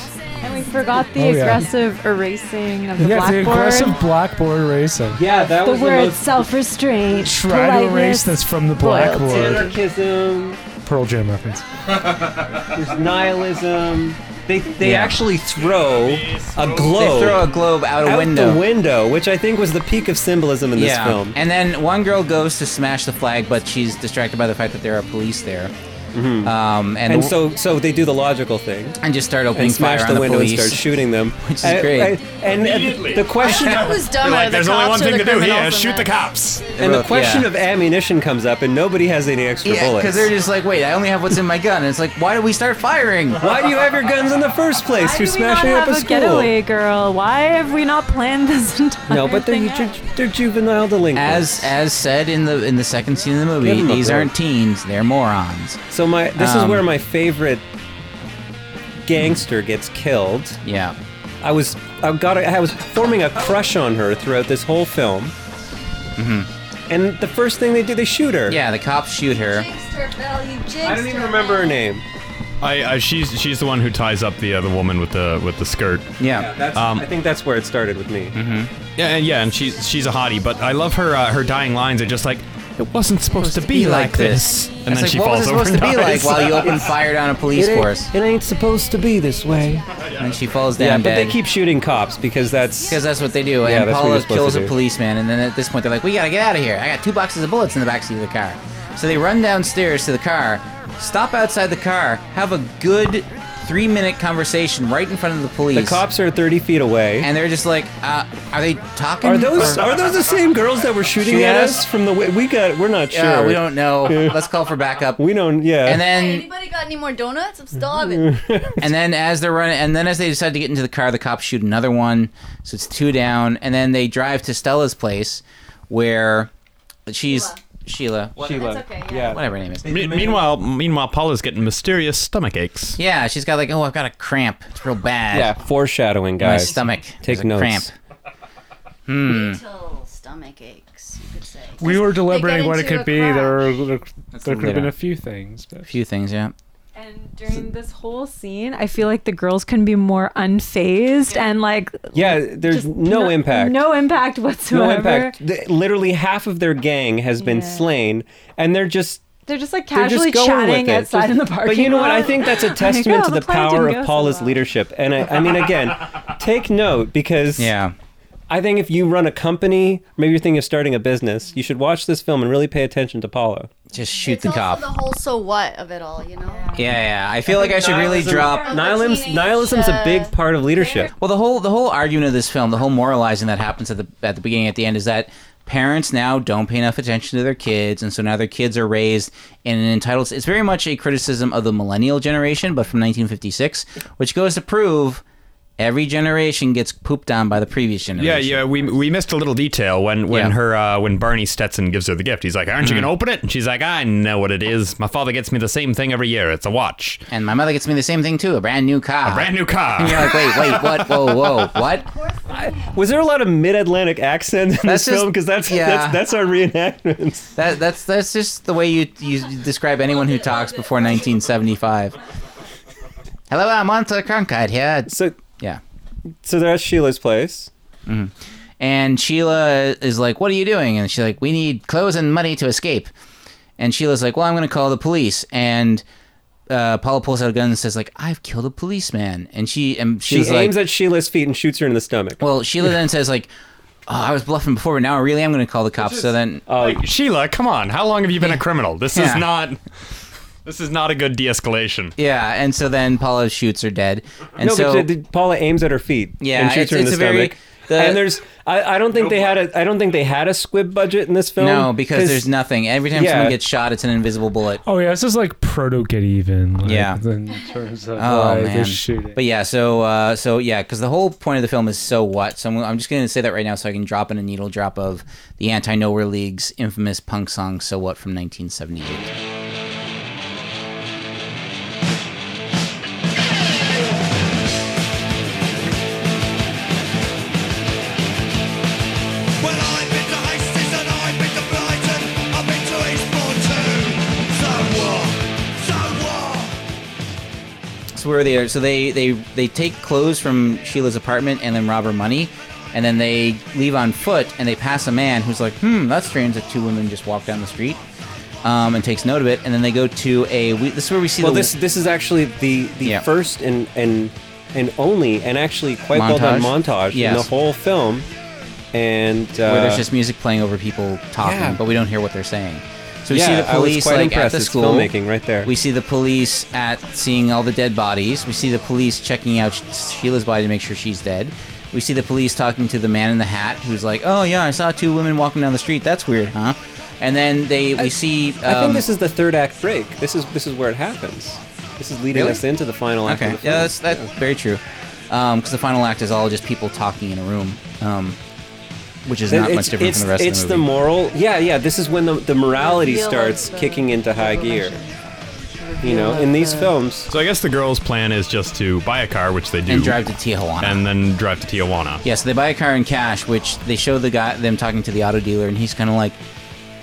[SPEAKER 7] And we forgot the
[SPEAKER 5] Oh, yeah.
[SPEAKER 7] aggressive erasing of the
[SPEAKER 5] yeah, the
[SPEAKER 7] blackboard.
[SPEAKER 5] aggressive blackboard racing.
[SPEAKER 8] Yeah, that
[SPEAKER 7] the
[SPEAKER 8] was
[SPEAKER 7] word
[SPEAKER 8] the most.
[SPEAKER 7] self-restraint.
[SPEAKER 5] Try to erase this from the blackboard.
[SPEAKER 8] Anarchism.
[SPEAKER 5] Pearl Jam reference.
[SPEAKER 8] There's nihilism. They they
[SPEAKER 1] Yeah.
[SPEAKER 8] actually throw a globe
[SPEAKER 1] They throw a globe out a
[SPEAKER 8] out
[SPEAKER 1] window.
[SPEAKER 8] the window, which I think was the peak of symbolism in this
[SPEAKER 1] yeah.
[SPEAKER 8] film.
[SPEAKER 1] And then one girl goes to smash the flag, but she's distracted by the fact that there are police there. Um, and
[SPEAKER 8] Mm-hmm.
[SPEAKER 1] the-
[SPEAKER 8] And, so, so they do the logical thing
[SPEAKER 1] and just start opening
[SPEAKER 8] and smash
[SPEAKER 1] fire
[SPEAKER 8] the
[SPEAKER 1] on
[SPEAKER 8] window
[SPEAKER 1] police.
[SPEAKER 8] and start shooting them,
[SPEAKER 1] [LAUGHS] Which is
[SPEAKER 8] And-
[SPEAKER 1] great.
[SPEAKER 8] and- and the
[SPEAKER 1] [LAUGHS]
[SPEAKER 8] question
[SPEAKER 4] I was dumb.
[SPEAKER 3] You're like,
[SPEAKER 4] Are the
[SPEAKER 3] "There's only
[SPEAKER 4] cops
[SPEAKER 3] one
[SPEAKER 4] or
[SPEAKER 3] thing
[SPEAKER 4] the
[SPEAKER 3] to do here,
[SPEAKER 4] criminals in
[SPEAKER 3] shoot the
[SPEAKER 4] this?"
[SPEAKER 3] cops.
[SPEAKER 8] And the
[SPEAKER 1] Yeah.
[SPEAKER 8] question of ammunition comes up, and nobody has any extra
[SPEAKER 1] yeah,
[SPEAKER 8] bullets.
[SPEAKER 1] because they're just like, wait, I only have what's in my gun. And it's like, why do we start firing?
[SPEAKER 8] [LAUGHS] Why do you have your guns in the first place? You're smashing
[SPEAKER 7] have
[SPEAKER 8] up a
[SPEAKER 7] a
[SPEAKER 8] school.
[SPEAKER 7] getaway, girl. Why have we not planned this [LAUGHS] entire
[SPEAKER 8] No, but they're,
[SPEAKER 7] thing
[SPEAKER 8] ju-
[SPEAKER 7] out?
[SPEAKER 8] they're juvenile
[SPEAKER 1] As
[SPEAKER 8] delinquents.
[SPEAKER 1] as said in the in the second scene of the movie,
[SPEAKER 8] Give 'em a
[SPEAKER 1] these
[SPEAKER 8] break.
[SPEAKER 1] aren't teens; they're morons.
[SPEAKER 8] so my this is
[SPEAKER 1] Um,
[SPEAKER 8] where my favorite gangster gets killed.
[SPEAKER 1] Yeah.
[SPEAKER 8] I was I got a, I was forming a crush on her throughout this whole film. And the first thing they do, they shoot her.
[SPEAKER 1] Mm-hmm. Yeah, the cops shoot her.
[SPEAKER 8] I don't even remember her name.
[SPEAKER 3] I, I she's she's the one who ties up the other woman with the with the skirt.
[SPEAKER 1] Yeah.
[SPEAKER 8] That's, I think that's where it started with me.
[SPEAKER 1] Mm-hmm.
[SPEAKER 3] Yeah, and yeah, and she's she's a hottie, but I love her uh, her dying lines are just like it wasn't supposed, to be, like this, and
[SPEAKER 1] It's
[SPEAKER 3] then
[SPEAKER 1] like,
[SPEAKER 3] she
[SPEAKER 1] what
[SPEAKER 3] falls
[SPEAKER 1] was it
[SPEAKER 3] over
[SPEAKER 1] supposed to be
[SPEAKER 3] and
[SPEAKER 1] like
[SPEAKER 3] dies.
[SPEAKER 1] while you open fire down a police force?
[SPEAKER 8] It ain't supposed to be this way.
[SPEAKER 1] And she falls down
[SPEAKER 8] Yeah, but
[SPEAKER 1] dead.
[SPEAKER 8] they keep shooting cops because that's
[SPEAKER 1] because that's what they do.
[SPEAKER 8] Yeah,
[SPEAKER 1] and
[SPEAKER 8] that's what
[SPEAKER 1] Paula
[SPEAKER 8] you're supposed
[SPEAKER 1] kills
[SPEAKER 8] to
[SPEAKER 1] a
[SPEAKER 8] do.
[SPEAKER 1] policeman, and then at this point they're like, "We gotta get out of here. I got two boxes of bullets in the backseat of the car." So they run downstairs to the car, stop outside the car, have a good three-minute conversation right in front of the police.
[SPEAKER 8] the cops are 30 feet away.
[SPEAKER 1] and they're just like, uh, "Are they talking?
[SPEAKER 8] Are those
[SPEAKER 1] or-
[SPEAKER 8] are those the same girls that were shooting
[SPEAKER 1] Shoot
[SPEAKER 8] at
[SPEAKER 1] us?
[SPEAKER 8] us? from the wi- we got we're not sure.
[SPEAKER 1] Yeah, Uh, we don't know.
[SPEAKER 8] [LAUGHS]
[SPEAKER 1] Let's call for backup."
[SPEAKER 8] We don't yeah.
[SPEAKER 1] And
[SPEAKER 4] Hey,
[SPEAKER 1] then,
[SPEAKER 4] anybody got any more donuts? I'm starving.
[SPEAKER 1] and then as they're running, and then as they decide to get into the car, the cops shoot another one, so it's two down. And then they drive to Stella's place, where she's Sheila.
[SPEAKER 8] Sheila.
[SPEAKER 4] That's okay, yeah.
[SPEAKER 1] whatever her name is.
[SPEAKER 3] [LAUGHS] Me- meanwhile, meanwhile, Paula's getting mysterious stomach aches.
[SPEAKER 1] Yeah, she's got like, oh, I've got a cramp. It's real bad.
[SPEAKER 8] Yeah, foreshadowing
[SPEAKER 1] In my
[SPEAKER 8] guys.
[SPEAKER 1] stomach.
[SPEAKER 8] Take
[SPEAKER 1] There's a
[SPEAKER 8] notes.
[SPEAKER 1] Cramp. Hmm.
[SPEAKER 4] Till stomach aches, you could say.
[SPEAKER 5] We were deliberating what it
[SPEAKER 4] into
[SPEAKER 5] could
[SPEAKER 4] a
[SPEAKER 5] be.
[SPEAKER 4] crash.
[SPEAKER 5] There, were- there, there could have been
[SPEAKER 1] Yeah.
[SPEAKER 5] a few things. But.
[SPEAKER 1] A few things, yeah.
[SPEAKER 7] And during this whole scene, I feel like the girls can be more unfazed and like
[SPEAKER 8] Yeah, there's
[SPEAKER 7] just
[SPEAKER 8] no, impact.
[SPEAKER 7] No impact whatsoever.
[SPEAKER 8] No impact. Th- Literally half of their gang has been
[SPEAKER 7] Yeah.
[SPEAKER 8] slain, and they're just
[SPEAKER 7] They're just like
[SPEAKER 8] they're
[SPEAKER 7] casually
[SPEAKER 8] just going
[SPEAKER 7] chatting
[SPEAKER 8] with it.
[SPEAKER 7] outside
[SPEAKER 8] Just-
[SPEAKER 7] in the parking
[SPEAKER 8] But you know what?
[SPEAKER 7] lot. [LAUGHS]
[SPEAKER 8] I think that's a
[SPEAKER 7] Like,
[SPEAKER 8] testament
[SPEAKER 7] oh,
[SPEAKER 8] to the,
[SPEAKER 7] the plan
[SPEAKER 8] power
[SPEAKER 7] didn't
[SPEAKER 8] of
[SPEAKER 7] go so
[SPEAKER 8] Paula's
[SPEAKER 7] well.
[SPEAKER 8] leadership. And I, I mean,
[SPEAKER 7] [LAUGHS]
[SPEAKER 8] again, take note because
[SPEAKER 1] Yeah.
[SPEAKER 8] I think if you run a company, maybe you're thinking of starting a business, you should watch this film and really pay attention to Paula.
[SPEAKER 1] Just shoot
[SPEAKER 4] It's
[SPEAKER 1] the
[SPEAKER 4] also
[SPEAKER 1] cop.
[SPEAKER 4] the whole so what of it all, you know?
[SPEAKER 1] yeah, yeah. I feel like I should really drop.
[SPEAKER 8] nihilism's nihilism's a big part of leadership.
[SPEAKER 1] Well, the whole the whole argument of this film, the whole moralizing that happens at the at the beginning, at the end, is that parents now don't pay enough attention to their kids, and so now their kids are raised in an entitled. It's very much a criticism of the millennial generation, but from 1956, which goes to prove every generation gets pooped on by the previous generation.
[SPEAKER 3] Yeah, yeah, we we missed a little detail when when
[SPEAKER 1] Yeah. Mm.
[SPEAKER 3] her uh, when Barney Stetson gives her the gift. He's like, "Aren't you gonna open it?" And she's like, "I know what it is. My father gets me the same thing every year. It's a watch,
[SPEAKER 1] And my mother gets me the same thing too, a brand new car.
[SPEAKER 3] a brand new car."
[SPEAKER 1] And you're like, wait, wait, what? Whoa, whoa, what?
[SPEAKER 8] Was there a lot of mid-Atlantic accents in
[SPEAKER 1] That's
[SPEAKER 8] this
[SPEAKER 1] just-
[SPEAKER 8] film? Because that's,
[SPEAKER 1] yeah.
[SPEAKER 8] that's that's our reenactments.
[SPEAKER 1] That that's that's just the way you you describe anyone who talks before 1975. Hello, I'm Monta Cronkite here.
[SPEAKER 8] So
[SPEAKER 1] Yeah.
[SPEAKER 8] so they're at Sheila's place.
[SPEAKER 1] And Sheila is like, "What are you doing?" And she's like, "We need clothes and money to escape." And Sheila's like, "Well, I'm going to call the police." And uh, Paula pulls out a gun and says, "Like, I've killed a policeman." And she and
[SPEAKER 8] She
[SPEAKER 1] she's like,
[SPEAKER 8] aims at Sheila's feet and shoots her in the stomach.
[SPEAKER 1] "Well, Sheila then says like." Oh, I was bluffing before, but now I really am going to call the cops. so then,
[SPEAKER 3] Like, Sheila, come on. How long have you been a criminal? This
[SPEAKER 1] Yeah.
[SPEAKER 3] is not. This is not a good de-escalation.
[SPEAKER 1] yeah, and so then Paula shoots her dead. And
[SPEAKER 8] no,
[SPEAKER 1] so
[SPEAKER 8] but the- the- Paula aims at her feet
[SPEAKER 1] Yeah,
[SPEAKER 8] and
[SPEAKER 1] it's-
[SPEAKER 8] shoots her in the
[SPEAKER 1] it's a very-
[SPEAKER 8] stomach.
[SPEAKER 1] the-
[SPEAKER 8] and there's, I, I don't think they had a, I don't think they had a squib budget in this film.
[SPEAKER 1] No, because there's nothing. Every time
[SPEAKER 8] Yeah.
[SPEAKER 1] someone gets shot, it's an invisible bullet.
[SPEAKER 5] Oh yeah, this is like proto get even. Like,
[SPEAKER 1] Yeah.
[SPEAKER 5] In terms of
[SPEAKER 1] Oh
[SPEAKER 5] like,
[SPEAKER 1] man!
[SPEAKER 5] the shooting.
[SPEAKER 1] But yeah, so uh, so yeah, because the whole point of the film is so what. So I'm, I'm just going to say that right now, so I can drop in a needle drop of the Anti Nowhere League's infamous punk song "So What" from 1978.
[SPEAKER 16] Well, I've been to Hastings and I've been to Brighton. I've been to Eastbourne too. So what? So what?
[SPEAKER 1] So where are they? So they they they take clothes from Sheila's apartment and then rob her money, and then they leave on foot and they pass a man who's like, "Hmm, that's strange that two women just walk down the street," um, and takes note of it. And then they go to a. We, this is where we see
[SPEAKER 8] Well,
[SPEAKER 1] the
[SPEAKER 8] this this is actually the the
[SPEAKER 1] Yeah.
[SPEAKER 8] first and and and only and actually quite well done
[SPEAKER 1] Montage?
[SPEAKER 8] montage
[SPEAKER 1] Yes.
[SPEAKER 8] in the whole film. uh, And uh,
[SPEAKER 1] where there's just music playing over people talking,
[SPEAKER 8] yeah.
[SPEAKER 1] but we don't hear what they're saying. So So we
[SPEAKER 8] Yeah,
[SPEAKER 1] see the
[SPEAKER 8] I was
[SPEAKER 1] police
[SPEAKER 8] quite
[SPEAKER 1] like at
[SPEAKER 8] impressed.
[SPEAKER 1] the
[SPEAKER 8] It's
[SPEAKER 1] school
[SPEAKER 8] filmmaking right there.
[SPEAKER 1] We see the police at seeing all the dead bodies. We see the police checking out Sh- Sheila's body to make sure she's dead. We see the police talking to the man in the hat, who's like, "Oh yeah, I saw two women walking down the street. That's weird, huh?" And then they we see. Um,
[SPEAKER 8] I think this is the third act break. This is this is where it happens. This is leading
[SPEAKER 1] Really?
[SPEAKER 8] us into the final act.
[SPEAKER 1] Okay,
[SPEAKER 8] Of the film.
[SPEAKER 1] yeah, that's that's very true. Because the final act is all just people talking in a room, um, which is
[SPEAKER 8] Then
[SPEAKER 1] not
[SPEAKER 8] it's,
[SPEAKER 1] much different
[SPEAKER 8] it's,
[SPEAKER 1] from the rest
[SPEAKER 8] it's
[SPEAKER 1] of the movie.
[SPEAKER 8] moral. Yeah, yeah. This is when the, the morality
[SPEAKER 1] Reveal of
[SPEAKER 8] starts
[SPEAKER 1] the
[SPEAKER 8] kicking into high gear. You know, in these films. So
[SPEAKER 3] I guess the girl's plan is just to buy a car, which they do,
[SPEAKER 1] And drive to Tijuana,
[SPEAKER 3] and then drive to Tijuana.
[SPEAKER 1] Yeah, so they buy a car in cash, which they show the guy them talking to the auto dealer, and he's kind of like,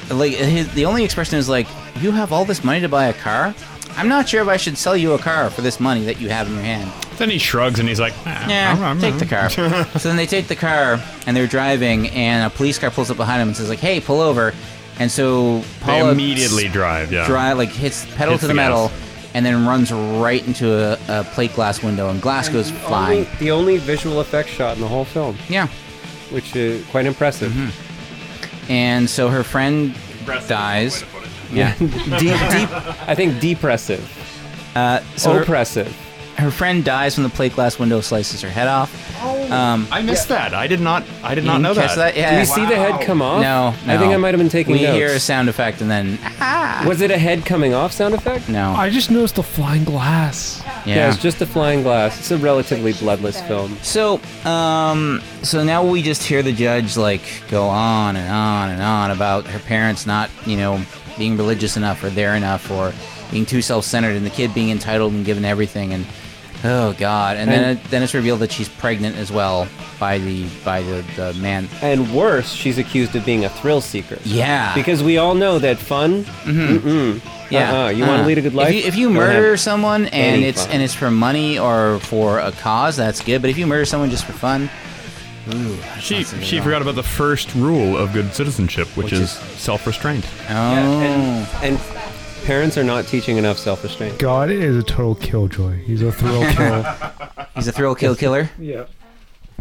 [SPEAKER 1] like his, the only expression is like, "You have all this money to buy a car? I'm not sure if I should sell you a car for this money that you have in your hand."
[SPEAKER 3] Then he shrugs and he's like, "Ah, I'm-
[SPEAKER 1] Yeah,
[SPEAKER 3] I'm-
[SPEAKER 1] take the car. [LAUGHS] so then they take the car and they're driving, and a police car pulls up behind him and says like, "Hey, pull over." And so
[SPEAKER 3] [LAUGHS] They
[SPEAKER 1] Paula
[SPEAKER 3] immediately
[SPEAKER 1] s-
[SPEAKER 3] drive, yeah.
[SPEAKER 1] drive like hits pedal
[SPEAKER 3] Hits
[SPEAKER 1] to the,
[SPEAKER 3] the gas.
[SPEAKER 1] metal, and then runs right into a, a plate glass window, and oh. glass goes flying.
[SPEAKER 8] Only- the only visual effects shot in the whole film.
[SPEAKER 1] Yeah.
[SPEAKER 8] Which is quite impressive.
[SPEAKER 1] Mm-hmm.
[SPEAKER 8] [LAUGHS]
[SPEAKER 1] And so her friend dies. Yeah.
[SPEAKER 8] deep, deep. [LAUGHS] I think depressive.
[SPEAKER 1] Uh, so her-
[SPEAKER 8] Oppressive.
[SPEAKER 1] Her, friend dies when the plate glass window slices her head off.
[SPEAKER 3] Oh,
[SPEAKER 1] Um,
[SPEAKER 3] I missed that. I did not. I did
[SPEAKER 1] You
[SPEAKER 3] not
[SPEAKER 1] didn't
[SPEAKER 3] know
[SPEAKER 1] catch
[SPEAKER 3] that.
[SPEAKER 1] Yeah.
[SPEAKER 8] Do we see the head come off?
[SPEAKER 1] No,
[SPEAKER 8] I think
[SPEAKER 1] no.
[SPEAKER 8] I might have been taking
[SPEAKER 1] We
[SPEAKER 8] notes.
[SPEAKER 1] hear a sound effect and then
[SPEAKER 8] Was it a head coming off sound effect?
[SPEAKER 1] No.
[SPEAKER 5] I just noticed the flying glass.
[SPEAKER 8] Yeah. it's just a flying glass. It's a relatively bloodless film.
[SPEAKER 1] So, um, so now we just hear the judge like go on and on and on about her parents not, you know, being religious enough or there enough or being too self-centered and the kid being entitled and given everything and oh god. And, then
[SPEAKER 8] And-
[SPEAKER 1] it, then it's revealed that she's pregnant as well by the by the, the man.
[SPEAKER 8] And worse, she's accused of being a thrill seeker.
[SPEAKER 1] Yeah.
[SPEAKER 8] Because we all know that fun.
[SPEAKER 1] Mhm.
[SPEAKER 8] Mm-mm.
[SPEAKER 1] Yeah.
[SPEAKER 8] Uh-uh. You want
[SPEAKER 1] Uh-uh.
[SPEAKER 8] to lead a good life?
[SPEAKER 1] If you, if you
[SPEAKER 8] Don't
[SPEAKER 1] murder
[SPEAKER 8] have
[SPEAKER 1] someone and
[SPEAKER 8] any
[SPEAKER 1] it's
[SPEAKER 8] fun.
[SPEAKER 1] and it's for money or for a cause, that's good. But if you murder someone just for fun, ooh, that's
[SPEAKER 3] She
[SPEAKER 1] not so good
[SPEAKER 3] she
[SPEAKER 1] at all.
[SPEAKER 3] forgot about the first rule of good citizenship, which,
[SPEAKER 1] Which
[SPEAKER 3] is,
[SPEAKER 1] is-
[SPEAKER 3] self-restraint.
[SPEAKER 1] Oh.
[SPEAKER 8] and, parents are not teaching enough self-restraint.
[SPEAKER 5] God is a total killjoy. He's
[SPEAKER 1] [LAUGHS]
[SPEAKER 5] a thrill kill.
[SPEAKER 1] He's a thrill kill
[SPEAKER 3] [LAUGHS]
[SPEAKER 1] killer.
[SPEAKER 5] Yeah.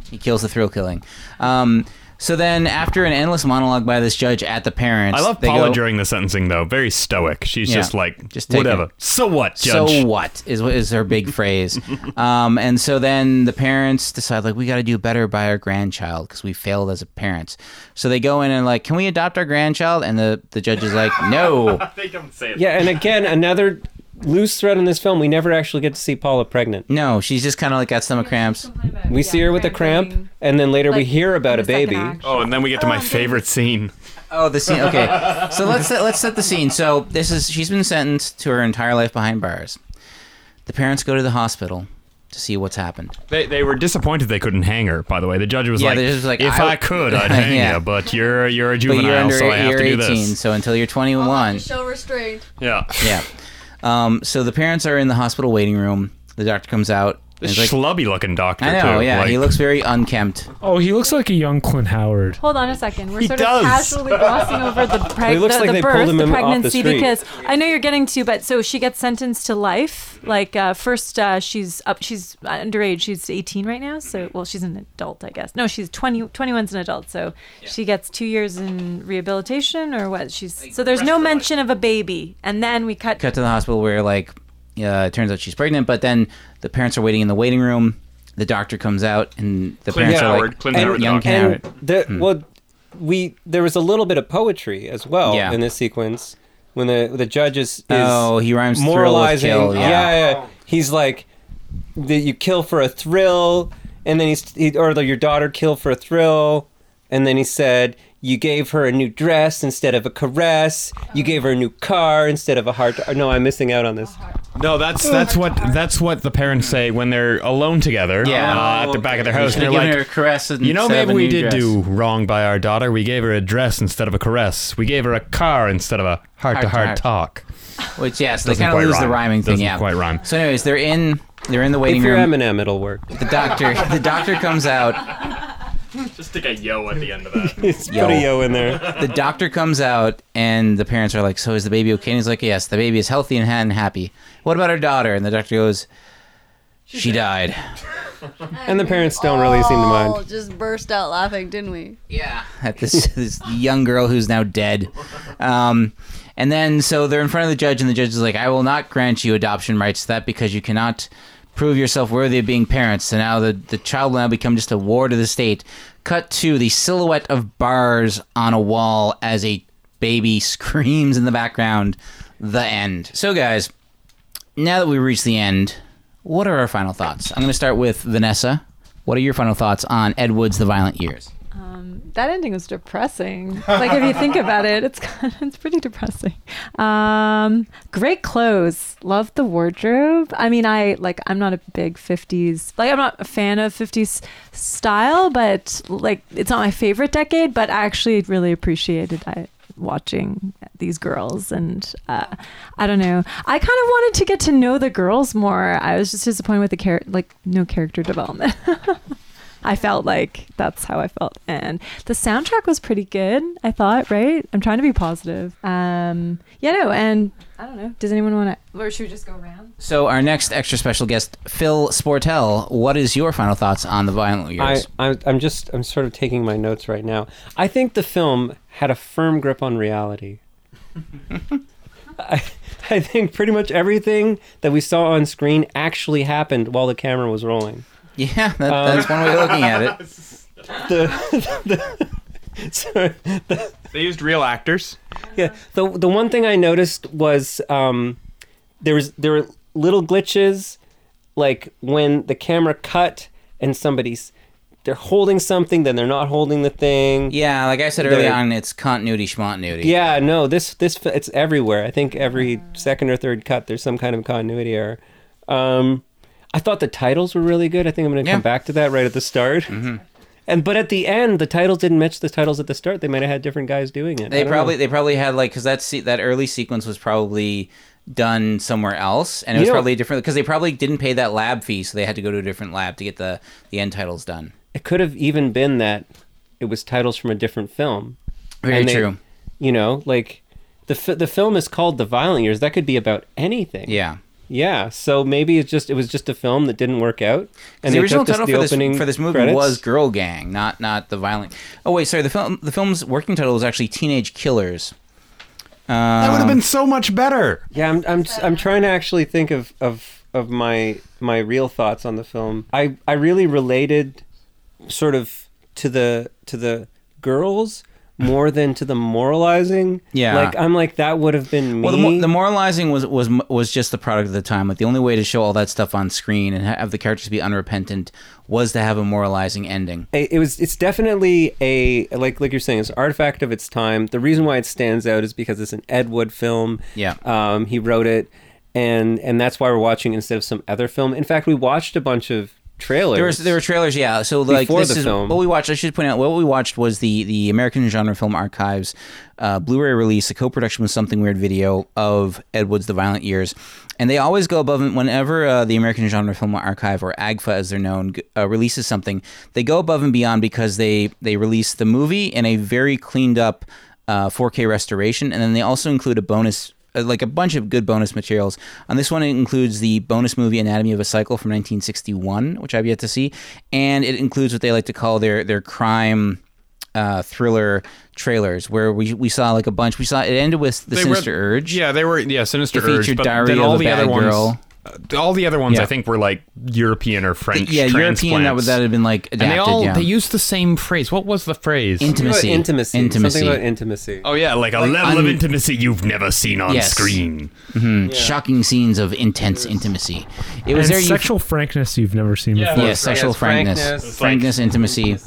[SPEAKER 1] He kills the thrill killing. Um, so then, after an endless monologue by this judge at the parents,
[SPEAKER 3] I love
[SPEAKER 1] they
[SPEAKER 3] Paula
[SPEAKER 1] go,
[SPEAKER 3] during the sentencing though. Very stoic. She's
[SPEAKER 1] Yeah.
[SPEAKER 3] just like
[SPEAKER 1] Just take it.
[SPEAKER 3] whatever. So what, judge?
[SPEAKER 1] So what is what is her big
[SPEAKER 3] [LAUGHS]
[SPEAKER 1] phrase? um, and so then the parents decide like we got to do better by our grandchild because we failed as a parents. So they go in and like, can we adopt our grandchild? And the the judge is like, no.
[SPEAKER 3] they don't say it.
[SPEAKER 8] Yeah, and again, another loose thread in this film. We never actually get to see Paula pregnant.
[SPEAKER 1] No, she's just kind of like got stomach cramps.
[SPEAKER 8] We see her with a cramp, and then later we
[SPEAKER 1] Like,
[SPEAKER 8] hear about a
[SPEAKER 1] second
[SPEAKER 8] baby.
[SPEAKER 1] act.
[SPEAKER 3] Oh, and then we get to
[SPEAKER 1] Um,
[SPEAKER 3] my favorite scene.
[SPEAKER 1] Oh, the scene. Okay, so let's set, let's set the scene. So this is she's been sentenced to her entire life behind bars. The parents go to the hospital to see what's happened.
[SPEAKER 3] They, they were disappointed they couldn't hang her. By the way, the judge was,
[SPEAKER 1] Yeah,
[SPEAKER 3] like,
[SPEAKER 1] the judge was like,
[SPEAKER 3] "If
[SPEAKER 1] I-
[SPEAKER 3] I,
[SPEAKER 1] [LAUGHS]
[SPEAKER 3] could, I'd hang
[SPEAKER 1] Yeah.
[SPEAKER 3] you, but you're you're a juvenile,
[SPEAKER 1] but you're under
[SPEAKER 3] so I have
[SPEAKER 1] you're
[SPEAKER 3] to do
[SPEAKER 1] 18,
[SPEAKER 3] this."
[SPEAKER 1] so until you're 21.
[SPEAKER 4] Show restraint.
[SPEAKER 3] Yeah,
[SPEAKER 1] yeah. Um, so the parents are in the hospital waiting room. The doctor comes out. and
[SPEAKER 3] This
[SPEAKER 1] he's like,
[SPEAKER 3] schlubby looking doctor.
[SPEAKER 1] I know.
[SPEAKER 3] too,
[SPEAKER 1] Yeah,
[SPEAKER 3] like,
[SPEAKER 1] he looks very unkempt.
[SPEAKER 5] Oh, he looks like a young Clint Howard.
[SPEAKER 7] [LAUGHS] Hold on a second. We're
[SPEAKER 5] He
[SPEAKER 7] sort
[SPEAKER 5] does.
[SPEAKER 7] of casually glossing over
[SPEAKER 5] [LAUGHS]
[SPEAKER 7] the,
[SPEAKER 5] It
[SPEAKER 7] preg-
[SPEAKER 5] looks
[SPEAKER 7] the,
[SPEAKER 5] like
[SPEAKER 7] the
[SPEAKER 5] they pulled
[SPEAKER 7] birth,
[SPEAKER 5] him
[SPEAKER 7] the
[SPEAKER 5] in- off the
[SPEAKER 7] pregnancy,
[SPEAKER 5] street.
[SPEAKER 7] because I know you're getting to, but so she gets sentenced to life. Like uh, first, uh, she's up, she's underage. She's 18 right now, so well, she's an adult, I guess. No, she's 20. 21's an adult, so she gets two years in rehabilitation or what? She's so there's no mention of a baby, and then we cut.
[SPEAKER 1] Cut to the hospital where like uh, it turns out she's pregnant, but then the parents are waiting in the waiting room. The doctor comes out and the
[SPEAKER 8] Clint
[SPEAKER 1] parents are
[SPEAKER 8] Howard,
[SPEAKER 1] like
[SPEAKER 8] Clint
[SPEAKER 1] young
[SPEAKER 8] Howard
[SPEAKER 1] Clint
[SPEAKER 8] and
[SPEAKER 1] Howard.
[SPEAKER 8] the, well, we there was a little bit of poetry as well
[SPEAKER 1] Yeah.
[SPEAKER 8] in this sequence when the the judge is, is
[SPEAKER 1] Oh, he rhymes thrill with
[SPEAKER 8] moralizing.
[SPEAKER 1] kill, yeah.
[SPEAKER 8] yeah, He's like that you kill for a thrill, and then he's he, or the, your daughter kill for a thrill, and then he said. You gave her a new dress instead of a caress. You gave her a new car instead of a heart. No, I'm missing out on this.
[SPEAKER 3] No, that's that's what that's what the parents say when they're alone together.
[SPEAKER 1] Yeah.
[SPEAKER 3] uh, at the back of their house,
[SPEAKER 1] Instead
[SPEAKER 3] and
[SPEAKER 1] of
[SPEAKER 3] they're
[SPEAKER 1] giving
[SPEAKER 3] like,
[SPEAKER 1] her a caress
[SPEAKER 3] you know,
[SPEAKER 1] instead of
[SPEAKER 3] maybe
[SPEAKER 1] a
[SPEAKER 3] we
[SPEAKER 1] new
[SPEAKER 3] did
[SPEAKER 1] dress."
[SPEAKER 3] do wrong by our daughter. We gave her a dress instead of a caress. We gave her a car instead of a
[SPEAKER 1] Heart-to-heart.
[SPEAKER 3] heart-to-heart talk.
[SPEAKER 1] Which yes, they
[SPEAKER 3] Doesn't
[SPEAKER 1] kind of
[SPEAKER 3] quite
[SPEAKER 1] lose the
[SPEAKER 3] rhyme.
[SPEAKER 1] rhyming thing.
[SPEAKER 3] Doesn't
[SPEAKER 1] yeah,
[SPEAKER 3] quite rhyme.
[SPEAKER 1] So, anyways, they're in they're in the waiting
[SPEAKER 8] If you're
[SPEAKER 1] room.
[SPEAKER 8] Eminem, it'll work. [LAUGHS]
[SPEAKER 1] The doctor [LAUGHS] the doctor comes out.
[SPEAKER 3] Just stick a yo at the end of that.
[SPEAKER 8] It's Put a yo in there.
[SPEAKER 1] The doctor comes out, and the parents are like, "So is the baby okay?" And he's like, "Yes, the baby is healthy and ha- and happy." What about her daughter? And the doctor goes, "She died."
[SPEAKER 8] And the parents don't really seem to
[SPEAKER 4] All just burst out laughing, didn't we?
[SPEAKER 1] [LAUGHS] Yeah. At this this young girl who's now dead. Um, And then so they're in front of the judge, and the judge is like, "I will not grant you adoption rights to that because you cannot prove yourself worthy of being parents." So now the the child will now become just a ward of the state. Cut to the silhouette of bars on a wall as a baby [LAUGHS] screams in the background. The end. So guys, now that we reached the end, what are our final thoughts? I'm going to start with Vanessa. What are your final thoughts on Ed Wood's The Violent Years?
[SPEAKER 7] That ending was depressing. Like if you think about it, it's [LAUGHS] kind of, it's pretty depressing. Um, great clothes. Love the wardrobe. I mean, I like I'm not a big 50s. Like I'm not a fan of 50s style, but like it's not my favorite decade, but I actually really appreciated it watching these girls and uh, I don't know. I kind of wanted to get to know the girls more. I was just disappointed with the character like no character development. [LAUGHS] I felt like that's how I felt. And the soundtrack was pretty good, I thought, right? I'm trying to be positive. Um, yeah, no, and I don't know. Does anyone want to, or should we just go around?
[SPEAKER 1] So, our next extra special guest, Phil Sportel, what is your final thoughts on The Violent
[SPEAKER 8] I,
[SPEAKER 1] Years?
[SPEAKER 8] I'm, I'm just I'm sort of taking my notes right now. I think the film had a firm grip on reality. [LAUGHS] I, I think pretty much everything that we saw on screen actually happened while the camera was rolling.
[SPEAKER 1] [LAUGHS]
[SPEAKER 8] [LAUGHS]
[SPEAKER 1] Yeah, that,
[SPEAKER 8] uh,
[SPEAKER 1] that's one way of looking at it.
[SPEAKER 8] The, the, sorry, the-
[SPEAKER 3] [LAUGHS] They used real actors.
[SPEAKER 8] yeah. The the one thing I noticed was um, there was there were little glitches, like when the camera cut and somebody's they're holding something, then they're not holding the thing.
[SPEAKER 1] Yeah, like I said early on, it's continuity schmontinuity.
[SPEAKER 8] Yeah, no, this this it's everywhere. I think every second or third cut, there's some kind of continuity error. Um, I thought the titles were really good. I think I'm going to come back to that right at the start.
[SPEAKER 1] Mm-hmm.
[SPEAKER 8] And but at the end, the titles didn't match the titles at the start. They might have had different guys doing it. I
[SPEAKER 1] They
[SPEAKER 8] don't
[SPEAKER 1] probably
[SPEAKER 8] know.
[SPEAKER 1] they probably had like because that se- that early sequence was probably done somewhere else, and it was
[SPEAKER 8] You know-
[SPEAKER 1] probably different because they probably didn't pay that lab fee, so they had to go to a different lab to get the the end titles done.
[SPEAKER 8] it could have even been that it was titles from a different film.
[SPEAKER 1] Very
[SPEAKER 8] And they-
[SPEAKER 1] true.
[SPEAKER 8] You know, like the fi- the film is called The Violent Years. That could be about anything.
[SPEAKER 1] Yeah.
[SPEAKER 8] Yeah, so maybe it's just it was just a film that didn't work out,
[SPEAKER 1] 'Cause
[SPEAKER 8] they
[SPEAKER 1] the original
[SPEAKER 8] took this-
[SPEAKER 1] title
[SPEAKER 8] the
[SPEAKER 1] for, this,
[SPEAKER 8] opening
[SPEAKER 1] for this movie
[SPEAKER 8] credits.
[SPEAKER 1] was Girl Gang, not not the violent. Oh wait, sorry. The film the film's working title was actually Teenage Killers.
[SPEAKER 3] That would have
[SPEAKER 1] Um,
[SPEAKER 3] been so much better.
[SPEAKER 8] Yeah, I'm I'm I'm trying to actually think of of of my my real thoughts on the film. I I really related sort of to the to the girls more than to the moralizing.
[SPEAKER 1] Yeah.
[SPEAKER 8] Like I'm like that would have been me.
[SPEAKER 1] Well, the, mo- the moralizing was was was just the product of the time. Like the only way to show all that stuff on screen and have the characters be unrepentant was to have a moralizing ending.
[SPEAKER 8] A- it was it's definitely a like like you're saying it's an artifact of its time the reason why it stands out is because it's an ed wood film
[SPEAKER 1] Yeah.
[SPEAKER 8] um, he wrote it and and that's why we're watching it instead of some other film in fact we watched a bunch of trailers
[SPEAKER 1] There was there were trailers, yeah. So like
[SPEAKER 8] Before
[SPEAKER 1] this
[SPEAKER 8] the
[SPEAKER 1] is
[SPEAKER 8] film.
[SPEAKER 1] what we watched. I should point out what we watched was the the American Genre Film Archives uh, Blu-ray release, a co-production with Something Weird Video of Ed Wood's The Violent Years, and they always go above and whenever uh, the American Genre Film Archive or AGFA as they're known g- uh, releases something, they go above and beyond because they they release the movie in a very cleaned up uh, 4K restoration, and then they also include a bonus uh, like a bunch of good bonus materials. On this one, it includes the bonus movie Anatomy of a Cycle from 1961, which I've yet to see, and it includes what they like to call their their crime uh, thriller trailers, where we we saw like a bunch. We saw it ended with the
[SPEAKER 3] They were-
[SPEAKER 1] Sinister Urge.
[SPEAKER 3] Yeah, they were. Yeah, Sinister
[SPEAKER 1] The
[SPEAKER 3] Urge.
[SPEAKER 1] featured
[SPEAKER 3] But
[SPEAKER 1] Diary
[SPEAKER 3] then
[SPEAKER 1] of
[SPEAKER 3] all
[SPEAKER 1] a
[SPEAKER 3] the
[SPEAKER 1] Bad
[SPEAKER 3] other ones,
[SPEAKER 1] Girl.
[SPEAKER 3] uh, all the other ones,
[SPEAKER 1] Yeah.
[SPEAKER 3] I think, were like European or French.
[SPEAKER 1] yeah, European, that would-
[SPEAKER 3] transplants.
[SPEAKER 1] that had been, like,
[SPEAKER 3] And they
[SPEAKER 1] adapted,
[SPEAKER 3] all
[SPEAKER 1] yeah.
[SPEAKER 3] they used the same phrase. What was the phrase?
[SPEAKER 1] Intimacy.
[SPEAKER 8] intimacy
[SPEAKER 1] Intimacy.
[SPEAKER 8] something about intimacy
[SPEAKER 3] Oh yeah, like a
[SPEAKER 1] Like un-
[SPEAKER 3] level of intimacy you've never seen on
[SPEAKER 1] Yes.
[SPEAKER 3] screen.
[SPEAKER 1] Mhm. Shocking scenes of intense intimacy. It was
[SPEAKER 5] And
[SPEAKER 1] their euph-
[SPEAKER 5] sexual frankness you've never seen
[SPEAKER 1] Yeah,
[SPEAKER 5] before.
[SPEAKER 1] sexual frankness, frankness, intimacy.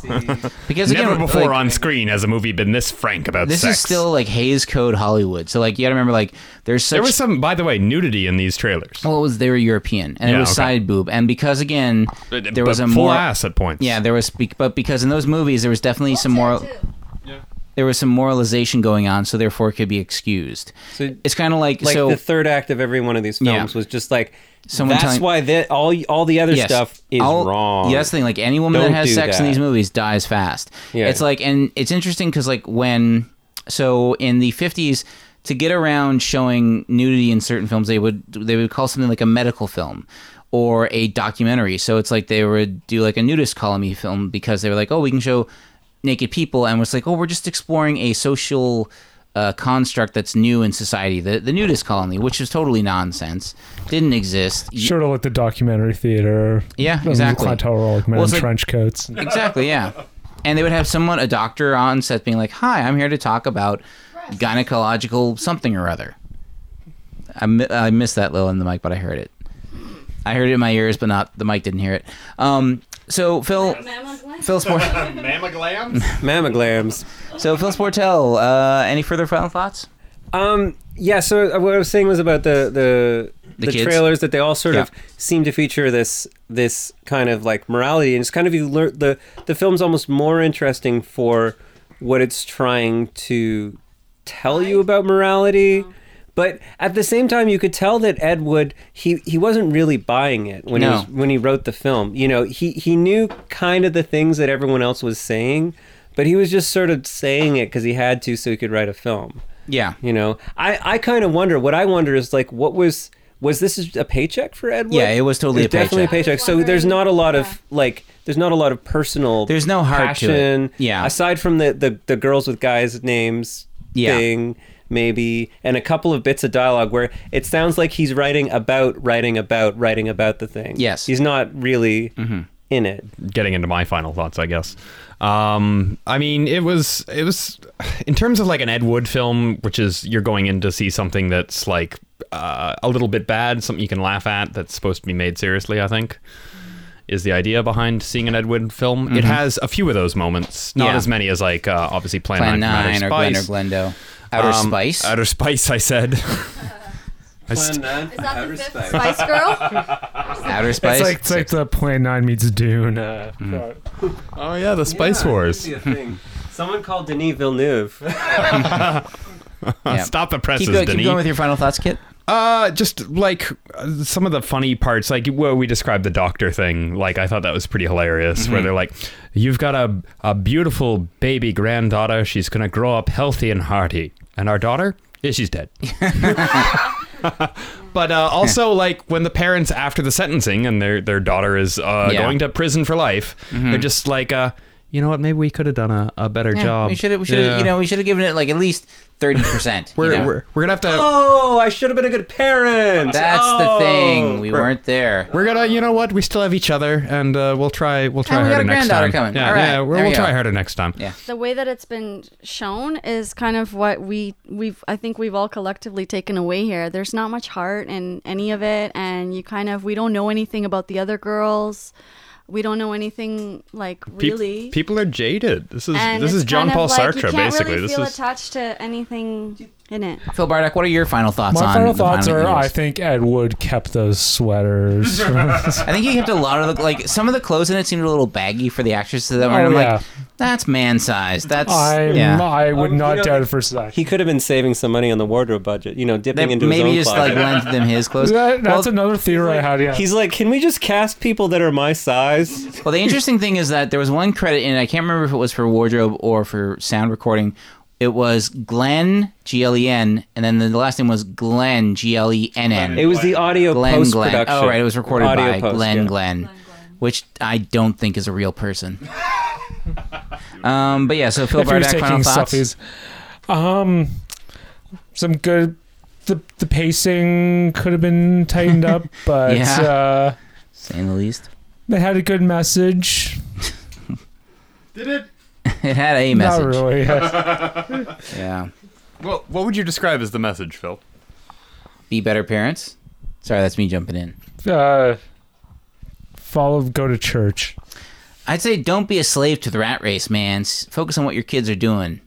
[SPEAKER 1] Because again,
[SPEAKER 3] never before
[SPEAKER 1] like,
[SPEAKER 3] on screen has a movie been this frank about
[SPEAKER 1] this
[SPEAKER 3] sex.
[SPEAKER 1] is still like Hayes Code Hollywood. So like you got to remember like there's such
[SPEAKER 3] there was some, by the way, nudity in these trailers.
[SPEAKER 1] Well, it was they were European, and it
[SPEAKER 3] Yeah,
[SPEAKER 1] was
[SPEAKER 3] okay. Uh,
[SPEAKER 1] side boob, and because again,
[SPEAKER 3] But-
[SPEAKER 1] there was
[SPEAKER 3] but
[SPEAKER 1] a
[SPEAKER 3] full
[SPEAKER 1] more
[SPEAKER 3] ass at points.
[SPEAKER 1] Yeah, there was, bec- but because in those movies there was definitely some moral. There was some moralization going on, so therefore it could be excused.
[SPEAKER 8] So
[SPEAKER 1] it's kind of like,
[SPEAKER 8] like
[SPEAKER 1] so
[SPEAKER 8] the third act of every one of these
[SPEAKER 1] Yeah.
[SPEAKER 8] films was just like
[SPEAKER 1] Someone
[SPEAKER 8] that's
[SPEAKER 1] telling-
[SPEAKER 8] why that all all the other
[SPEAKER 1] Yes.
[SPEAKER 8] stuff is
[SPEAKER 1] All-
[SPEAKER 8] wrong
[SPEAKER 1] Yeah, that's the thing. Like any woman
[SPEAKER 8] Don't
[SPEAKER 1] that has
[SPEAKER 8] do
[SPEAKER 1] sex
[SPEAKER 8] that.
[SPEAKER 1] in these movies dies fast.
[SPEAKER 8] Yeah.
[SPEAKER 1] It's like, and it's interesting because like when, so in the fifties, to get around showing nudity in certain films, they would they would call something like a medical film or a documentary. So it's like they would do like a nudist colony film because they were like, oh, we can show naked people, and it's like, oh, we're just exploring a social. uh, a construct that's new in society, the, the nudist colony, which is totally nonsense, didn't exist. You-
[SPEAKER 5] Sort of like the documentary theater.
[SPEAKER 1] Yeah,
[SPEAKER 5] Those
[SPEAKER 1] exactly.
[SPEAKER 5] Clint Howard, like men
[SPEAKER 1] Well,
[SPEAKER 5] in
[SPEAKER 1] it's like-
[SPEAKER 5] trench
[SPEAKER 1] [LAUGHS]
[SPEAKER 5] coats.
[SPEAKER 1] Exactly, yeah. And they would have someone, a doctor on set being like, Hi, I'm here to talk about gynecological something or other. I, mi- I missed that low in the mic, but I heard it. I heard it in my ears, but not the mic didn't hear it. Um, so, Phil. Phil Sport.
[SPEAKER 3] Mammoglams?
[SPEAKER 8] Mammoglams.
[SPEAKER 1] So Phil Sportel, uh, any further final thoughts?
[SPEAKER 8] Um. Yeah. So uh, what I was saying was about the the
[SPEAKER 1] The
[SPEAKER 8] the,
[SPEAKER 1] kids?
[SPEAKER 8] trailers that they all sort
[SPEAKER 1] Yeah.
[SPEAKER 8] of seem to feature this this kind of like morality, and it's kind of you learn the the film's almost more interesting for what it's trying to tell you about morality. But at the same time, you could tell that Ed Wood he, he wasn't really buying it when he
[SPEAKER 1] No.
[SPEAKER 8] was when he wrote the film. You know, he he knew kind of the things that everyone else was saying, but he was just sort of saying it because he had to, so he could write a film.
[SPEAKER 1] Yeah.
[SPEAKER 8] You know, I I kind of wonder. What I wonder is like, what was was this a paycheck for Ed? Wood?
[SPEAKER 1] Yeah, it was totally
[SPEAKER 8] There's
[SPEAKER 1] a
[SPEAKER 8] definitely a paycheck. So there's not a lot of like, there's not a lot of personal.
[SPEAKER 1] There's no heart to it.
[SPEAKER 8] passion.
[SPEAKER 1] Yeah.
[SPEAKER 8] Aside from the the, the girls with guys names
[SPEAKER 1] Yeah.
[SPEAKER 8] thing, maybe, and a couple of bits of dialogue where it sounds like he's writing about writing about writing about the thing.
[SPEAKER 3] Yes.
[SPEAKER 8] He's not really
[SPEAKER 1] Mm-hmm.
[SPEAKER 8] in it.
[SPEAKER 3] [LAUGHS] Getting into my final thoughts, I guess. Um, I mean, it was it was in terms of like an Ed Wood film, which is you're going in to see something that's like uh, a little bit bad, something you can laugh at, that's supposed to be made seriously. I think is the idea behind seeing an Ed Wood film. It
[SPEAKER 1] Mhm.
[SPEAKER 3] has a few of those moments, not
[SPEAKER 1] Yeah.
[SPEAKER 3] as many as like uh, obviously Plan,
[SPEAKER 1] Plan
[SPEAKER 3] Nine,
[SPEAKER 1] 9
[SPEAKER 3] from
[SPEAKER 1] or
[SPEAKER 3] Outer
[SPEAKER 1] Glen or
[SPEAKER 3] Space.
[SPEAKER 1] Glendo. Outer
[SPEAKER 3] Um,
[SPEAKER 1] Spice?
[SPEAKER 3] Outer Spice, I said. [LAUGHS] I
[SPEAKER 17] Is
[SPEAKER 3] st-
[SPEAKER 17] that the fifth
[SPEAKER 18] Spice Girl?
[SPEAKER 1] Outer Spice? Mm.
[SPEAKER 5] It's like, it's like the Plan 9 meets Dune. Uh,
[SPEAKER 3] Oh yeah, the Spice Wars.
[SPEAKER 8] Someone called Denis Villeneuve.
[SPEAKER 1] Yeah.
[SPEAKER 3] Uh, Stop the
[SPEAKER 1] Keep
[SPEAKER 3] presses,
[SPEAKER 1] going- keep
[SPEAKER 3] Denis.
[SPEAKER 1] going with your final thoughts, Kit.
[SPEAKER 3] Uh, just like uh, some of the funny parts, like where we described the doctor thing, like I thought that was pretty hilarious. Where
[SPEAKER 1] Mhm.
[SPEAKER 3] they're like, "You've got a a beautiful baby granddaughter. She's gonna grow up healthy and hearty, and our daughter, yeah, she's [LAUGHS] dead." but uh, also, like when the parents after the sentencing and their their daughter is uh,
[SPEAKER 1] Yeah.
[SPEAKER 3] going to prison for life,
[SPEAKER 1] Mhm.
[SPEAKER 3] they're just like, uh, you know what? Maybe we could have done a, a better
[SPEAKER 1] Yeah,
[SPEAKER 3] job.
[SPEAKER 1] We should have, we should have,
[SPEAKER 3] Yeah.
[SPEAKER 1] you know, we should have given it like at least 30%.
[SPEAKER 3] [LAUGHS] We're-
[SPEAKER 1] you know?
[SPEAKER 3] we're- we're gonna have to.
[SPEAKER 8] Oh, I should have been a good parent. Oh.
[SPEAKER 1] That's the thing. We
[SPEAKER 3] We're-
[SPEAKER 1] weren't there.
[SPEAKER 3] We're gonna, you know what? We still have each other, and uh, we'll try. We'll try
[SPEAKER 1] And we got
[SPEAKER 3] harder
[SPEAKER 1] a
[SPEAKER 3] next
[SPEAKER 1] granddaughter
[SPEAKER 3] time.
[SPEAKER 1] coming.
[SPEAKER 3] Yeah,
[SPEAKER 1] All right,
[SPEAKER 3] yeah. We're,
[SPEAKER 1] there
[SPEAKER 3] we'll
[SPEAKER 1] we
[SPEAKER 3] try
[SPEAKER 1] go.
[SPEAKER 3] harder next time.
[SPEAKER 1] Yeah.
[SPEAKER 4] the way that it's been shown is kind of what we we've I think we've all collectively taken away here. There's not much heart in any of it, and you kind of we don't know anything about the other girls. We don't know anything like really.
[SPEAKER 3] people are jaded. This is
[SPEAKER 4] And
[SPEAKER 3] this
[SPEAKER 4] it's
[SPEAKER 3] is John
[SPEAKER 4] kind of
[SPEAKER 3] Paul
[SPEAKER 4] like,
[SPEAKER 3] Sartre,
[SPEAKER 4] you can't
[SPEAKER 3] basically.
[SPEAKER 4] Really
[SPEAKER 3] this
[SPEAKER 4] feel
[SPEAKER 3] is
[SPEAKER 4] attached to anything in it.
[SPEAKER 1] Phil Bardock, what are your final thoughts
[SPEAKER 5] My
[SPEAKER 1] on
[SPEAKER 5] final
[SPEAKER 1] the
[SPEAKER 5] thoughts
[SPEAKER 1] Violent
[SPEAKER 5] are
[SPEAKER 1] Years?
[SPEAKER 5] I think Ed Wood kept those
[SPEAKER 1] [LAUGHS]
[SPEAKER 5] sweaters. [LAUGHS]
[SPEAKER 1] I think he kept a lot of the like some of the clothes in it seemed a little baggy for the actresses. That were, and
[SPEAKER 5] Oh,
[SPEAKER 1] I'm
[SPEAKER 5] yeah.
[SPEAKER 1] like, that's man sized. That's
[SPEAKER 5] I,
[SPEAKER 1] yeah.
[SPEAKER 5] I would not
[SPEAKER 8] know,
[SPEAKER 5] doubt it for a second.
[SPEAKER 8] He could have been saving some money on the wardrobe budget, you know, dipping
[SPEAKER 1] They
[SPEAKER 8] into his
[SPEAKER 1] maybe
[SPEAKER 8] own
[SPEAKER 1] just like
[SPEAKER 8] closet.
[SPEAKER 1] lent them his clothes.
[SPEAKER 5] [LAUGHS] That-
[SPEAKER 1] well,
[SPEAKER 5] that's another theory I had. Yeah,
[SPEAKER 8] He's like, can we just cast people that are my size?
[SPEAKER 1] well, the interesting thing is that there was one credit, and I can't remember if it was for wardrobe or for sound recording. It was Glenn G L E N, and then the last name was Glenn G L E N N.
[SPEAKER 8] It was the audio
[SPEAKER 1] Glenn Glenn.
[SPEAKER 8] post-production.
[SPEAKER 1] Oh, right, it was recorded
[SPEAKER 8] Audio
[SPEAKER 1] by
[SPEAKER 8] post,
[SPEAKER 1] Glenn,
[SPEAKER 8] yeah.
[SPEAKER 1] Glenn, which I don't think is a real person. um, but yeah, so Phil
[SPEAKER 5] If he was
[SPEAKER 1] Bardock, final
[SPEAKER 5] taking
[SPEAKER 1] thoughts.
[SPEAKER 5] selfies. Um, some good. The the pacing could have been
[SPEAKER 1] [LAUGHS]
[SPEAKER 5] tightened up, but
[SPEAKER 1] Yeah.
[SPEAKER 5] uh,
[SPEAKER 1] Saying the least. [LAUGHS]
[SPEAKER 5] they had a good message.
[SPEAKER 3] Did it?
[SPEAKER 1] It had a message.
[SPEAKER 5] Not really.
[SPEAKER 1] [LAUGHS] Yeah.
[SPEAKER 3] Well, what would you describe as the message, Phil?
[SPEAKER 1] Be better parents. Sorry, that's me jumping in.
[SPEAKER 5] uh, follow. Go to church.
[SPEAKER 1] I'd say don't be a slave to the rat race, man. S- Focus on what your kids are doing.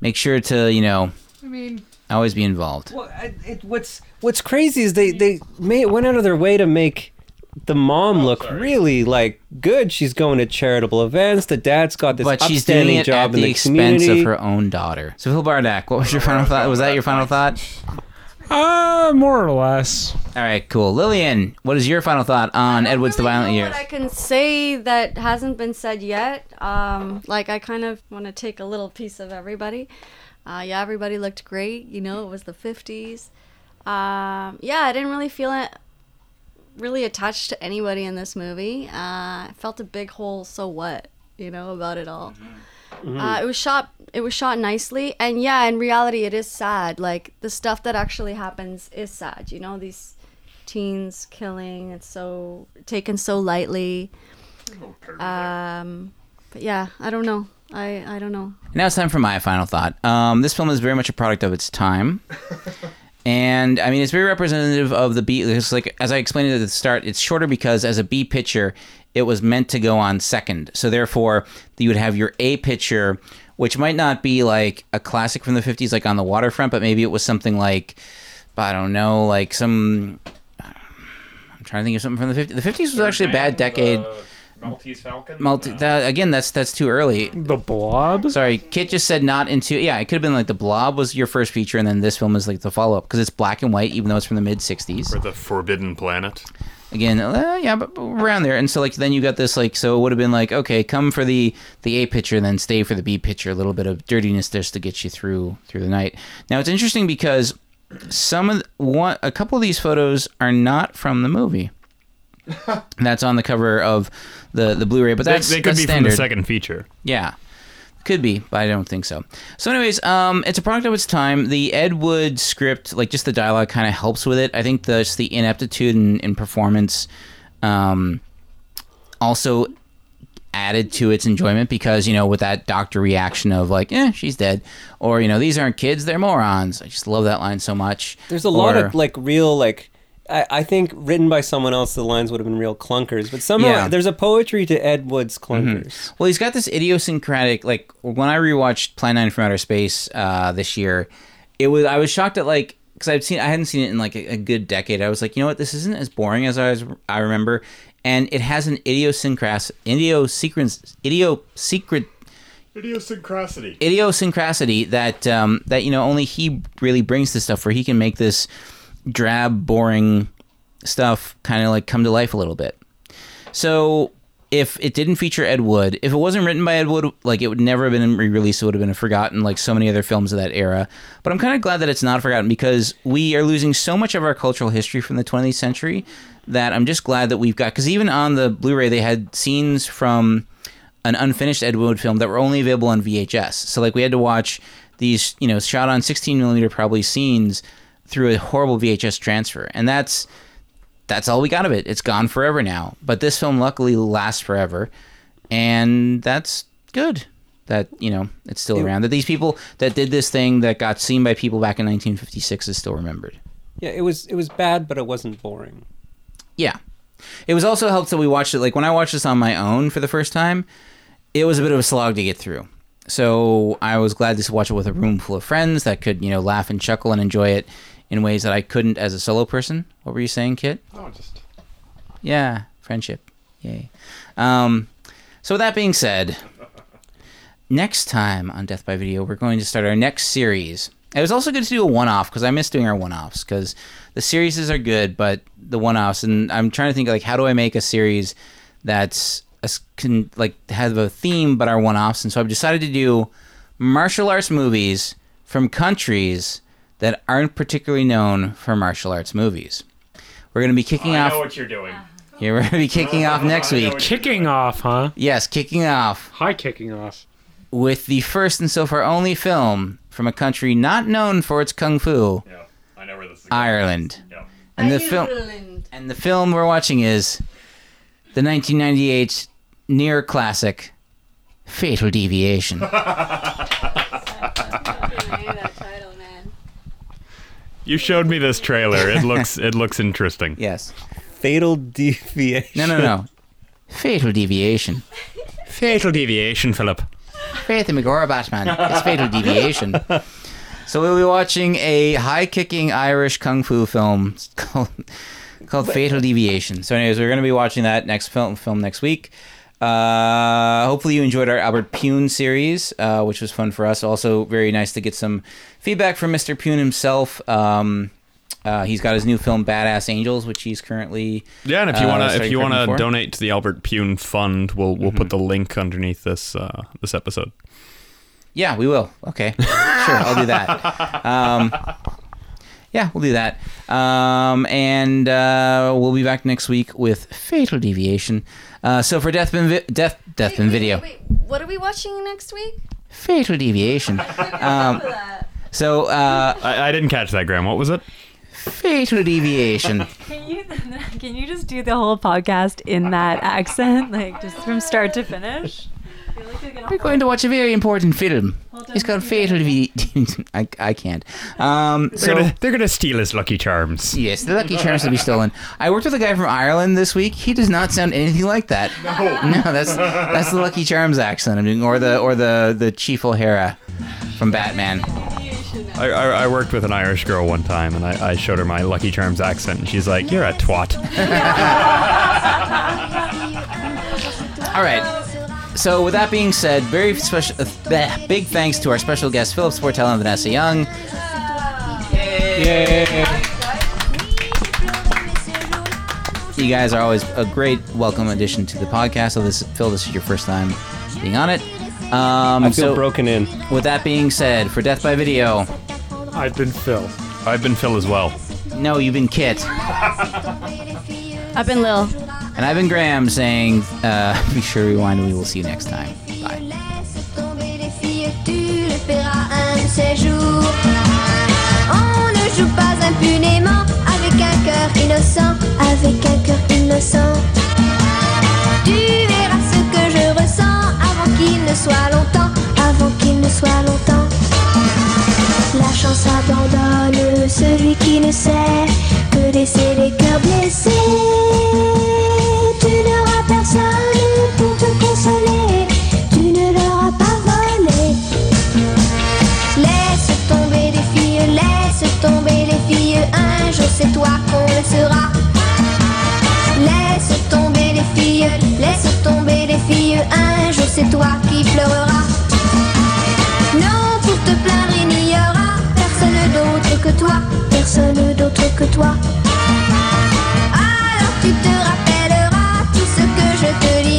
[SPEAKER 1] Make sure to, you know,
[SPEAKER 8] I mean,
[SPEAKER 1] always be involved.
[SPEAKER 8] well, I- it, what's what's crazy is they they made, went out of their way to make the mom
[SPEAKER 5] Oh,
[SPEAKER 8] look really like good. She's going to charitable events. The dad's got this
[SPEAKER 1] But she's doing
[SPEAKER 8] upstanding
[SPEAKER 1] it
[SPEAKER 8] job
[SPEAKER 1] at
[SPEAKER 8] in
[SPEAKER 1] the
[SPEAKER 8] the
[SPEAKER 1] expense
[SPEAKER 8] community.
[SPEAKER 1] of her own daughter. So Phil Bardak, what was your final thought? Was that your final thought?
[SPEAKER 5] Uh, more or less.
[SPEAKER 1] All right, cool. Lillian, what is your final thought on Edward's The Violent Years?
[SPEAKER 4] What I can say that hasn't been said yet, um, like I kind of want to take a little piece of everybody. Uh, yeah, everybody looked great. You know, it was the 50s. Um, yeah, I didn't really feel it really attached to anybody in this movie. Uh, I felt a big hole, so what, you know, about it all.
[SPEAKER 1] Mm-hmm.
[SPEAKER 6] Mhm.
[SPEAKER 4] Uh, it was shot. It was shot nicely, and yeah, in reality, it is sad. Like the stuff that actually happens is sad. You know, these teens killing. It's so taken so lightly. Um, but yeah, I don't know. I I don't know.
[SPEAKER 1] Now it's time for my final thought. Um, this film is very much a product of its time. And I mean, it's very representative of the B. It's like as I explained it at the start, it's shorter because as a B picture, it was meant to go on second. So therefore, you would have your A picture, which might not be like a classic from the '50s, like on the waterfront, but maybe it was something like, I don't know, like some. I'm trying to think of something from the '50s. The '50s was actually a bad decade.
[SPEAKER 11] uh, Maltese Falcon.
[SPEAKER 1] Multi that, again, that's that's too early. The Blob. Sorry, Kit just said not into. Yeah, it could have been like the Blob was your first feature, and then this film is like the follow up because it's black and white, even though it's from the mid '60s.
[SPEAKER 11] Or the Forbidden Planet.
[SPEAKER 1] Again, uh, yeah, but but around there, and so like then you got this like so it would have been like okay, come for the the A picture, then stay for the B picture. A little bit of dirtiness just to get you through through the night. Now it's interesting because some of the, one a couple of these photos are not from
[SPEAKER 11] [LAUGHS]
[SPEAKER 1] the movie. And that's on the cover of the the Blu-ray, but
[SPEAKER 11] They-
[SPEAKER 1] that's
[SPEAKER 11] they could be
[SPEAKER 1] that's
[SPEAKER 11] from the
[SPEAKER 1] standard.
[SPEAKER 11] second feature.
[SPEAKER 1] Yeah. Could be, but I don't think so. So, anyways, um, it's a product of its time. The Ed Wood script, like just the dialogue, kind of helps with it. I think the just the ineptitude in, in performance, um, also added to its enjoyment because you know with that doctor reaction of like, eh, she's dead, or you know these aren't kids, they're morons. I just love that line so much.
[SPEAKER 8] There's a lot
[SPEAKER 1] Or-
[SPEAKER 8] of like real like I, I think written by someone else the lines would have been real clunkers, but somehow
[SPEAKER 1] Yeah. Mm-hmm.
[SPEAKER 8] there's a poetry to Ed Wood's clunkers.
[SPEAKER 1] Well, he's got this idiosyncratic. Like when I rewatched Plan Nine from Outer Space uh, this year, it was I was shocked at like because I'd seen I hadn't seen it in like a, a good decade. I was like, you know what, this isn't as boring as I was, I remember, and it has an idiosyncras idiosyncras idiosecret
[SPEAKER 11] Idiosyncrasy.
[SPEAKER 1] idiosyncrasy that um, that you know only he really brings to stuff where he can make this drab, boring stuff kind of like come to life a little bit. So if it didn't feature Ed Wood, if it wasn't written by Ed Wood, like it would never have been re-released. It would have been forgotten, like so many other films of that era. But I'm kind of glad that it's not forgotten because we are losing so much of our cultural history from the 20th century that I'm just glad that we've got. Because even on the Blu-ray, they had scenes from an unfinished Ed Wood film that were only available on VHS. So like we had to watch these, you know, shot on 16 millimeter probably scenes through a horrible VHS transfer, and that's that's all we got of it. It's gone forever now. But this film luckily lasts forever, and that's good. That you know it's still around. That these people that did this thing that got seen by people back in 1956 is still remembered.
[SPEAKER 8] Yeah, it was it was bad, but it wasn't boring.
[SPEAKER 1] Yeah. It was also helped that we watched it. Like when I watched this on my own for the first time, it was a bit of a slog to get through. So I was glad to watch it with a room full of friends that could, you know, laugh and chuckle and enjoy it in ways that I couldn't as a solo person. What were you saying, Kit?
[SPEAKER 11] No, just
[SPEAKER 1] Yeah, friendship. Yay. Um, so with that being said, next time on Death by Video, we're going to start our next series. It was also good to do a one-off because I miss doing our one-offs because the series are good, but the one-offs. And I'm trying to think like, how do I make a series that's a s can like have a theme but are one-offs? And so I've decided to do martial arts movies from countries that aren't particularly known for martial arts movies. We're going to be kicking
[SPEAKER 11] Oh, I
[SPEAKER 1] off.
[SPEAKER 11] know what you're doing.
[SPEAKER 1] Yeah, we're gonna be kicking
[SPEAKER 11] [LAUGHS]
[SPEAKER 1] off next week.
[SPEAKER 14] Kicking off, huh?
[SPEAKER 1] Yes, kicking off
[SPEAKER 14] High kicking off.
[SPEAKER 1] with the first and so far only film from a country not known for its kung fu. Yeah,
[SPEAKER 11] I know where this is
[SPEAKER 1] Ireland. And the film [LAUGHS] and the film we're watching is the 1998 near classic
[SPEAKER 11] [LAUGHS]
[SPEAKER 1] Fatal Deviation.
[SPEAKER 11] You showed me this trailer. It looks [LAUGHS] it looks interesting.
[SPEAKER 1] Yes.
[SPEAKER 8] Fatal [LAUGHS] deviation.
[SPEAKER 1] No, no, no. Fatal Deviation.
[SPEAKER 11] Fatal deviation, Philip.
[SPEAKER 1] Faith in McGora Batman. It's Fatal Deviation. So we'll be watching a high-kicking Irish kung fu film It's called called Fatal Deviation. So, anyways, we're going to be watching that next film film next week. Uh, hopefully, you enjoyed our Albert Pune series, uh, which was fun for us. Also, very nice to get some feedback from Mr. Pune himself. Um, uh, he's got his new film Badass Angels, which he's currently
[SPEAKER 11] Yeah, and if you
[SPEAKER 1] uh,
[SPEAKER 11] wanna if
[SPEAKER 1] starting
[SPEAKER 11] you wanna
[SPEAKER 1] prepping for. Mm-hmm.
[SPEAKER 11] donate to the Albert Pune Fund, we'll we'll put the link underneath this uh, this episode.
[SPEAKER 1] Yeah, we will. Okay, sure, I'll do that. Um, yeah, we'll do that. Um, and uh, we'll be back next week with Fatal Deviation. Uh, so for Deathbin, vi- Death Deathbin Video,
[SPEAKER 4] What are we watching next week?
[SPEAKER 1] fatal deviation. Um, so uh, I, I didn't catch that, Graham. What was it? Fatal deviation.
[SPEAKER 19] Can
[SPEAKER 7] [LAUGHS]
[SPEAKER 19] you can you just do the whole podcast in that accent, like just from start to finish?
[SPEAKER 1] We're going to watch a very important film. It's called Fatal V. [LAUGHS] I, I can't. Um,
[SPEAKER 3] They're
[SPEAKER 1] so
[SPEAKER 3] gonna- they're going to steal his lucky charms.
[SPEAKER 1] yes, the lucky charms will be stolen. I worked with a guy from Ireland this week. He does not sound anything like that.
[SPEAKER 20] No.
[SPEAKER 1] no, that's that's the Lucky Charms accent I'm doing, or the or the the Chief O'Hara from Batman.
[SPEAKER 3] I, I, I worked with an Irish girl one time, and I, I showed her my Lucky Charms accent, and she's like, "You're a twat."
[SPEAKER 1] All right. So, with that being said, very special, uh, bleh, big thanks to our special guest, Philip Sportell and Vanessa Young. You guys are always a great welcome addition to the podcast. So, this Phil, this is your first time being on it. Um,
[SPEAKER 8] I feel
[SPEAKER 1] broken in. With that being said, for Death by Video,
[SPEAKER 5] I've been Phil.
[SPEAKER 1] I've been Phil as well. No, you've been Kit.
[SPEAKER 4] I've been Lil.
[SPEAKER 1] And I've been Graham saying, uh, [LAUGHS] be sure to rewind and we will see you next time. Bye.
[SPEAKER 16] les filles, tu le paieras un de ces jours. On ne joue pas impunément avec un cœur innocent, avec un cœur innocent. Tu verras ce que je ressens avant qu'il ne soit longtemps, avant qu'il ne soit longtemps. La chance abandonne celui qui ne sait que laisser les cœurs blessés. Tu n'auras personne pour te consoler, tu ne l'auras pas volé. Laisse tomber les filles, laisse tomber les filles, un jour c'est toi qu'on le sera. Laisse tomber les filles, laisse tomber les filles, un jour c'est toi qui pleureras. Non, pour te plaindre, il n'y aura personne d'autre que toi, personne d'autre que toi. Alors tu te rappelleras tout ce que je te dirai.